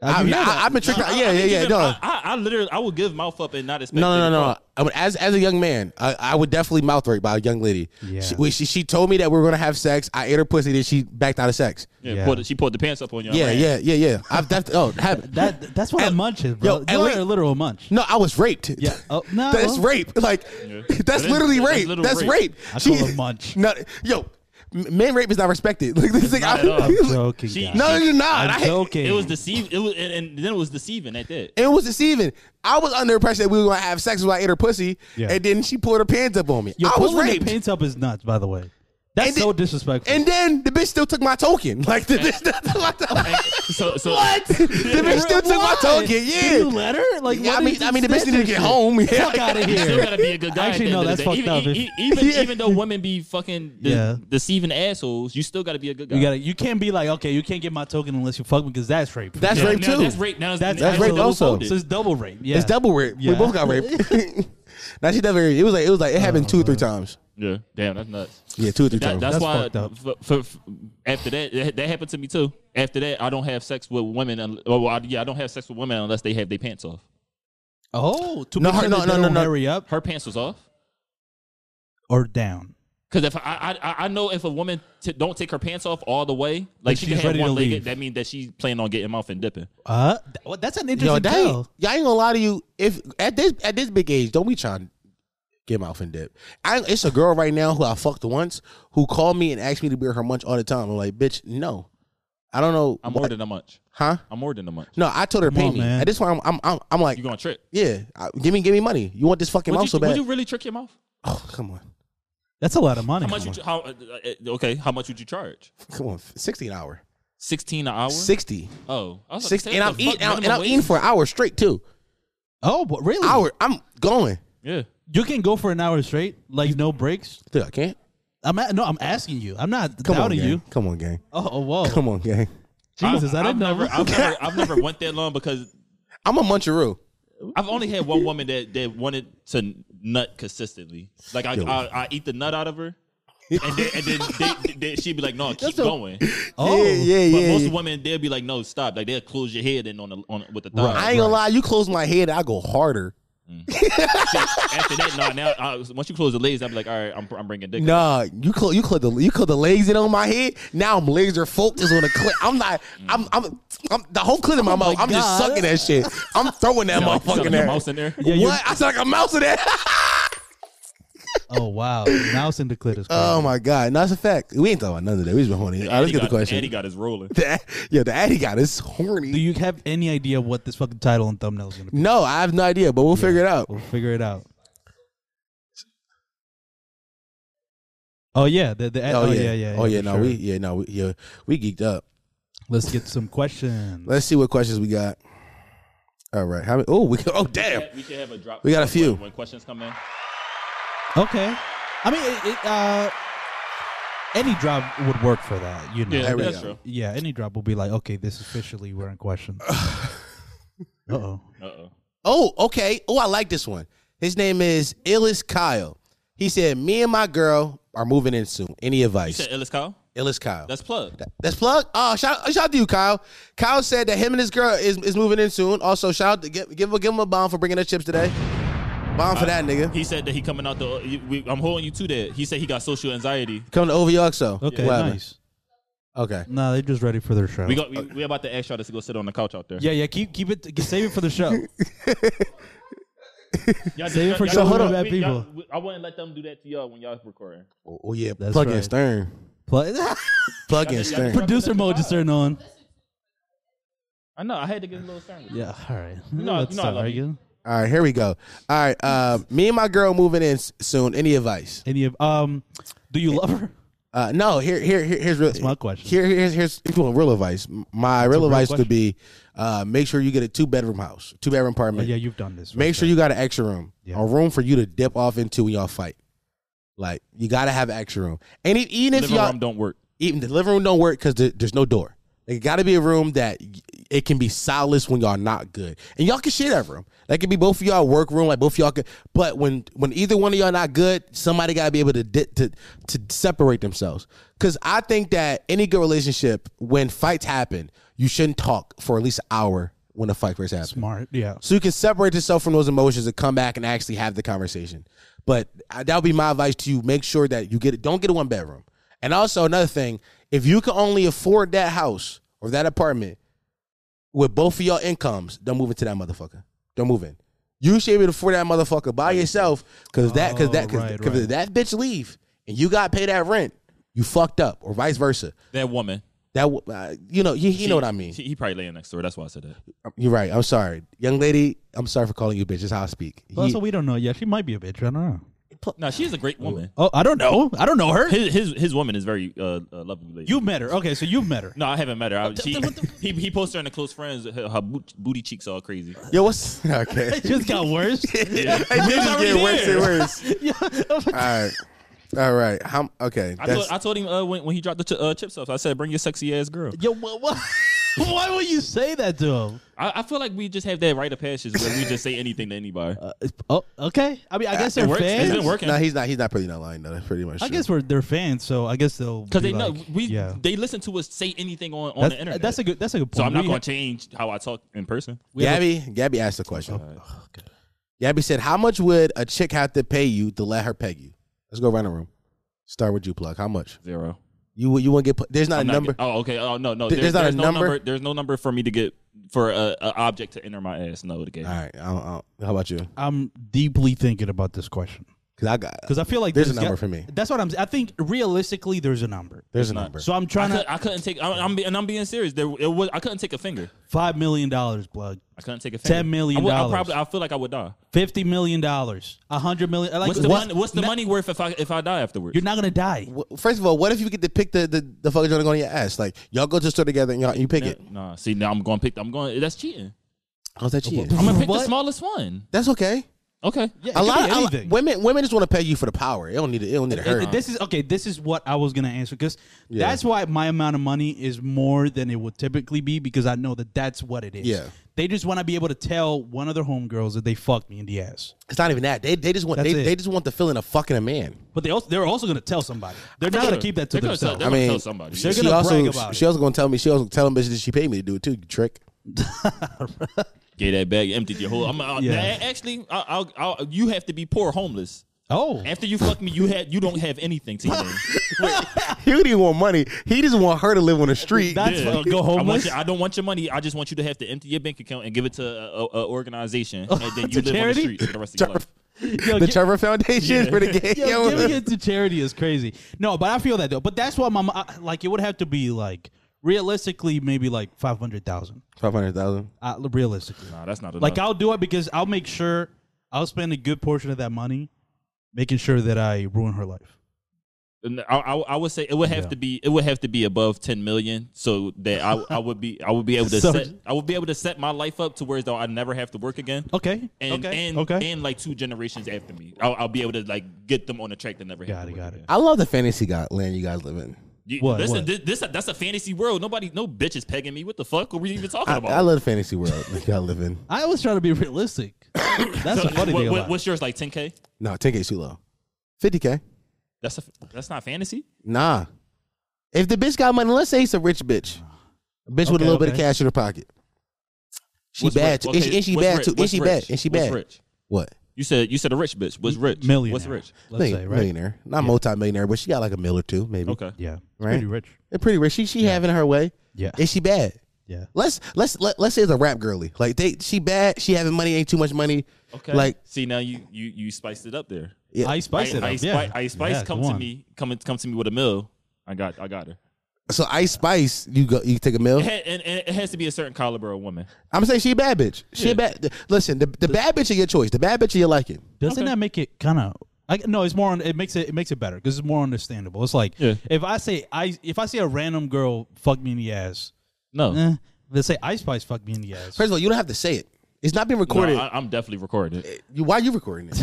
I, I do- I, I've been tricked out. Yeah, I yeah, think yeah. even- No, I, I, I literally I would give mouth up and not expect. no, it no, to no, no. come. I would, as as a young man, I, I would definitely mouth rape by a young lady. Yeah. She, we- she she told me that we were gonna have sex. I ate her pussy. Then she backed out of sex. Yeah, Yeah. Pulled, it- she pulled the pants up on you. I Yeah, ran. yeah, yeah, yeah. I've def- oh it happened. That that's what At- a munch is, yo, bro. at You're least- a literal munch. No, I was raped. Yeah. Oh, no. [LAUGHS] that's rape. Like [LAUGHS] that's That is- literally that's rape. literal That's rape. rape. I call [LAUGHS] it munch. No, yo, m- man, rape is not respected. [LAUGHS] Like this thing. I- not at all. I'm like, Joking. She- guys. No, you're not. I'm I- joking. It was deceiving. It was and, and then it was deceiving at that. [LAUGHS] It was deceiving. I was under the impression that we were gonna have sex when I ate her pussy, Yeah. and then she pulled her pants up on me. Yo, I was pulling raped. The pants up is nuts, by the way. That's And so it- disrespectful. And then the bitch still took my token. [LAUGHS] Like the bitch, [LAUGHS] So so [LAUGHS] the [LAUGHS] bitch still took my Why? token. Did you Yeah. let her? Like, Yeah, why I did mean, you I mean, the stand bitch needed to get there shit? home. [LAUGHS] Yeah. Fuck out of You still here. gotta be a good guy. at Actually, the no, end of the that's day. fucked even, up. e- e- [LAUGHS] Even, Yeah. even though women be fucking de- Yeah. deceiving assholes, you still gotta be a good guy. [LAUGHS] You gotta. You can't be like, okay, you can't get my token unless you fuck me, because that's rape. That's Yeah, rape now too. That's rape. Now it's- that's, now it's rape double also. folded. So it's double rape. Yeah. It's double rape. Yeah. We both got raped. [LAUGHS] now she never. It was like it was like it Uh, happened two or three times. Yeah, damn, that's nuts. Yeah, two or three times. That, that's, That's why. fucked up. f- f- f- after that, that, that happened to me too. After that, I don't have sex with women. un- Well, I, yeah, I don't have sex with women unless they have their pants off. Oh, to No, make sure no, no, that they no, don't no. hurry up Her pants was off. or down. Because if I, I I- I know if a woman t- don't take her pants off all the way, like she she's can have ready to one leave. legged, that means that she's planning on getting mouth and dipping. Uh, th- well, that's an interesting Yo, that ain't, tell. y'all ain't gonna lie to you. If at this at this big age, don't be trying to get mouth and dip. I, it's a girl right now who I fucked once who called me and asked me to be her munch all the time. I'm like, bitch, no. I don't know. I'm what- more than a munch. huh? I'm more than a munch. No, I told her pay on, me. man. At this point, I'm I'm I'm, I'm like, You going to trick? yeah, I- give me give me money. You want this fucking Would mouth you, so would bad? you really trick your mouth? [SIGHS] oh, come on, That's a lot of money. How much? Would you, how uh, uh, okay? How much would you charge? come on, sixty an hour, Sixteen an hour. sixty, Oh, I was about to six, say, and what I'm the fuck, eating and I'm- and minimum I'm eating wage? for an hour straight too. oh, but really? Hour, I'm going. Yeah, You can go for an hour straight, like no breaks. Dude, I can't. I'm a no. I'm asking you. I'm not Come on, doubting gang. you. Come on, gang. Oh, oh, whoa. Come on, gang. Jesus, I I've didn't know. Never, I've never, I've never went that [LAUGHS] long because I'm a muncheroo. I've only had one woman that, that wanted to nut consistently. Like I, I, I eat the nut out of her, and then, and then they, they, she'd be like, "No, keep going." Oh. [LAUGHS] yeah, yeah, But yeah. most yeah. women, they'll be like, "No, stop!" Like they'll close your head in on the on with the thumb. I ain't gonna lie. You close my head, I go harder. After that, no. Now, I, once you close the legs, I'll be like, "All right, I'm, I'm bringing dick." Nah, you cl- you cl- the you cl- the legs in on my head. Now I'm laser focused on the clip. I'm not. I'm I'm, I'm the whole clip in my mouth. I'm just sucking that shit. I'm throwing that Like, you motherfucker sucking in your there. mouse in there. what? I sound like a mouse in there. [LAUGHS] Oh wow. Mouse in the clitoris. oh my god, no, that's a fact. We ain't talking about none of that. We just been horny. All right, let's Eddie get the got- Eddie question. got his rolling. The, yeah, the Addy got is horny. Do you have any idea what this fucking title and thumbnail is gonna be? no, I have no idea, but we'll figure it out. We'll figure it out. Oh yeah, the, the Oh, yeah. yeah, yeah, Oh yeah, for no, sure. we yeah, no, we yeah, we geeked up. let's get some questions. Let's see what questions we got. All right, how many? Oh, we oh damn. We should have a drop. We got a few. When, when questions come in, Okay, I mean, it, it, uh, any drop would work for that, you know. yeah, There we that's go. true. Yeah, any drop will be like, okay, this officially we're [LAUGHS] in question. oh. Uh oh. Oh, okay. Oh, I like this one. His name is Illis Kyle. He said, "Me and my girl are moving in soon. Any advice?" Said Ellis Kyle. Illis Kyle. That's, That's plug. plug. Oh, shout, shout out to you, Kyle. Kyle said that him and his girl is, is moving in soon. Also, shout out to give give, give him a bomb for bringing the chips today. Bomb for that nigga. He said that he coming out the. We, I'm holding you to that. He said he got social anxiety. Come to OVXO. Okay, Whatever. nice. Okay. No, they're just ready for their show. We got. We, we about to ask y'all to go sit on the couch out there. yeah, yeah. Keep keep it. Save it for the [LAUGHS] show. Y'all, Save it for some really bad y'all- people. we- I wouldn't let them do that to y'all when y'all recording. Oh, oh, yeah. That's plug in right. Stern. Play- Plug in Stern. [LAUGHS] Producer mode just turned on. I know. I had to get a little sandwich. Yeah. All right. know I- Let's you know stop I love you. arguing. All right, here we go. All right, uh, me and my girl moving in s- soon. Any advice? Any of um, do you love her? Uh, no, here, here, here here's real. That's my question. Here, here's, here's if you want real advice. m- My real real advice question. would be, uh, make sure you get a two bedroom house, two bedroom Oh, apartment. [LAUGHS] yeah, you've done this. make sure you got an extra room, Yeah. a room for you to dip off into when y'all fight. Like you gotta have an extra room, and e- even if Living y'all room don't work. even the living room don't work because there, there's no door. It got to be a room that y- it can be solace when y'all not good, and y'all can share that room. That could be both of y'all work room, like both of y'all could. But when when either one of y'all not good, somebody got to be able to di- to to separate themselves. Because I think that any good relationship, when fights happen, you shouldn't talk for at least an hour when a fight first happens. smart. [LAUGHS] Yeah. So you can separate yourself from those emotions and come back and actually have the conversation. But uh, that would be my advice to you. Make sure that you get it. Don't get a one bedroom. And also another thing, if you can only afford that house or that apartment with both of your incomes, don't move into that motherfucker. Don't move in. You should be able to afford that motherfucker by yourself because that because that because Oh, right, if right. that bitch leave and you got to pay that rent, you fucked up or vice versa. That woman. That w- uh, you know you, you know what I mean. She, he probably laying next to her. That's why I said that. Um, You're right. I'm sorry, young lady. I'm sorry for calling you bitch. Is how I speak. Well, Ye- so we don't know. Yeah, she might be a bitch. I don't know. No, she's a great woman. Oh, I don't know. I don't know her. His his his woman is very uh, uh lovely lady. You met her. Okay, so you've [LAUGHS] met her. No, I haven't met her. [LAUGHS] I, she, [LAUGHS] he he posted her in the close friends. Her, her boot, booty cheeks all crazy. Yo, what's [LAUGHS] okay? [LAUGHS] It just got [LAUGHS] worse. Hey, this is getting worse and worse. [LAUGHS] yeah. All right, all right. How, okay, I that's told, I told him uh, when, when he dropped the ch- uh, chips off. I said, "Bring your sexy ass girl." Yo, what, what? [LAUGHS] Why would you say that to him? I, I feel like we just have that rite of passage where we just say anything to anybody. [LAUGHS] Uh, it's- oh, okay. I mean, I guess Uh, it they're works. It's fans. been working. no. He's not. He's not pretty not lying though. That's pretty much. I true. guess we're they're fans, so I guess they'll Because be they know like- we yeah. they listen to us say anything on, on that's, the internet. that's a good. That's a good point. so I'm not We going ha- to change how I talk in person. we have a- Oh, Gabby. Gabby asked a question. Gabby said, "How much would a chick have to pay you to let her peg you?" Let's go around the room. Start with you, plug. How much Zero. you would- you want to get? put- There's not I'm a not number. get- oh, okay. Oh no, no. Th- there's, there's not a no number? There's no number for me to get for a, a object to enter my ass. No, to get. Ah. all right. I don't, I don't- how about you? I'm deeply thinking about this question. Because I got Because I feel like There's a this guy- number for me. That's what I'm. I think realistically, there's a number. there's a number. So I'm I, trying could, to I couldn't take. I, I'm be- and I'm being serious. There, it was. I couldn't take a finger. five million dollars, blood. I couldn't take a finger. $10 million I, would, I probably. I feel like I would die. Fifty million dollars. A hundred million. Like, What's the what- money, What's the na- money worth if I if I die afterwards? You're not gonna die. Wh- First of all, what if you get to pick the the, the fucking joint on your ass? Like y'all go to the store together and y'all you pick it. Nah. See, now I'm going to pick. I'm going. That's cheating. How's that cheating? I'm gonna pick What? the smallest one. That's okay. Okay. Yeah. a could lot be of a lot- anything. women women just want to pay you for the power. It don't need it. Don't need to hurt. This is okay. This is what I was gonna answer because that's why my amount of money is more than it would typically be because I know that that's what it is. Yeah. They just want to be able to tell one of their homegirls that they fucked me in the ass, It's not even that. They they just want That's they, it. they just want the feeling of fucking a man. but they also they're also gonna tell somebody. They're not gonna keep that to They're gonna tell- themselves. they're I gonna mean, tell somebody. They're she gonna also brag about she it. also gonna tell me she also tell them bitches that she paid me to do it too. You trick. Get that bag. Emptied your whole. I'm, I, Yeah. now, actually, I, I'll, I'll, you have to be poor homeless. Oh, After you fuck me, you had you don't have [LAUGHS] anything to your name. He didn't even want money. He just want her to live on the [LAUGHS] street. that's Yeah. fucking go I, want homeless. you, I don't want your money. I just want you to have to empty your bank account and give it to a, a, a organization, [LAUGHS] and then To you live on the charity? street for the rest of your life. Yo, the get- Trevor Foundation for the game. [LAUGHS] Yo, giving it to charity is crazy. No, but I feel that though. But that's why my mo- I- like it would have to be like realistically maybe like five hundred thousand. Five hundred thousand. Uh, realistically, Nah, that's not enough. like I'll do it because I'll make sure I'll spend a good portion of that money making sure that I ruin her life. And I, I, I would say it would have to be it would have to be above ten million, so that I, I would be I would be able to So- set I would be able to set my life up to where though I never have to work again. Okay. And okay. and okay. and like two generations after me, I'll, I'll be able to like get them on the track that never have got to it. work Got it. again. I love the fantasy god land you guys live in. You- What, listen, what? This, this that's a fantasy world. Nobody, no bitch is pegging me. What the fuck are we even talking I, about? I love the fantasy world that y'all live in. I was trying to be [COUGHS] realistic. That's So, the funny what- thing what- about. it. what's yours like? Ten k? No, ten k too low. Fifty k. That's a, that's not fantasy. Nah. If the bitch got money, let's say it's a rich bitch. A bitch with Okay, a little bit of okay. cash in her pocket. She What's bad rich? too. Okay, Is, she- is she what's bad rich? too? Is What's she rich? bad? Is she What's bad? rich? What? You said you said a rich bitch. What's rich? Millionaire. What's rich? Let's Million- say right. Millionaire. Not multi-millionaire, but she got like a mill or two, maybe. Okay. Yeah. It's Right? Pretty rich. They're pretty rich. She she having her way. Yeah. Is she bad? Yeah. Let's let's let, let's say it's a rap girly. Like they she bad, she having money, ain't too much money. Okay. Like see now you you you spiced it up there. Yeah. I spice it up. I, yeah. Spice, Ice Spice Yeah, come go to on. me come come to me with a mill. I got I got her. so Ice Spice, you go you take a mill. [LAUGHS] It had, and, and it has to be a certain caliber of woman. I'm saying she a bad bitch. She a bad listen, the, the bad bitch of your choice. The bad bitch of your liking. Doesn't that make it kind of? I, no, it's more. On, it makes it. It makes it better because it's more understandable. It's like Yeah. if I say I if I see a random girl fuck me in the ass, No, eh, they say Ice Spice fuck me in the ass. First of all, you don't have to say it. It's not being no recorded. I, I'm definitely recording it. You- Why are you [LAUGHS] recording it?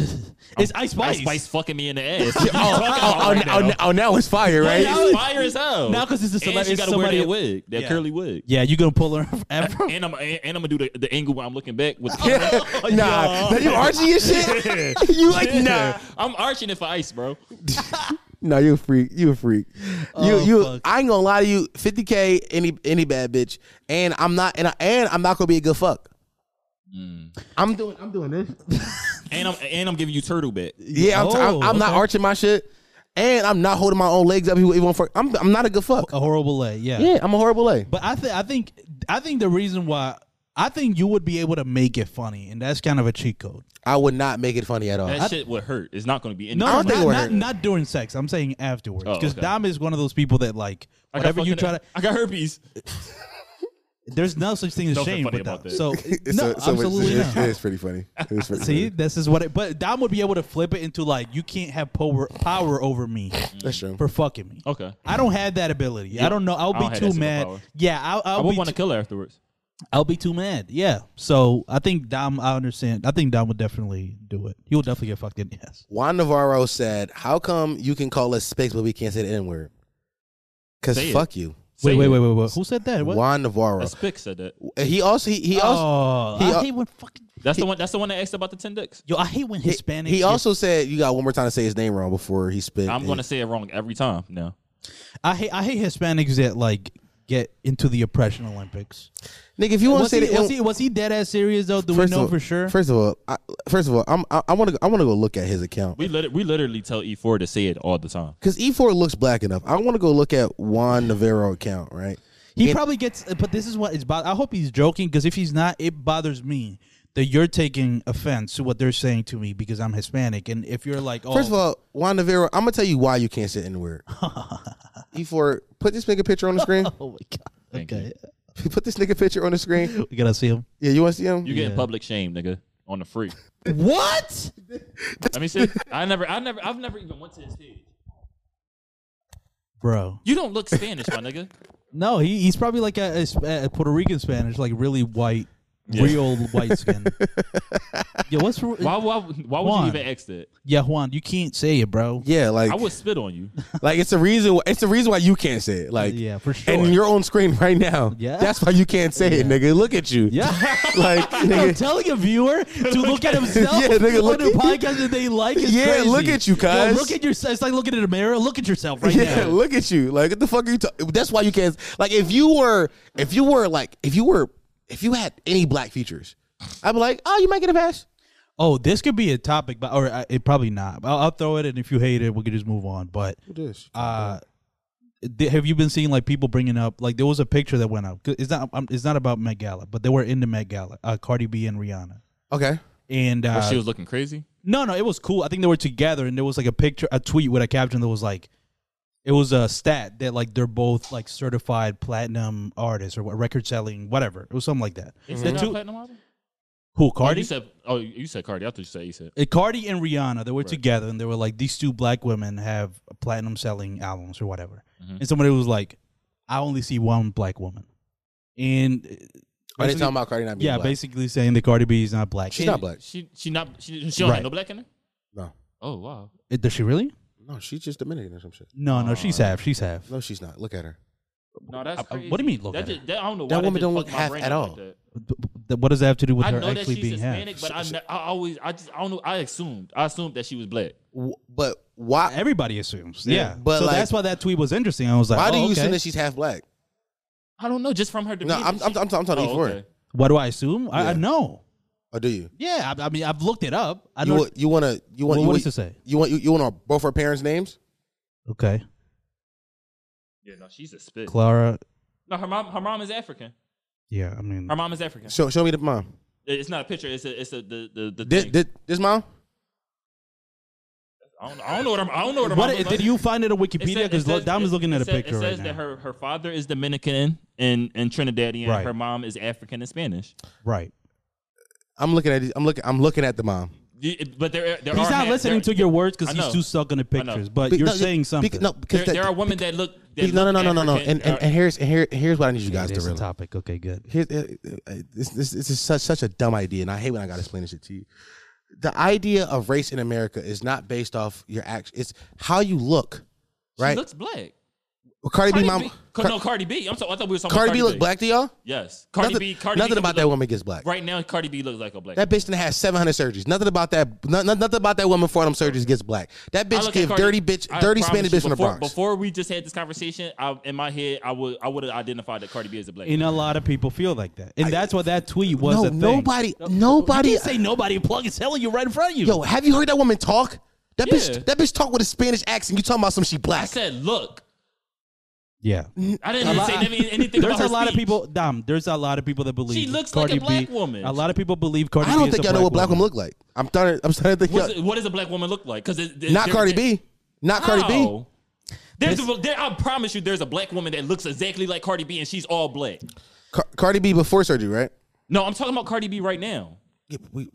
It's Ice Spice. Ice Spice fucking me in the [LAUGHS] ass. What you talking about right oh, now? now it's fire, It's now it's- fire as hell. now 'cause it's a And celebrity, she it's got to wear somebody- that wig, that Yeah. curly wig. yeah, you gonna pull her [LAUGHS] ever? And I'm and, and I'm gonna do the, the angle where I'm looking back with. [LAUGHS] [LAUGHS] Oh, nah, now you arching your shit. you like nah, I'm arching it for ice, bro. nah. You a freak. You a freak. Oh, you you. fuck. I ain't gonna lie to you. Fifty k any any bad bitch, and I'm not and I, and I'm not gonna be a good fuck. I'm doing. I'm doing this. And I'm and I'm giving you turtle back. Yeah, I'm, t- I'm, Oh, I'm not okay. arching my shit, and I'm not holding my own legs up. Even for I'm I'm not a good fuck. A horrible lay. Yeah. Yeah, I'm a horrible A. But I think I think I think the reason why I think you would be able to make it funny, and that's kind of a cheat code. I would not make it funny at all. That shit would hurt. It's not gonna be. No, I don't not, anything like think it would not, hurt. not during sex. I'm saying afterwards Oh, because okay. Dom is one of those people that like I got whatever you fucking- try to. I got herpes. There's no such thing as Nothing shame funny with Dom. about that. So [LAUGHS] It's no, so- so it's- absolutely it's, not. It's pretty funny. It's pretty [LAUGHS] See, funny. this is what it. But Dom would be able to flip it into like, you can't have power power over me That's true. for fucking me. Okay. I don't have that ability. I don't know. I'll I be don't have too that mad. superpower. Yeah, I'll, I I'll would be. want to Too, kill her afterwards. I'll be too mad. Yeah. So I think Dom. I understand. I think Dom would definitely do it. He will definitely get fucked in the ass. Juan Navarro said, "How come you can call us space but we can't say the N word? Because Say it. fuck you." Wait, Say wait, it. wait, wait, wait. Who said that? What? Juan Navarro. That's Spick said that. He also he, he also Oh, he I al- hate when fucking. That's the one. That's the one that asked about the ten dicks. Yo, I hate when Hispanic. he also said you got one more time to say his name wrong before he spit. I'm gonna say it wrong every time. No. I hate. I hate Hispanics that like get into the oppression Olympics. nigga if you want to Was say he, the N- was he was he dead ass serious though? Do we first of know all- for sure? First of all, I, first of all, I'm, I want to I want to go look at his account We lit- we literally tell E4 to say it all the time. because E4 looks black enough. I want to go look at Juan Navarro account right. He uh, And- probably gets, but this is what it's about. I hope he's joking because if he's not, it bothers me that you're taking offense to what they're saying to me because I'm Hispanic. And if you're like, oh, First of all, Wanda Vera, I'm gonna tell you why you can't say N [LAUGHS] word. E4, put this nigga picture on the screen. oh my god, okay, put this nigga picture on the screen. we gotta see him. Yeah, you want to see him? You getting public shame, nigga, on the free. What? Let me see. I never, I never, I've never even went to his page. Bro, You don't look Spanish, my nigga. no, he, he's probably like a, a Sp- a Puerto Rican Spanish, like really white, real [LAUGHS] white skin. yeah, what's wrong- Why, why, why would Juan. you even ask that? yeah, Juan? You can't say it, bro. Yeah, like I would spit on you. like it's a reason. It's the reason why you can't say it. Like Yeah, for sure. And your own screen right now. Yeah. that's why you can't say it, nigga. Look at you. Yeah. [LAUGHS] [LAUGHS] like I'm nigga. telling a [LAUGHS] viewer to look at himself Yeah, nigga, look on a at- podcast that they like. Is Yeah, crazy. look at you, Yo, cuz. look at yourself. It's like looking in a mirror. Look at yourself right Yeah, now. look at you. Like what the fuck are you talking? That's why you can't. Like if you were, if you were like, if you were, if you had any black features, I'd be like, oh, you might get a pass. Oh, this could be a topic, but or uh, it probably not. I'll, I'll throw it, and if you hate it, we could just move on. But uh, th- have you been seeing like people bringing up like there was a picture that went up? 'Cause It's not. um, It's not about Met Gala, but they were in the Met Gala. Uh, Cardi B and Rihanna, Okay. and uh, But she was looking crazy. No, no, it was cool. I think they were together, and there was like a picture, a tweet with a caption that was like, it was a stat that like they're both like certified platinum artists or what, record selling, whatever. It was something like that. They The said two- not platinum album? Who Oh, you Cardi? said, oh, you said Cardi. I thought you said you said. Uh, Cardi and Rihanna, they were together, and they were like, these two black women have platinum selling albums or whatever. Mm-hmm. And somebody was like, I only see one black woman, and Are uh, they basically- talking about Cardi not being yeah, black? basically saying that Cardi B is not black. Eh, She's not black. She, she not, she, she don't Right. have no black in her. No. Oh wow. Uh, Does she really? No, she's just Dominican or some shit. No, no, she's Oh. half. She's half. No, she's not. Look at her. No, that's Uh, uh, crazy. what do you mean, look that at her? just- that- I don't know That why woman just don't look fucked my half brain at up all. Like that. Th- th- What does that have to do with I her know that actually she's being half? Hispanic, but I, ne- I always, I just, I don't know. I assumed, I assumed that she was black. W- But why? Everybody assumes. Yeah, Yeah. but, so like- that's why that tweet was interesting. I was like, Why do oh, you okay. assume that she's half [LAUGHS] black? I don't know, just from her. No, demeanor, I'm, she- I'm, I'm, I'm E talking to Oh, E4. okay. What do I assume? I, I know. Or Oh, do you? Yeah. I, I mean, I've looked it up. I You know. want you want to you want Well, you what want- does it say? You want you, you want our, both our parents' names? okay. Yeah, no, she's a spit. Clara. No, her mom, her mom is African. Yeah. I mean, Her mom is African. Show show me the mom. It's not a picture. It's a, it's a the the, the This thing. this, this mom? I, don't, I don't know what her, I don't know what her what, mom. looks did like. you find it on It Wikipedia? said- Because it says- Dom is it- looking at it a said- picture It right says now. that her her father is Dominican and and Trinidadian. Right. Her mom is African and Spanish. right. I'm looking at these- I'm looking I'm looking at the mom. You- But there there He's are not half- listening there- to your words I because know. he's too stuck on the I know. pictures. But Be- you're no, be- saying something. no, because There, that- there are women that look. That be- no, no, look no, no, no, no. African, And, and or- and here's and here here's what I need you guys it to is a realize. topic. Okay, good. Here's uh, uh, this this this is such such a dumb idea, and I hate when I gotta explain this shit to you. The idea of race in America is not based off your action. It's how you look, she right? looks black. Cardi, B, Cardi mom, B, Car- no, Cardi B. I'm sorry, I thought we were talking Cardi, about B look black to y'all. Yes, Cardi nothing B. Cardi nothing B about look- that woman gets black. Right now, Cardi B looks like a black. That bitch done had seven hundred surgeries. Nothing about that. no- no- nothing about that woman before them surgeries gets black. That I bitch look give at Cardi- dirty bitch, I dirty promise Spanish you, bitch from the before- Bronx. Before we just had this conversation, I, in my head, I would I would have identified that Cardi B is a black. And a lot of people feel like that, and that's why that tweet was no, a thing. nobody, You nobody. can't say nobody. Plug is telling you right in front of you. Yo, have you heard that woman talk? That Yeah. bitch, that bitch talk with a Spanish accent. You talking about some she I black? said, look. yeah. I didn't even say any- anything. There's about a her lot of speech. people. Dom, there's a lot of people that believe She looks like Cardi a black B, woman. A lot of people believe Cardi. I B don't is think a y'all know what black women look like. I'm starting. I'm starting to think. What's- y'all- what does a black woman look like? Because Not Cardi B. Not Cardi B. There's a, there, I promise you, there's a black woman that looks exactly like Cardi B, and she's all black. Car- Cardi B before surgery, right? No, I'm talking about Cardi B right now. Yeah, but we,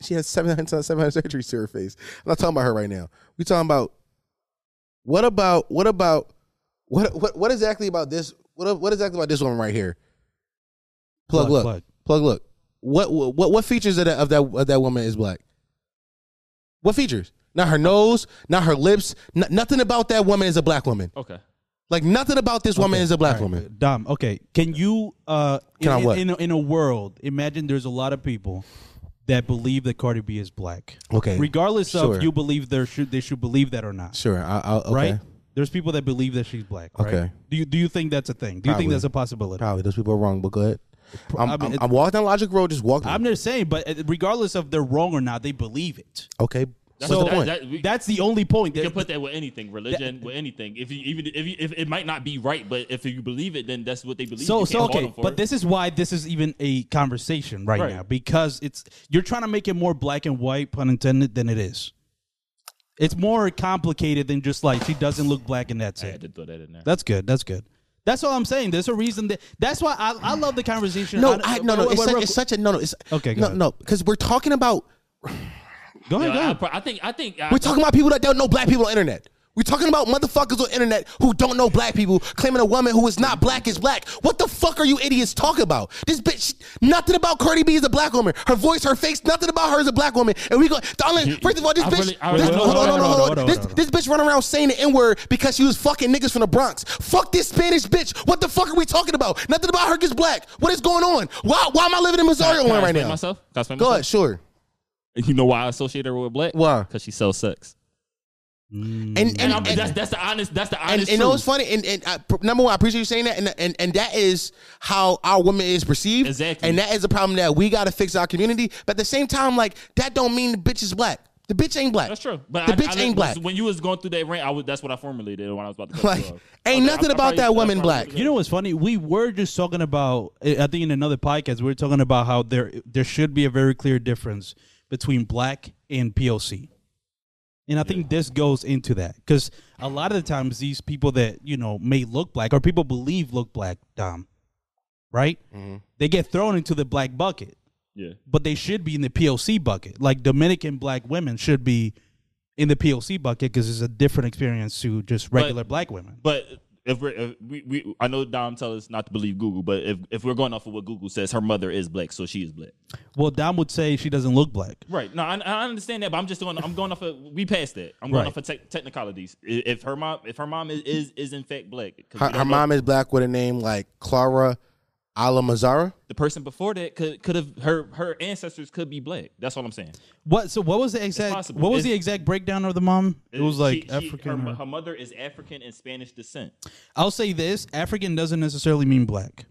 she has [LAUGHS] 700, 700 surgeries to her face. I'm not talking about her right now. we talking about what about what about what what what exactly about this? What what exactly about this woman right here? Plug, Plug, look, plug. plug. look. What what what features of that of that of that woman is black? What features? Not her nose, not her lips, no- nothing about that woman is a black woman. Okay. Like nothing about this woman Okay, is a black all right. woman. Dom, okay. Can you uh Can in, I in- what? in, a, in a world, imagine there's a lot of people that believe that Cardi B is black. Okay, Regardless sure. of you believe there should they should believe that or not. Sure, I, I'll, okay. Right? There's people that believe that she's black, right? Okay. Do you do you think that's a thing? Do you Probably. think that's a possibility? Probably those people are wrong, but go ahead. I'm, I mean, I'm- it- I'm walking down Logic Road, just walking. I'm just saying, but uh, regardless of they're wrong or not, they believe it. okay, That's, So- that, that- we That's the only point. can put that with anything, religion, with anything. If you even if, you, if it might not be right, but if you believe it, then that's what they believe. so You so can't fault okay, them for but it. this is why this is even a conversation right, Right. now because it's you're trying to make it more black and white, pun intended, than it is. It's more complicated than just like she doesn't look black and that's I it. had to throw that in there. That's good. That's good. That's all I'm saying. There's a reason that. That's why I, I love the conversation. No, I, no, no. wait, It's wait, such, real it's quick. such a no, no. It's Okay, go no, ahead. no. Because we're talking about go ahead. go Yeah, I, ahead. pro- I think I think I, we're talking about people that don't know black people on the internet. We're talking about motherfuckers on the internet who don't know black people, claiming a woman who is not black is black. What the fuck are you idiots talking about? This bitch, nothing about Cardi B is a black woman. Her voice, her face, nothing about her is a black woman. And we go, the only, first of all, this I bitch, really- I this, really- hold on, hold hold on, on, hold on, hold hold on. on, This, hold on. this bitch run around saying the N word because she was fucking niggas from the Bronx. Fuck this Spanish bitch. What the fuck are we talking about? Nothing about her is black. What is going on? Why, why am I living in Missouri Can I one right explain now? Myself? Can I explain Go myself? ahead, sure. You know why I associate her with black? Why? Because she sells sex. And, And, I'm, that's that's the honest. That's the and, honest. and know what's truth. funny? And, and I, pr- number one, I appreciate you saying that. And, and and that is how our woman is perceived. Exactly. And that is a problem that we got to fix our community. But at the same time, like that don't mean the bitch is black. The bitch ain't black. That's true. But the I, bitch I, ain't black. When you was going through that rant, I would, that's what I formulated when I was about to. cut Like, you off. ain't Okay, nothing I- I about probably- that I woman probably black. did. You know what's funny? We were just talking about. I I think in another podcast, we were talking about how there there should be a very clear difference between black and POC, and I think this goes into that because a lot of the times these people that you know may look black or people believe look black, Dom, right? They get thrown into the black bucket, Yeah. but they should be in the POC bucket. Like Dominican black women should be in the POC bucket because it's a different experience to just regular black women. But if we're if we, we I know Dom tell us not to believe Google, but if if we're going off of what Google says, her mother is black, so she is black. Well, Dom would say she doesn't look black. Right. No, I, I understand that, but I'm just going. I'm going off. Of, we passed that. I'm going Right. off of tech technicalities. I- If her mom, if her mom is is, is in fact black, 'cause we her don't her know- mom is black with a name like Clara Alamazara. the person before that could could have her her ancestors could be black. That's all I'm saying. What? So what was the exact? possible. What was It's- the exact breakdown of the mom? It was She- like she- um, African. Her, or- her mother is African and Spanish descent, I'll say this: African doesn't necessarily mean black.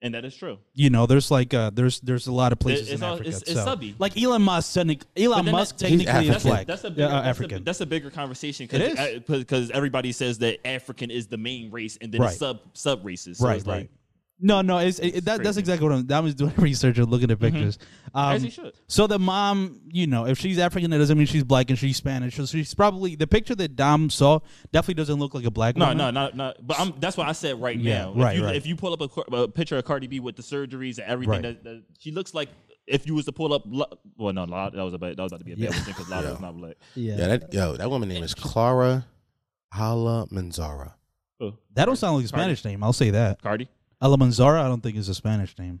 and that is true. You know, there's like uh, there's there's a lot of places It's in all- Africa. it's- it's so. subby. Like Elon Musk, technic- Elon But then Musk that- technically is that's black. A, that's a bigger, Yeah, uh, that's a- African. that's a bigger conversation It is. because everybody says that African is the main race and then Right. sub sub races. So right, it's right. like, no, no, it's, it, that, that's crazy. Mm-hmm. exactly what I'm. That was doing [LAUGHS] research and looking at pictures. Um, As you should. So the mom, you know, if she's African, that doesn't mean she's black and she's Spanish. So she's probably the picture that Dom saw definitely doesn't look like a black No, woman. no, no, no. But I'm, that's why I said right Yeah, now. right, if, you, right. if you pull up a, Car- a picture of Cardi B with the surgeries and everything, Right. that, that she looks like if you was to pull up. Lo- Well, no, Lada, that was about that was about to be a bad because Lada is not black. Yeah. Yeah, that, yo, that woman name is Clara Alamazara. Who? That don't sound like a Spanish name. I'll say that. Cardi. Alamanzara, I don't think is a Spanish name.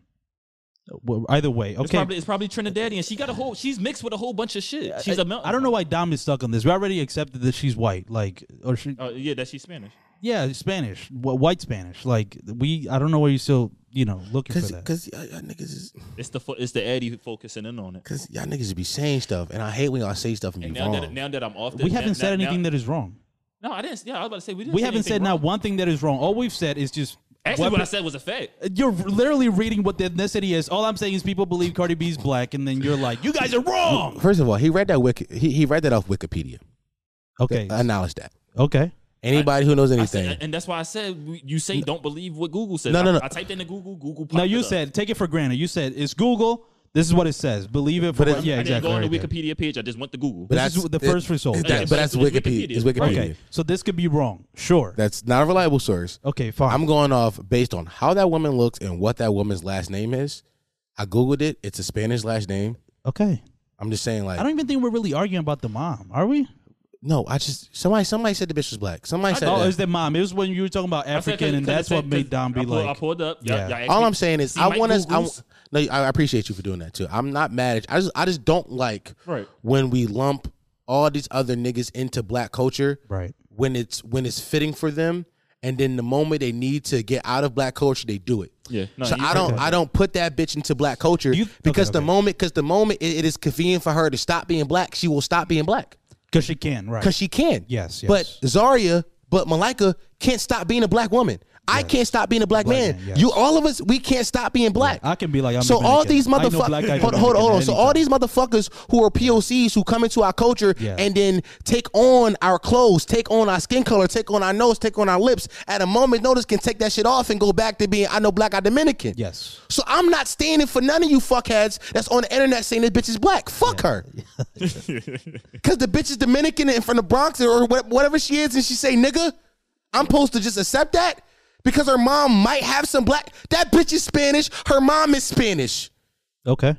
Well, either way, It's okay. probably it's probably Trinidadian. She got a whole. She's mixed with a whole bunch of shit. She's a mountain. I don't know why Dom is stuck on this. We already accepted that she's white, like or she, Oh yeah, that she's Spanish. yeah, Spanish, wh- white Spanish. Like we, I don't know why you still, you know, looking for Cause, that. cause y'all, y'all niggas is, It's the fo- it's the Eddie focusing in on it. cause y'all niggas be saying stuff, and I hate when y'all say stuff and be And now wrong. that now that I'm off, We haven't said anything that is wrong. No, I didn't. Yeah, I was about to say we didn't. We say haven't anything said wrong. not one thing that is wrong. All we've said is just Actually, what- what I said was a fact. You're literally reading what the ethnicity is. All I'm saying is people believe Cardi B's black, and then you're like, [LAUGHS] you guys are wrong. First of all, he read that wiki, he, he read that off Wikipedia. Okay, I acknowledge that. okay. Anybody who knows I anything. uh, said, and that's why I said we- you say don't believe what Google says. No, no, I- no. I, typed into Google. Google. Now popped you it up. said take it for granted. You said it's Google. This is what it says. Believe it. For But what- it- yeah, I didn't exactly. go on the right there. Wikipedia page. I just went to Google. But This is the first result. that- Yeah, but so that's it's Wikipedia. Wikipedia. It's Wikipedia. Okay, so this could be wrong. Sure. That's not a reliable source. okay, fine. I'm going off based on how that woman looks and what that woman's last name is. I googled it. It's a Spanish last name. okay. I'm just saying, like, I don't even think we're really arguing about the mom, are we? no, I just somebody somebody said the bitch was black. Somebody said Oh, that. it's the mom. It was when you were talking about I said, African, 'cause- and 'cause that's it what said- made Dom be I pulled, I like. pulled up. Y'all- Yeah. y'all asked All me- I'm saying is See, I Mike want to. I, Googles? no, I appreciate you for doing that too. I'm not mad. At you. I just I just don't like Right. when we lump all these other niggas into black culture. Right. When it's when it's fitting for them, and then the moment they need to get out of black culture, they do it. Yeah. No, so you- I don't okay. I don't put that bitch into black culture You- because okay, the okay. moment because the moment it- it is convenient for her to stop being black, she will stop being black Because she can, right? because she can. Yes, yes. But Zaria, but Malika can't stop being a black woman. I can't stop being a black, Black man. man, yes. You all of us, we can't stop being black. I can be like, I'm so all Dominican. these I know black guy motherfuckers, hold, hold on, hold on. Dominican So at all any time. these motherfuckers who are POCs who come into our culture Yeah. and then take on our clothes, take on our skin color, take on our nose, take on our lips. At a moment notice, can take that shit off and go back to being I know black, I Dominican. Yes. So I'm not standing for none of you fuckheads that's on the internet saying this bitch is black. Fuck [LAUGHS] her. Cause the bitch is Dominican and from the Bronx or wha- whatever she is, and she say nigga, I'm supposed to just accept that because her mom might have some black. That bitch is Spanish. Her mom is Spanish. Okay.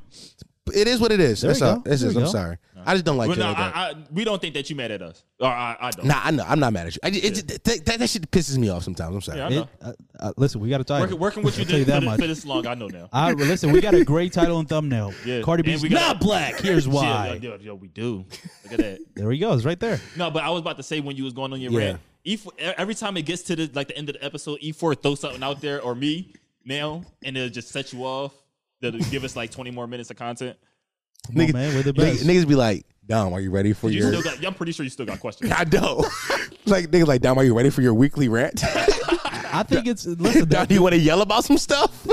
It is what it is. That's you all. go. This There is. you I'm go. sorry. I just don't like Well, you no, like that. I, I, we don't think that you mad at us. Or I, I don't. Nah, I know. I'm not mad at you. I, it, it- that, that, that shit pisses me off sometimes. I'm sorry. Yeah, I It- know. uh, uh, listen, we got a title. Working, working with you, I'll tell you did that for, the- much. for this long, I know now. I, well, listen, we got a great title and thumbnail. [LAUGHS] Yeah, Cardi B's and we got- not black. Here's [LAUGHS] Yeah, why. yo, yo, yo, we do. Look at that. There he goes, right there. No, but I was about to say when you was going on your Yeah. rant. E4, every time it gets to the like the end of the episode, E4 throws something out there or me now, and it'll just set you off. That'll give us like 20 more minutes of content. Come on, man, we're the Niggas, best. niggas be like, Dom, are you ready for You your? still got. I'm pretty sure you still got questions. [LAUGHS] I know. like niggas like, Dom, are you ready for your weekly rant? [LAUGHS] I think it's [LAUGHS] Dom, listen. That you want to yell about some stuff?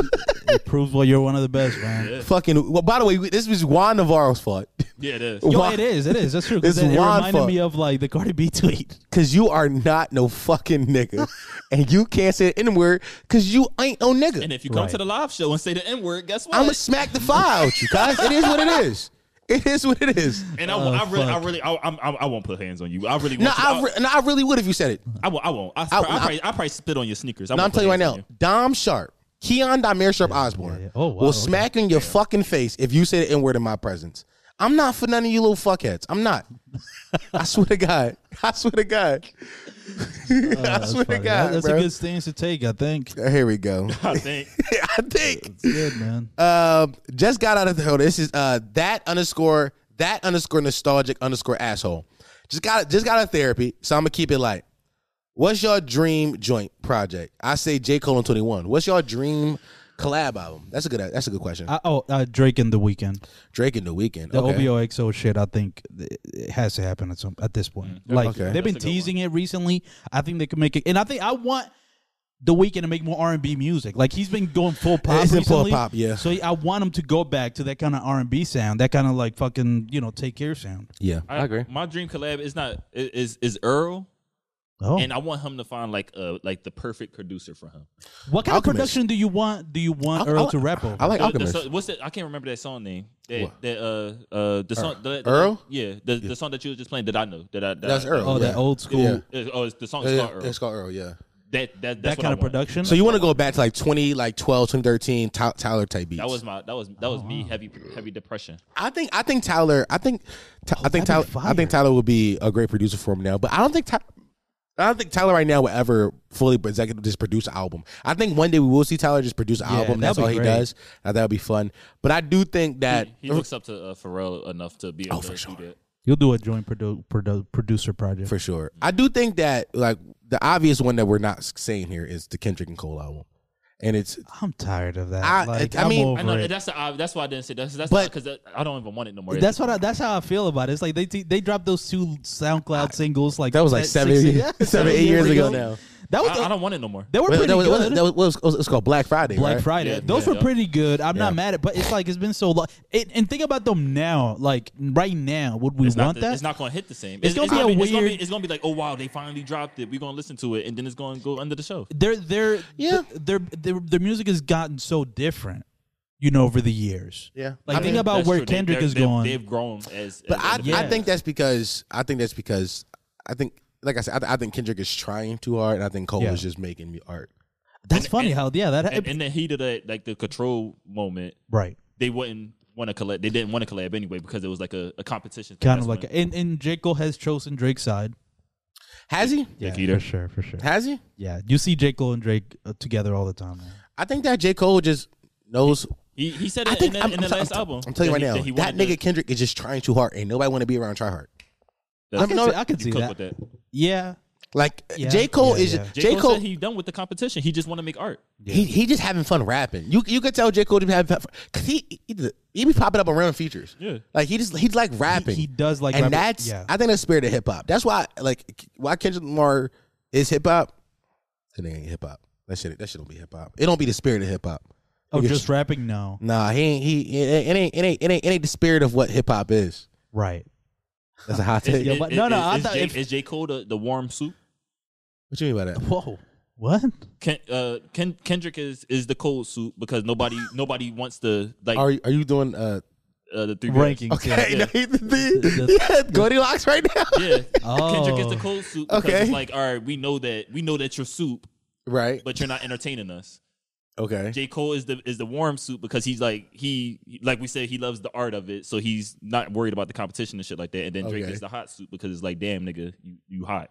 proves why you're one of the best, [LAUGHS] [LAUGHS] man. Fucking. Well, by the way, this was Juan Navarro's fault Yeah, it is. Yo, Why- it is. It is. That's true. 'cause It's it, it wild reminded fuck. me of like the Cardi B tweet. because you are not no fucking [LAUGHS] nigga, and you can't say the n word because you ain't no nigga. And if you come Right. to the live show and say the N word, guess what? I'm gonna smack the fire out you guys. It is what it is. It is what it [LAUGHS] is. and I, I really, I really, I, I'm- I, I won't put hands on you. I really, Oh, No, want you- I, re- no, I really would if you said it. I, won't. I won't. I, I, I- probably, I probably spit on your sneakers. I No, I'm won't put telling you right hands now, on Dom Sharp, Keon Damer Sharp Osborne yeah. Oh, wow, will okay. smack in your fucking face if you say the N word in my presence. I'm not for none of you little fuckheads. I'm [LAUGHS] not. I swear to God. I swear to God. I swear to Funny. God, That- that's bro. a good stance to take. I think. Here we go. [LAUGHS] I think. I think. Good man. Um, just got out of the hell. This is uh that underscore that underscore nostalgic underscore asshole. Just got just got out of therapy, so I'm gonna keep it light. What's your dream joint project? I say J Cole and Twenty One. What's your dream collab album? That's a good that's a good question. I, oh, uh, Drake in the weekend. Drake and the Weekend. The okay. OBOXO shit. I think th- it has to happen at some at this point. Like Okay. they've been That's a good one. teasing it recently. I think they could make it, and I think I want. The weekend to make more R and B music. Like he's been going full pop. He's been full recently. pop, yeah. So I want him to go back to that kind of R and B sound, that kind of like fucking you know take care sound. Yeah, My dream collab is not is is Earl, Oh, and I want him to find like uh like the perfect producer for him. what kind Alchemist. of production do you want? Do you want I- I Earl like- to rap over? I like The- the Alchemist. song- what's that? I can't remember that song name. That, What? that uh uh the song the, the- Earl? Yeah, the, the song that you were just playing that I know that I that That's I- Earl. Oh, Yeah. that old school, Yeah. It's- oh, it's, the song is Yeah, called Earl. it's called Earl. Yeah. that that that's that what kind I of want. production. So you want to go back to like 20, like 12, 2013 Ty- Tyler type beats? That was my that was that was Oh. me heavy heavy depression. I think I think Tyler I think Ty- I think Tyler Oh, that'd be I think Tyler would be a great producer for him now, but I don't think Ty- I don't think Tyler right now will ever fully executive just produce an album. I think one day we will see Tyler just produce an album. That's that'd be all he great. does. Now, that'll be fun. But I do think that He looks up to uh, Pharrell enough to be able Oh, to do that. You'll do a joint produ- produ- producer project. for sure. I do think that like the obvious one that we're not saying here is the Kendrick and Cole album, and it's I'm tired of that. I- like, I I am mean- over I know it. that's the, I, that's why I didn't say that's that's But- because I don't even want it no more. That's what. I, that's how I feel about it. It's like they te- they dropped those two SoundCloud singles. Like that was like at seven, six- years- [LAUGHS] yeah, seven, eight years ago now. That was. I, I don't want it no more. they were Well, pretty that was, good. that was, what was- it's called Black Friday. Black right? Friday. Yeah, Those yeah, were yeah. pretty good. I'm Yeah. not mad at, but it's like it's been so long. It, and think about them now. Like right now, would we It's not, want the- that? it's not gonna hit the same. It's gonna be a It's gonna be, weird- it's gonna be like, oh wow, they finally dropped it. We're gonna listen to it, and then it's gonna go under the shelf. their their Yeah. yeah their, their their music has gotten so different, you know, over the years. Yeah. like I think mean, about That's where true. They- Kendrick they're- is they've- going. They've grown as. But I, I as Yeah. think that's because I think that's because I think like I said I, th- I think Kendrick is trying too hard, and I think Cole Yeah. is just making me art. That's and- funny and- how yeah that [LAUGHS] and in the heat of that, like the control moment, right. they wouldn't want to collab. They didn't want to collab anyway because it was like a, a competition. thing. Kind That's of like, when- and, and J. Cole has chosen Drake's side. Has he? Yeah, either. for sure, for sure. Has he? Yeah, you see J. Cole and Drake uh, together all the time. Man. I think that J Cole just knows. he, he said I it think in, the- I'm, in the I'm- last I'm- album. I'm telling you right that now, he- that, he wanted nigga Kendrick is just trying too hard, and nobody want to be around try hard. to- I can know see, that- I can see you cook that. with that. Yeah, Like Yeah. J Cole Yeah, is yeah. J Cole. said he done with the competition. He just want to make [LAUGHS] art. He he just having fun rapping. You you could tell J Cole just having fun because he, he he be popping up around features. Yeah. like he just he's like rapping. he does like and rapping. that's Yeah. I think that's the spirit of hip hop. That's why like why Kendrick Lamar is hip hop. That nigga ain't hip hop. That That shit, that shit don't be hip hop. It don't be the spirit of hip hop. Oh, Nigga, just rapping? No. nah, he ain't he. It it ain't it ain't it ain't, it ain't the spirit of what hip hop is. Right. That's a hot Is- take. [LAUGHS] is- but is- no, no, is- I is thought J- if- is J Cole the, the warm soup? What you mean by that? Whoa. What? Ken, uh, Ken, Kendrick is, is the cold soup [LAUGHS] because nobody nobody wants the [LAUGHS] like Are you- are you doing uh? uh, the three Ranking. [LAUGHS] bears. Okay, yeah. no, he- the- yeah, [LAUGHS] Goldilocks right now. Yeah, [LAUGHS] Oh. Kendrick is the cold soup. Because Okay. it's like all right, we know that we know that you're soup, Right. but you're not entertaining us. Okay. J Cole is the is the warm soup because he's like he like we said he loves the art of it, so he's not worried about the competition and shit like that. And then Drake Okay. is the hot soup because it's like damn nigga, you you hot.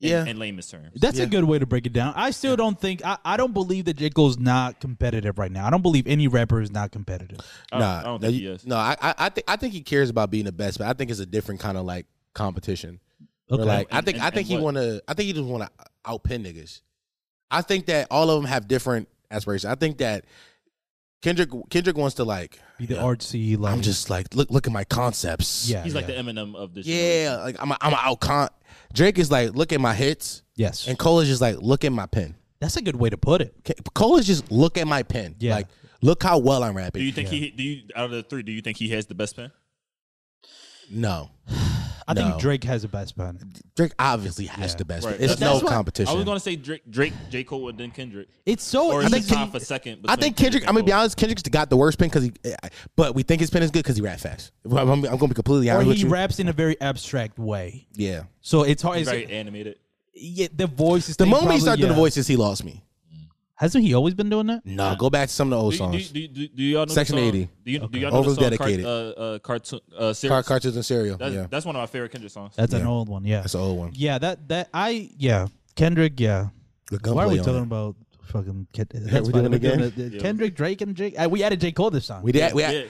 In, Yeah. in lamest terms. That's Yeah. a good way to break it down. I still don't think I, I don't believe that J. Cole's not competitive right now. I don't believe any rapper is not competitive. I don't, I don't no, think you- he is. No, I, I, I think I think he cares about being the best, but I think it's a different kind of like competition. Where, Okay. like I And- think and- I think and he what? want to. I think he just want to outpin niggas. I think that all of them have different aspirations. I think that Kendrick Kendrick wants to like. Be the artsy like I'm just like look look at my concepts. yeah. He's like yeah. the Eminem of this. generation. yeah. Like I'm a, I'm a out con. Drake is like look at my hits, yes. and Cole is just like look at my pen. That's a good way to put it. K- Cole is just look at my pen. Yeah. Like look how well I'm Do you rapping. think he do you out of the three? Do you think he has the best pen? No, I No. think Drake has the best pen. Drake obviously has Yeah. the best. Right. It's That's- no that's why- competition. I was gonna say Drake, Drake, J Cole, and then Kendrick. It's so Or is easy. it time for second? I between think Kendrick. I'm and gonna be Cole? honest. Kendrick's got the worst pen because he, eh, but we think his pen is good because he rap fast. If I'm, I'm gonna be completely or honest with he you. raps in a very abstract way. yeah. So it's hard. He's It's, very animated. yeah, the voices. The thing moment he probably- started doing yeah. the voices, he lost me. hasn't he always been doing that? No, go back to some of the old Do, you- do, you- songs. do, you- do, you- do y'all know the Section song- 80. Do, you, do y'all know Overly the song dedicated. Cart, uh, uh, cartoon uh, series? Car- cartridges and cereal. that's, yeah, that's one of my favorite Kendrick songs. That's an Yeah. old one. Yeah. that's an old one. Yeah. That that I yeah. Kendrick. Yeah. The Why are we gunplay on talking it. about fucking Kend- we're that's doing funny. it We're doing again? the- the Kendrick, Drake, and Jake? Uh, we added J. Cole this time. We did. We had, Yeah.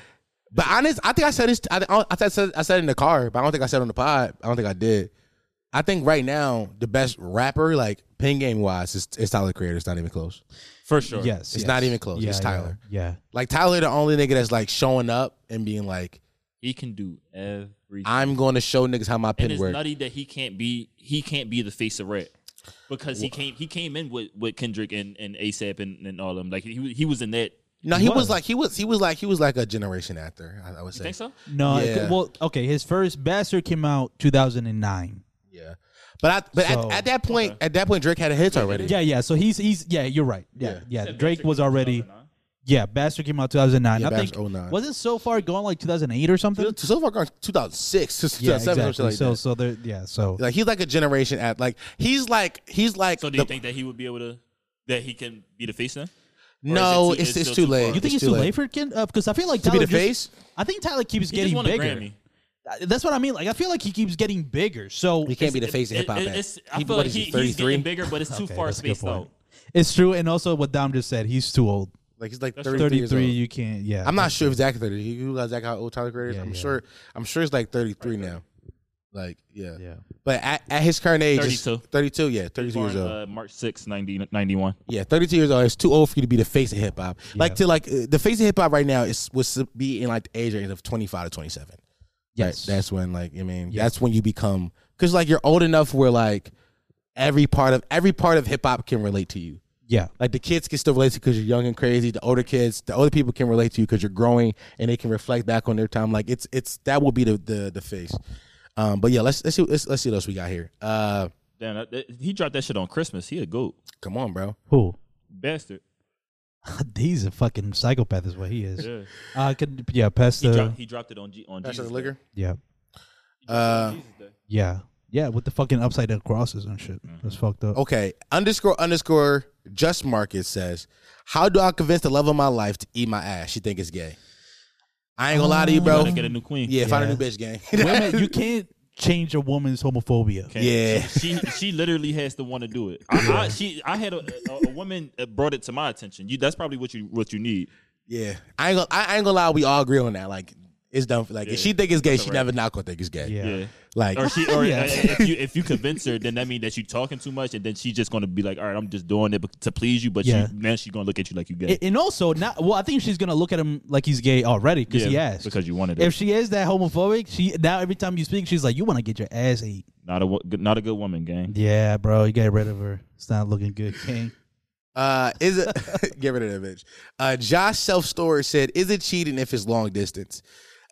But honest, I think I said this. I, think- I think I said I said it in the car, but I don't think I said it on the pod. I don't think I did. I think right now the best rapper, like pen game wise, is, is Tyler the Creator. It's not even close. for sure. Yes. It's yes. not even close. Yeah, it's yeah, Tyler. Yeah. Like Tyler, the only nigga that's like showing up and being like, he can do everything. "I'm going to show niggas how my and pen it's works." nutty that he can't be he can't be the face of rap because he came he came in with, with Kendrick and, and ASAP and, and all of them. Like he was- he was in that. No, he, was. was. like he was he was like he was like a generation after. I, I would You say. think so? No. it- Yeah. well, okay. His first Bastard came out 2009. Yeah, but I but So- at, at that point at that point Drake had a hit already. Yeah. Yeah. So he's he's yeah. You're right. Yeah. Yeah. Drake was already. Yeah, Bastard came out 2009. Yeah, I think Bastard 09. wasn't so far gone like 2008 or something. So far gone 2006, 2007, or something like so that. so there. Yeah. So Like he's like a generation at like he's like he's like So do you the- think that he would be able to that he can be the face now? Or no is it too- it's it's it's still too too late far? you think it's too late for Ken? Because I feel like to be Tyler the just- face I think Tyler keeps He just getting won a bigger. Grammy. Uh, That's what I mean. Like I feel like he keeps getting bigger. So he can't be the It- face of it- hip hop it- back. it's- I He- feel what like is he, he, he's 33? getting bigger, but it's too Okay, far that's a good spaced out. point. it's true. And also what Dom just said, he's too old. like he's like That's 33, years 33, old. you can't. Yeah. I'm not sure exactly 30. You guys like how old Tyler Creator is? Yeah, I'm yeah. sure I'm sure it's like 33 now. Like yeah. Yeah. But at, at his current age it's 32. 32, yeah, 32 Born, years old. uh, March 6, 90, 91. Yeah, 32 years old. It's too old for you to be the face of hip hop. Like to like uh, the face of hip hop right now is was to be in like the age range of 25 to 27. Yes. Right? That's when like I mean, that's when you become cuz like you're old enough where like every part of every part of hip hop can relate to you. Yeah. Like the kids can still relate to because you're young and crazy. The older kids, the older people can relate to you because you're growing and they can reflect back on their time. Like it's it's that will be the the, the face. Um, but yeah, let's let's see let's, let's see what else we got here. Uh, Damn, that, that- he dropped that shit on Christmas. He a goat. come on, bro. Who? Bastard. [LAUGHS] He's a fucking psychopath, is what he is. Yeah. Uh, could, yeah, past He, the. dropped, he dropped it on, G, on Pass Jesus the liquor. Yeah. Uh, Yeah. Yeah, with the fucking upside down crosses and shit. That's Mm-hmm. fucked up. okay. Underscore underscore just market says, how do I convince the love of my life to eat my ass? She think it's gay. I ain't gonna lie to you, bro. Oh, Gotta get a new queen. Yeah, find a Yeah. new bitch, gang. Women, you can't change a woman's homophobia. Can't- Yeah. she she- she literally has to want to do it. I, I, she I had a, a, a woman that brought it to my attention. You that's probably what you what you need. [LAUGHS] yeah, I ain't gonna I, I ain't gonna lie. We all agree on that. Like it's done. For, like if she think it's gay, she never not gonna think it's gay. Yeah. Yeah, Like or she or uh, if you if you convince her, then that means that you talking too much, and then she's just gonna be like, all right, I'm just doing it bec- to please you, but Yeah. she, now she's gonna look at you like you gay. A- And also, not well. I think she's gonna look at him like he's gay already because Yeah, he asked. because you wanted it. If she is that homophobic, she now every time you speak, she's like, "You want to get your ass ate." not a wo- not a good woman, gang. Yeah, bro, you get rid of her. It's not looking good, King. Uh, is it? [LAUGHS] get rid of that bitch. Uh, Josh self storage said, "Is it cheating if it's long distance?" [LAUGHS]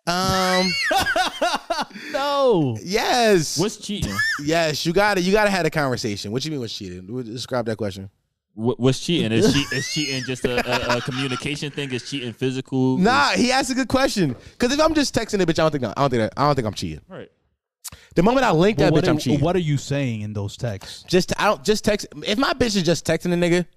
Um, [LAUGHS] No. yes, What's cheating? yes. You got to You got to have a conversation. What you mean? What's cheating? Describe that question. What, what's cheating? Is, che- is cheating just a, a, a communication thing? Is cheating physical? Nah, he asked a good question. Because if I'm just texting a bitch, I don't think I, I don't think I, I don't think I'm cheating. All right. The moment I link that what, bitch, I'm are, cheating. what are you saying in those texts? Just I don't just text. If my bitch is just texting a nigga,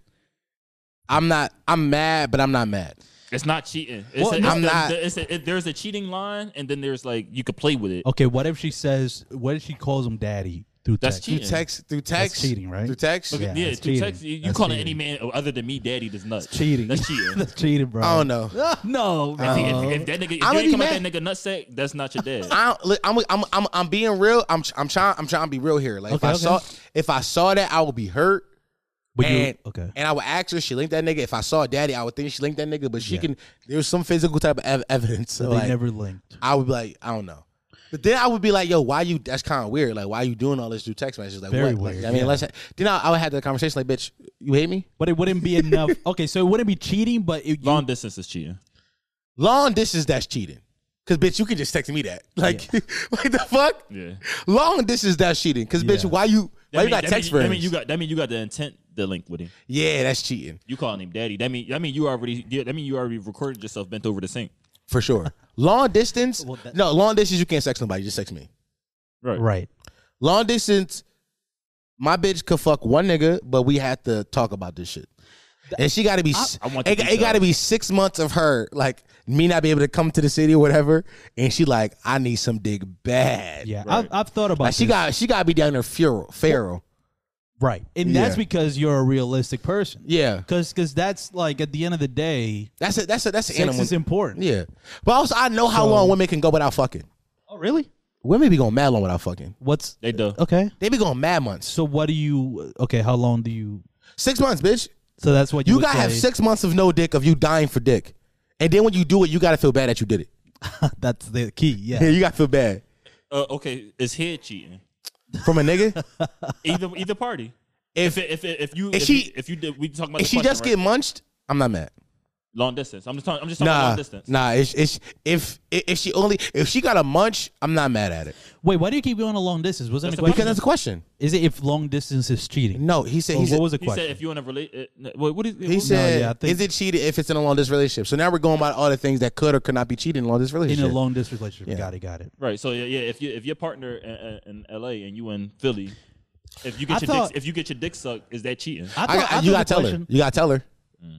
I'm not. I'm mad, but I'm not mad. It's not cheating. It's Well, a- it's I'm the- not- the- it's a- it- there's a cheating line, and then there's like you could play with it. Okay, what if she says, what if she calls him daddy through That's text? cheating. Through text, through text, cheating, right? Through text. Okay, Yeah, yeah, that's through cheating. text, you, you That's calling any cheating. man other than me daddy that's nuts. cheating. That's [LAUGHS] cheating. That's cheating, bro. I don't know. [LAUGHS] No. See, if, Uh-huh. if that nigga, if I'ma you be ain't come mad. out that nigga nutsack, that's not your dad. I don't, li- I'm, I'm I'm I'm being real. I'm I'm trying I'm trying to be real here. Like if Okay, I okay. saw if I saw that, I would be hurt. But you- and, okay. and I would ask her. She linked that nigga. If I saw daddy, I would think she linked that nigga. But she can. There's some physical type of ev- evidence. So they like, never linked. I would be like, I don't know. But then I would be like, yo, why you? That's kind of weird. Like, why you doing all this through text messages? Like, what? Very Like, weird, I mean, yeah. let's. Then I, I would have the conversation like, bitch, you hate me? But it wouldn't be enough. Okay, so it wouldn't be cheating, but it, you- Long distance is cheating. Long distance, that's cheating. Cause bitch, you can just text me that. [LAUGHS] Like, like the fuck? Yeah. Long distance, that's cheating. Cause bitch, Yeah. why you? That Why you mean- got that text mean, friends? That mean you got. That mean you got the intent to link with him. yeah, that's cheating You calling him daddy. That mean. That mean you already. yeah, That mean you already recorded yourself bent over the sink. for [LAUGHS] sure. long distance, no, long distance, you can't sex nobody. Just sex me. right. Long distance, my bitch could fuck one nigga, but we had to talk about this shit. And she got to be, s- I want the it, it got to be six months of her, like me not be able to come to the city or whatever. And she like, I need some dick bad. Yeah, I've, I've thought about Like she this. got, she got to be down there feral, feral. right, and Yeah. that's because you're a realistic person. Yeah, because that's like at the end of the day, that's a, that's a, that's an sex animal. is important. Yeah, but also I know how long women can go without fucking. Oh, really? Women be going mad long without fucking. What's They do. okay? They be going mad months, So what do you? Okay, how long do you? six months, bitch. So that's what you, You would gotta have say- six months of no dick of you dying for dick, and then when you do it, you gotta feel bad that you did it. That's the key. Yeah, Yeah. you gotta feel bad Uh, okay, is head cheating? from a [LAUGHS] nigga. Either either party. If it, if it, if you If if, she- you, if you did, we talking about if the she question, just right? get munched, I'm not mad. long distance. I'm just talking. I'm just talking about Nah, long distance. nah. It's, it's if if she only if she got a munch, I'm not mad at it Wait, why do you keep going to long distance? Wasn't That's it the a question? because that's a question. Is it if long distance is cheating? No, he said Or he said what was the He question? said if you in a relate. Uh, what, what is he said yeah, I think- is it cheating if it's in a long distance relationship? So now we're going about all the things that could or could not be cheating in a long distance in relationship. a long distance relationship. Got it. Got it. Right. So yeah, yeah. If you if your partner in, in L.A. and you in Philly, if you get I your thought- dick, if you get your dick sucked, is that cheating? I got- you the gotta tell her. question- You gotta tell her.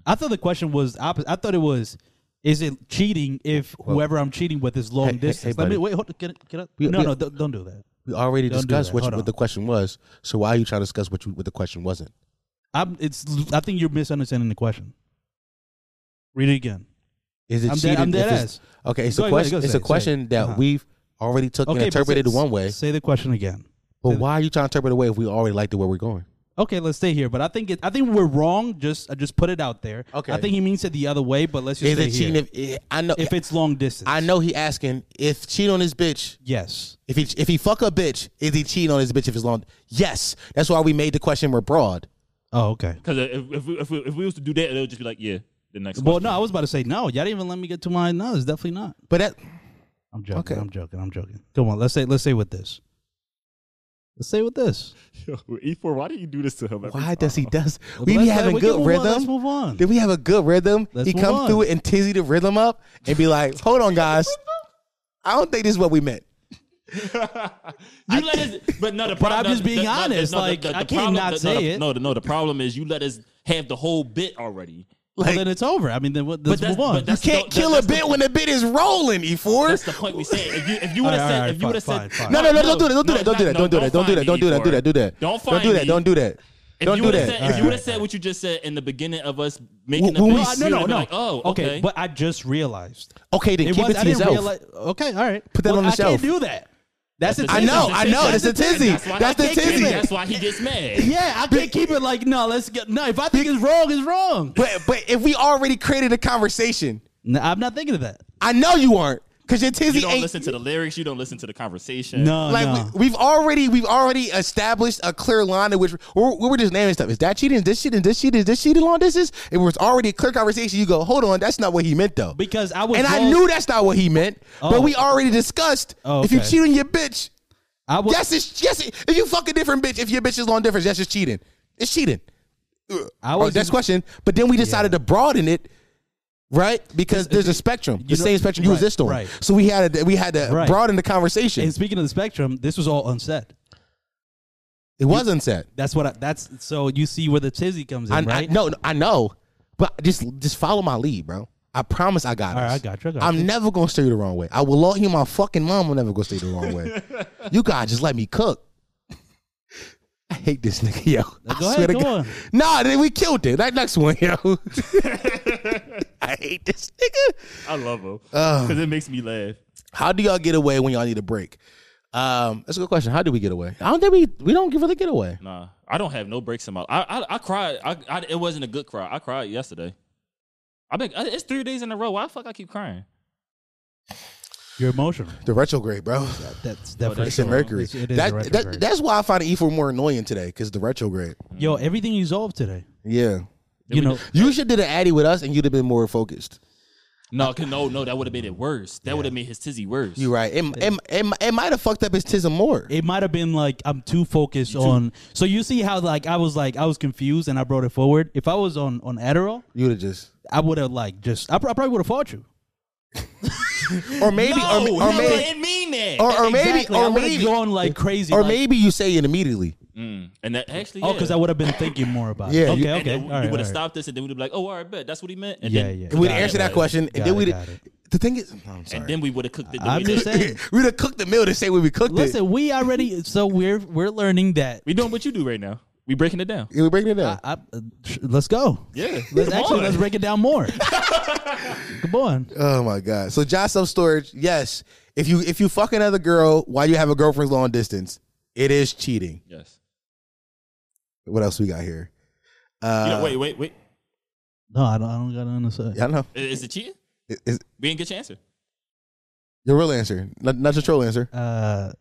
I thought the question was opposite. I thought it was, is it cheating if whoever I'm cheating with is long hey, distance? hey, Let me buddy. wait. Hold, can, can I, We- no, we- no, don't, don't do that. We already Don't do discussed that. what, Hold what on. the question was. So why are you trying to discuss what you, what the question wasn't? I'm. It's. I think you're misunderstanding the question. Read it again. Is it I'm dead- cheating? I'm dead if it's- ass. Okay, it's Go a ahead, go ahead, question. go it's say a it, say question it. that Uh-huh. we've already took but and interpreted say- one way. Say the question again. But why are you trying to interpret away if we already like the way we're going? Okay, let's stay here. But I think it, I think we're wrong. Just I just put it out there. Okay. I think he means it the other way, but let's Is just stay it cheating? here. If, eh, I know. If it's long distance, I know he asking if cheat on his bitch. Yes. If he if he fuck a bitch, is he cheating on his bitch? If it's long, yes. That's why we made the question more broad. Oh, okay. Because if if we, if, we, if we was to do that, it would just be like yeah, the next. Well, question. no, I was about to say no. Y'all didn't even let me get to mine. No, it's definitely not. But that I'm joking. Okay. I'm joking. I'm joking. Come on. Let's say. Let's say with this. Let's say with this. E4, why do you do this to him? why does he does? We Let's- be let's- having we can good move on, Let's rhythm. move on. Did we have a good rhythm? Let's he move come on. through it and tizzy the rhythm up and be like, "Hold on, guys, I don't think this is what we meant." You let us, but no, the problem, I'm just being the- the- the- honest, no, the- like, the- the I can't problem- not the- no, say the- it. No, the- no, the problem is you let us have the whole bit already. well, then it's over. I mean, then what, But let's that's, move on. [LAUGHS] but that's Can't the, kill that's a the- bit when the bit is rolling. E E4. That's the point we said. If you if you would All have right, all said right, if you would have fine, said fine, No, no, no, don't do that. Don't do that. Don't do that. Don't do that. Don't do that. Don't do that. Don't do that. Do that. Don't Don't do that. Don't do that. Don't do that. If you would have said what you just said in the beginning of us making the Well, we- bit, no, you no, would've been no. like, oh, okay. But I just realized Okay, then it keep was. it I to didn't yourself. realize. Okay, all right. Put that Well, on the I shelf. can't do that. That's, a That's the I tizzy. know, I know. That's a the tizzy. That's why That's I the can't keep it. tizzy. That's why he gets [LAUGHS] mad. Yeah, I can't keep it like no. Let's get no. If I think it's wrong, it's wrong. But but if we already created a conversation, No, I'm not thinking of that. I know you aren't. Cause your tizzy You don't ain't listen to the lyrics. You don't listen to the conversation. No, like no. we, we've already we've already established a clear line in which we're, we were just naming stuff. Is that cheating? Is this cheating? Is this cheating? Is this cheating on this is? It was already a clear conversation. You go, hold on, that's not what he meant though. because I was and I lost- knew that's not what he meant. Oh. But we already discussed Oh, if you okay. cheat on your bitch, I was yes, it's yes. It, if you fuck a different bitch, if your bitch is long difference, that's just cheating. It's cheating. I Oh, was that's question. But then we decided to broaden it, right? Because there's a spectrum, the know- same spectrum you right, was just on. right. So we had to, we had to Right. broaden the conversation. And speaking of the spectrum, this was all unsaid. it was unsaid. That's what I, that's so you see where the tizzy comes in, I, right? I, no, no, I know, but just just follow my lead, bro. I promise I got All us. right, I got you, I got am you. never gonna steer you the wrong way. I will love you, my fucking mom will never go steer you the wrong [LAUGHS] way. you gotta just let me cook. [LAUGHS] I hate this nigga, yo. I swear go ahead, to go God. on. Nah, then we killed it. That next [LAUGHS] one, yo. I hate this nigga. I love him because it makes me laugh. How do y'all get away when y'all need a break? Um, that's a good question. How do we get away? I don't think we we don't really get away. Nah, I don't have no breaks in my. I I, I cried. I, I it wasn't a good cry. I cried yesterday. I've been. It's three days in a row. Why the fuck I keep crying? You're emotional. The retrograde, bro. That's definitely It's in Mercury. It's- It is that, a that- retrograde. that's why I find the E4 more annoying today, because the retrograde. Yo, everything you solved today. Yeah. You know, You should did an Addy with us and you'd have been more focused. No, 'cause no, no. That would have made it worse. That would have made his tizzy worse. You're right. It, it, it, it might have fucked up his tism more. it might have been like I'm too focused on. So you see how like I was like I was confused and I brought it forward. If I was on on Adderall, You'd have just. I would have like just I, prob- I probably would have fought you. Or maybe. No, or, Oh, no, or I maybe. didn't mean that. Or, or maybe. Exactly. I Or would've maybe. gone like crazy. Or like- maybe you say it immediately. Mm. And that actually. oh, yeah. because I would have been thinking more about. Yeah, it. you- Okay. And okay. then All right, we would have all right. stopped this, and then we'd have been like, "Oh, all right, bet that's what he meant." And Yeah, then, yeah. We'd Got answer it, that got question and Got then it, we'd. got it. The thing is. oh, I'm sorry. And then we would have cooked it. The I'm way just that- [LAUGHS] saying. we'd have cooked the meal the same way we cooked it. Listen, we already so we're we're learning that. [LAUGHS] We doing what you do right now. We breaking it down. Yeah, We're breaking it down. I, uh, sh- let's go. Yeah. Let's Come actually on. let's break it [LAUGHS] down more. Come on. Oh my god! So job self storage, yes. If you if you fuck another girl while you have a girlfriend's long distance, it is cheating. Yes. What else we got here? Uh, You know, wait, wait, wait. No, I don't. I don't got nothing to say. Yeah, I know. I- Is it cheating? It- it's We didn't get your answer. your real answer, not, not your troll answer. Uh, not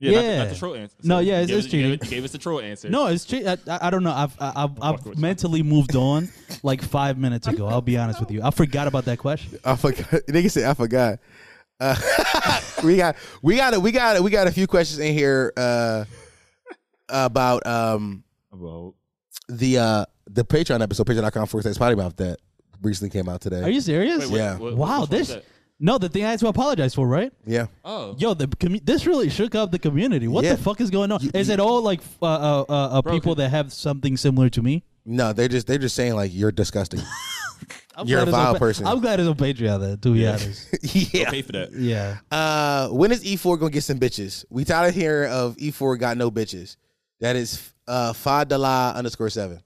the- Yeah. Not, the troll answer. No, yeah, it's- you gave it's us- you gave cheating. us- You gave us the troll answer. no, it's. che- I, I I don't know. I've I, I've, fucking I've with mentally moved on like five minutes ago. I'll be honest with you. I forgot about that question. I forgot. [LAUGHS] Nigga said I forgot. Uh, [LAUGHS] we got we got a, we got a, we got a few questions in here uh, about um, Well, the uh, the Patreon episode, patreon.com forward slash potty mouth that recently came out today. Are you serious? wait, what- Yeah. what- wow. which one was This. that? No, the thing I had to apologize for, right? yeah. Oh. Yo, the commu- this really shook up the community. What Yeah. the fuck is going on? is it all like f- uh, uh, uh, uh, people that have something similar to me? No, they're just they're just saying like you're disgusting. [LAUGHS] I'm You're a glad it's on vile Pa- person. I'm glad it's on Patreon, though, to be honest. yeah. Pay for that. [LAUGHS] Yeah. Uh, when is E4 gonna get some bitches? We tired of hearing of E4 got no bitches. That is uh Fadala underscore seven.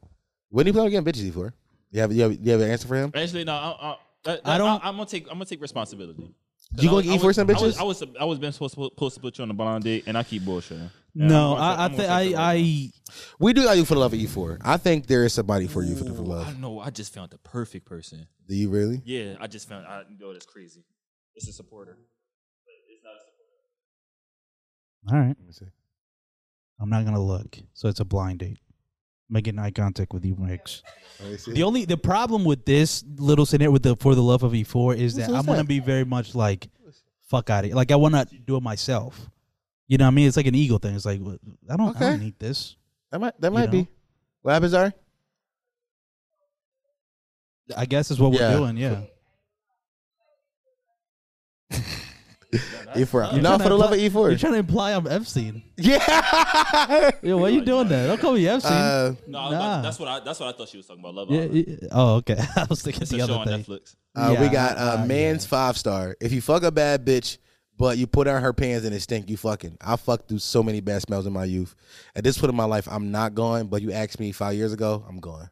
When do you plan on getting bitches, E4? You have you have, you have an answer for him? Actually, no. I, I, that- I that- don't- I, am gonna take. I'm gonna take responsibility. You gonna I- I get E4 was- some I was, bitches? I was. I was been supposed to, supposed to put you on a blind date, and I keep bullshitting. No, I, I think I, I we do got you for the love of E4. I think there is somebody for you for the for Ooh, I love. know. I just found the perfect person. Do you really? Yeah, I just found. I know that's crazy. It's a supporter. But it's not a all supporter. right. see. I'm not gonna look. So it's a blind date. Making eye contact with you, Max. Let me see. The only the problem with this little scenario with the for the love of E4 is that I'm gonna be very much like fuck out of Like I wanna do it myself. You know what I mean? It's like an ego thing. It's like wh- I don't I don't Okay. need this. That might that might know? be. What happens, Ari? I guess is what Yeah. we're doing, yeah. E4. You're No, trying E for to the love of E imply- You're E4. trying to imply I'm Epstein. [LAUGHS] yeah. Yo, why you doing that? Don't call me Epstein. Uh, No, I was about to- Nah. that's what I. That's what I thought she was talking about. Love yeah, Island. yeah. Oh, okay. [LAUGHS] I was thinking It's the a show other on thing. Netflix. Uh, we Yeah, got uh, uh, man's five star. If you fuck a bad bitch, but you put on her pants and it stink, you fucking. I fucked through so many bad smells in my youth. At this point in my life, I'm not going. But you asked me five years ago, I'm going.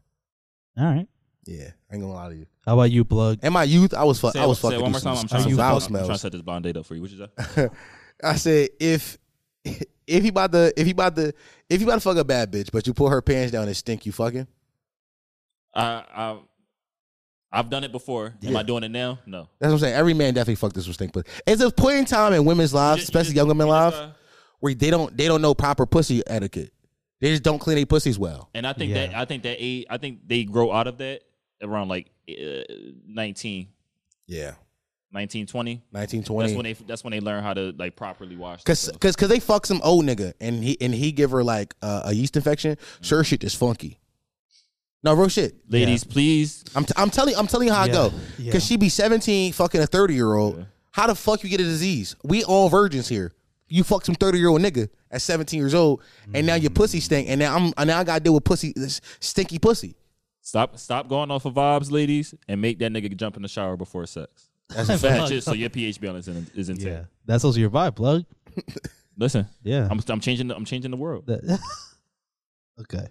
All right. Yeah, I ain't gonna lie to you. How about you, plug? In my youth, I was fuck. Say I it- was say it fucking one more through time. I'm some, trying, some to, foul I'm trying to smells. set this blind date up for you. What you say? [LAUGHS] I said if if you about to if you about to if you about to fuck a bad bitch, but you pull her pants down and stink, you fucking. I, I, I've done it before. Am I doing it now? No. That's what I'm saying. Every man definitely fucked this with stink pussy. It's a point in time in women's lives, just- you Uh, especially just- younger men's you lives, just, uh, where they don't they don't know proper pussy etiquette. They just don't clean their pussies well. And I think that I think that age, I think they grow out of that around like uh, 19, Yeah, 19, 20. That's 1920. when they that's when they learn how to like properly wash. Cause, themselves. cause, cause they fuck some old nigga and he and he give her like uh, a yeast infection. Mm-hmm. Sure, shit is funky. No real shit. ladies, please. I'm, t- I'm telling I'm telling you how I go. Cause she be 17, fucking a 30 year old. How the fuck you get a disease? We all virgins here. You fuck some 30 year old nigga at 17 years old, and now your pussy stink, and now I'm and now I gotta deal with pussy this stinky pussy. Stop stop going off of vibes, ladies, and make that nigga jump in the shower before sex. That's a fact. so your pH balance in- is intact. Yeah, that's also your vibe, plug. Listen, Yeah. I'm I'm changing the, I'm changing the world. That- [LAUGHS] okay.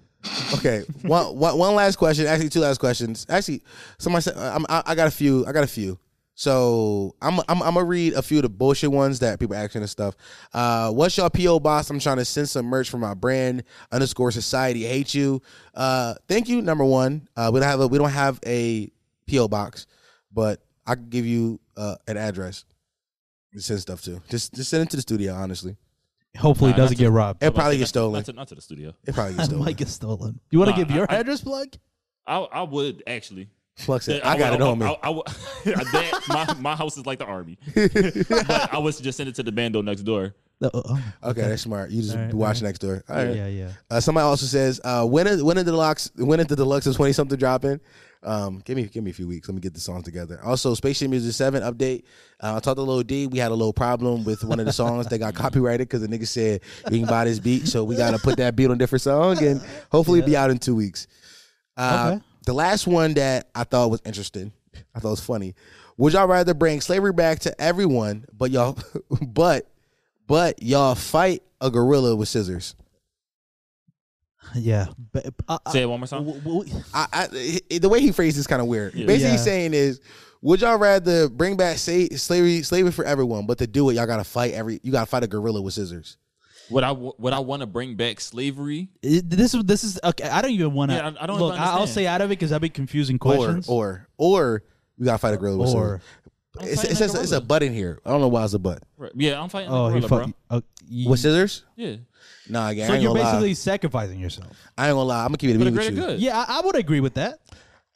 Okay, one, one, one last question. Actually, two last questions. Actually, somebody said I'm, I, I got a few. I got a few. So I'm, I'm I'm gonna read a few of the bullshit ones that people asking and stuff. Uh, what's your PO box? I'm trying to send some merch for my brand underscore society. Hate you. Uh, thank you. Number one, uh, we don't have a we don't have a PO box, but I can give you uh, an address. to Send stuff to just just send it to the studio. Honestly, Hopefully, it Nah, doesn't that's a- get robbed. [LAUGHS] it probably gets Not stolen. to, not to the studio. It [LAUGHS] probably gets It stolen. might get stolen. You want to Nah, give your I- I- address, plug? I I would actually. Flux it. Yeah, I got it would- on I, me. I, would- that, my my house is like the army, but I was just send it to the bando next door. No, uh, uh, Okay, that's smart. You just All right, watch next door. All right. Oh, Yeah, yeah. Uh, somebody also says, uh, when is when is the deluxe when is the deluxe is twenty something dropping? Um, give me give me a few weeks. Let me get the songs together. Also, Spaceship Music Seven update. Uh, I talked to Lil D. We had a little problem with one of the songs that got [LAUGHS] copyrighted because the nigga said you can buy this beat, so we gotta put that beat on a different song and hopefully be out in two weeks. Uh, Okay. The last one that I thought was interesting, I thought was funny. Would y'all rather bring slavery back to everyone, but y'all, [LAUGHS] but but y'all fight a gorilla with scissors? Yeah. But, uh, uh, Say it one more time. w- w- I, I i- the way he phrased is kind of weird. Yeah. Basically, he's Yeah. saying is, would y'all rather bring back sa- slavery, slavery for everyone, but to do it, y'all gotta fight every, you gotta fight a gorilla with scissors. Would I would I want to bring back slavery? it- this is this is okay. I don't even want to. Yeah, I- I don't look. even I'll understand. stay out of it because I'd be confusing questions. Or, or, or you gotta fight a gorilla with Or- scissors. It's, it says it's a butt in here. I don't know why it's a butt Right. Yeah, I'm fighting. oh, the he gorilla, fuck. bro. uh, you- with scissors. Yeah, Nah, yeah, so I ain't you're gonna basically lie. sacrificing yourself. I ain't gonna lie. I'm gonna keep it a for the bean with you. greater good. Yeah, I, I would agree with that.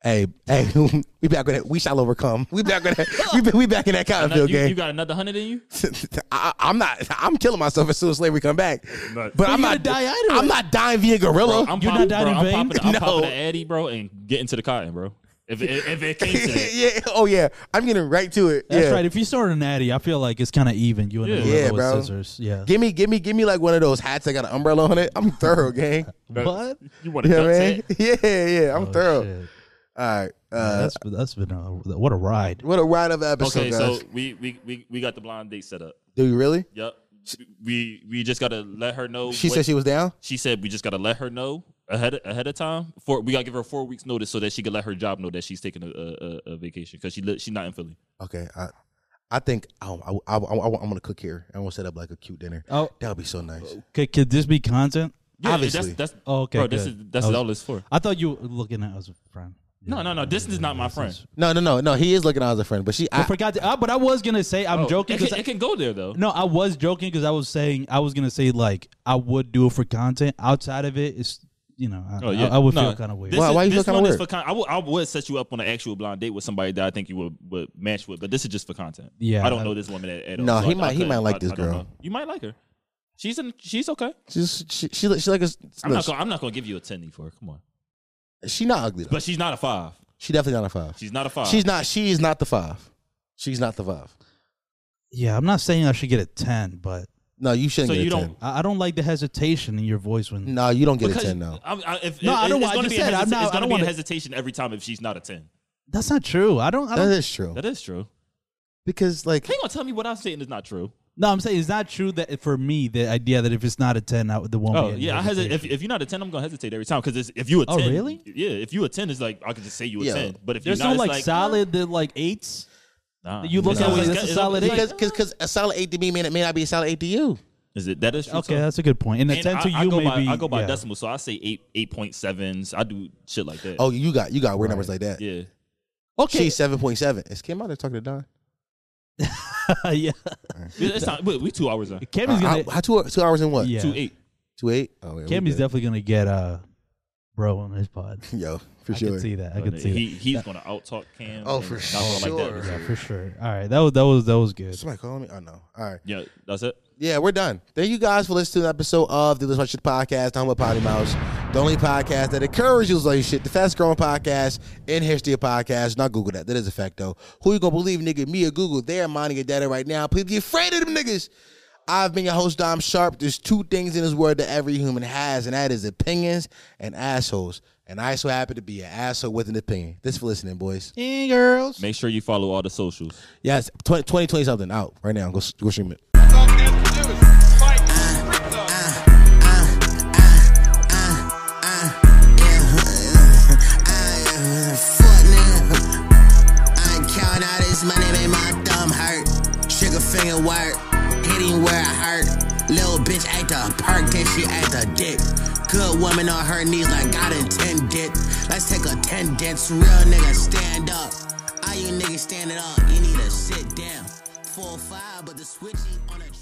Hey, [LAUGHS] hey, we back with it. We shall overcome. We back with it. We, be- we back in that Another- Cottonfield you, [LAUGHS] you game. got another hundred in you. I, I'm not. I'm killing myself as soon as slavery come back. But, I'm you're not. gonna die either I'm way. not dying via gorilla. I'm You're not popping, dying bro, in I'm vain? Popping, I'm No. popping the Addy, bro, and getting to the cotton, bro. If if, if it came [LAUGHS] to that. yeah. Oh yeah. I'm getting right to it. That's yeah. right. If you start an natty, I feel like it's kind of even. You and Yeah. the gorilla Yeah, with bro. scissors. Yeah. Give me, give me, give me like one of those hats that got an umbrella on it. I'm thorough, [LAUGHS] gang. But You want You to know cut what I mean? that? [LAUGHS] Yeah, yeah. I'm Oh, thorough. shit. All right. Uh, that's that's been a, what a ride. what a ride of an episode, Okay, guys. so we, we we we got the blind date set up. Do you really? Yep. We we just gotta let her know. She what- said she was down. she said we just gotta let her know ahead ahead of time. For we gotta give her four weeks notice so that she can let her job know that she's taking a a, a- a vacation because she li- she's not in Philly. Okay. I, I think I, I, I, I, am gonna cook here. I'm gonna set up like a cute dinner. Oh. that would be so nice. Could, could this be content? Yeah, Obviously. that's, that's Oh, okay, Bro, this is good. that's I was- all it's for. I thought you were looking at us as a friend. No, no, no. This is not my friend. No, no, no, no. He is looking out as a friend, but she. I I, forgot. To, uh, but I was gonna say I'm Oh, joking. It 'cause can, I- it can go there though. no, I was joking because I was saying I was gonna say like I would do it for content. Outside of it, it's you know I, Oh yeah, I, I would No, feel kind of weird. This Why- is- why you this feel kinda one is weird? for con- I would I would set you up on an actual blind date with somebody that I think you would, would match with, but this is just for content. Yeah. I don't know this woman at, at all. No, so he I- I might- he couldn't- might like I- this I don't girl. know. You might like her. She's in. She's okay. she's, she, she, she, like a. I'm not. listen, Gonna, I'm not gonna give you a ten for her. Come on. she not ugly though. But she's not a five. she definitely not a five. She's not a five. She's not. She is not the five. She's not the five. yeah, I'm not saying I should get a ten, but No, you shouldn't. So get you a don't- 10. I, I don't like the hesitation in your voice when. No, you don't get Because a ten though. I, I, if, No, it- I don't want- It's I going to just be a, said, hesi- I'm not- it's I gonna don't be a wanna- hesitation every time if she's not a ten. That's not true. I don't. I That don't. is true. That is true. Because like Hang on, tell me what I'm saying is not true. No, I'm saying it's not true that for me the idea that if it's not a ten, I, the one. Oh yeah, I hesitate. If, if you're not a ten, I'm gonna hesitate every time because if you a Oh, ten, really? Yeah, if you a ten, it's like I could just say you a Yeah. ten. But if there's you're no not, it's like, like solid the like eights. nah. you look It's at it always like, got- that's a it's solid always- eight. because because because a solid eight to me may, may not be a solid eight to you. Is it that is true? Okay, too. that's a good point. And a And ten I, to you I go maybe. by, I go by yeah. decimal, so I say eight eight point sevens. I do shit like that. Oh, you got you got weird numbers like that. yeah. Okay. She's seven point seven. Is Kim out there talking to Don? [LAUGHS] [LAUGHS] yeah. It's not. We we two hours in. Cammy's Uh, gonna. how, how two two hours and what? yeah. Two eight. Two eight. Oh, yeah, we Cammy's good. definitely gonna get uh, bro on his pod. Yo, for I sure. can see that. I But can see he he's gonna out talk Cam. Oh, and for not gonna Like that. that. Yeah, for sure. All right, that was that was that was good. Somebody calling me? Oh no. All right. Yeah, that's it. Yeah, we're done. Thank you guys for listening to an episode of the Let's Watch Shit Podcast, the home of Potty Mouse, the only podcast that encourages you to like shit, the fastest growing podcast in history of podcasts. Not Google that. That is a fact though. Who you gonna believe, nigga? Me or Google? They are minding your data right now. Please be afraid of them niggas. I've been your host, Dom Sharp. There's two things in this world that every human has, and that is opinions and assholes. And I so happen to be an asshole with an opinion. Thanks for listening, boys. Make sure you follow all the socials. Yes, 20, 2020 something out right now. Go, go stream it. Fuck nigga. I count all this money, made my thumb hurt. Trigger finger work, hitting where I hurt. Little bitch ate the perk, then she ate the dick. Good woman on her knees like God intended. Let's take attendance, real nigga stand up. All you niggas standing up, you need to sit down. Four five, but the switchy on a.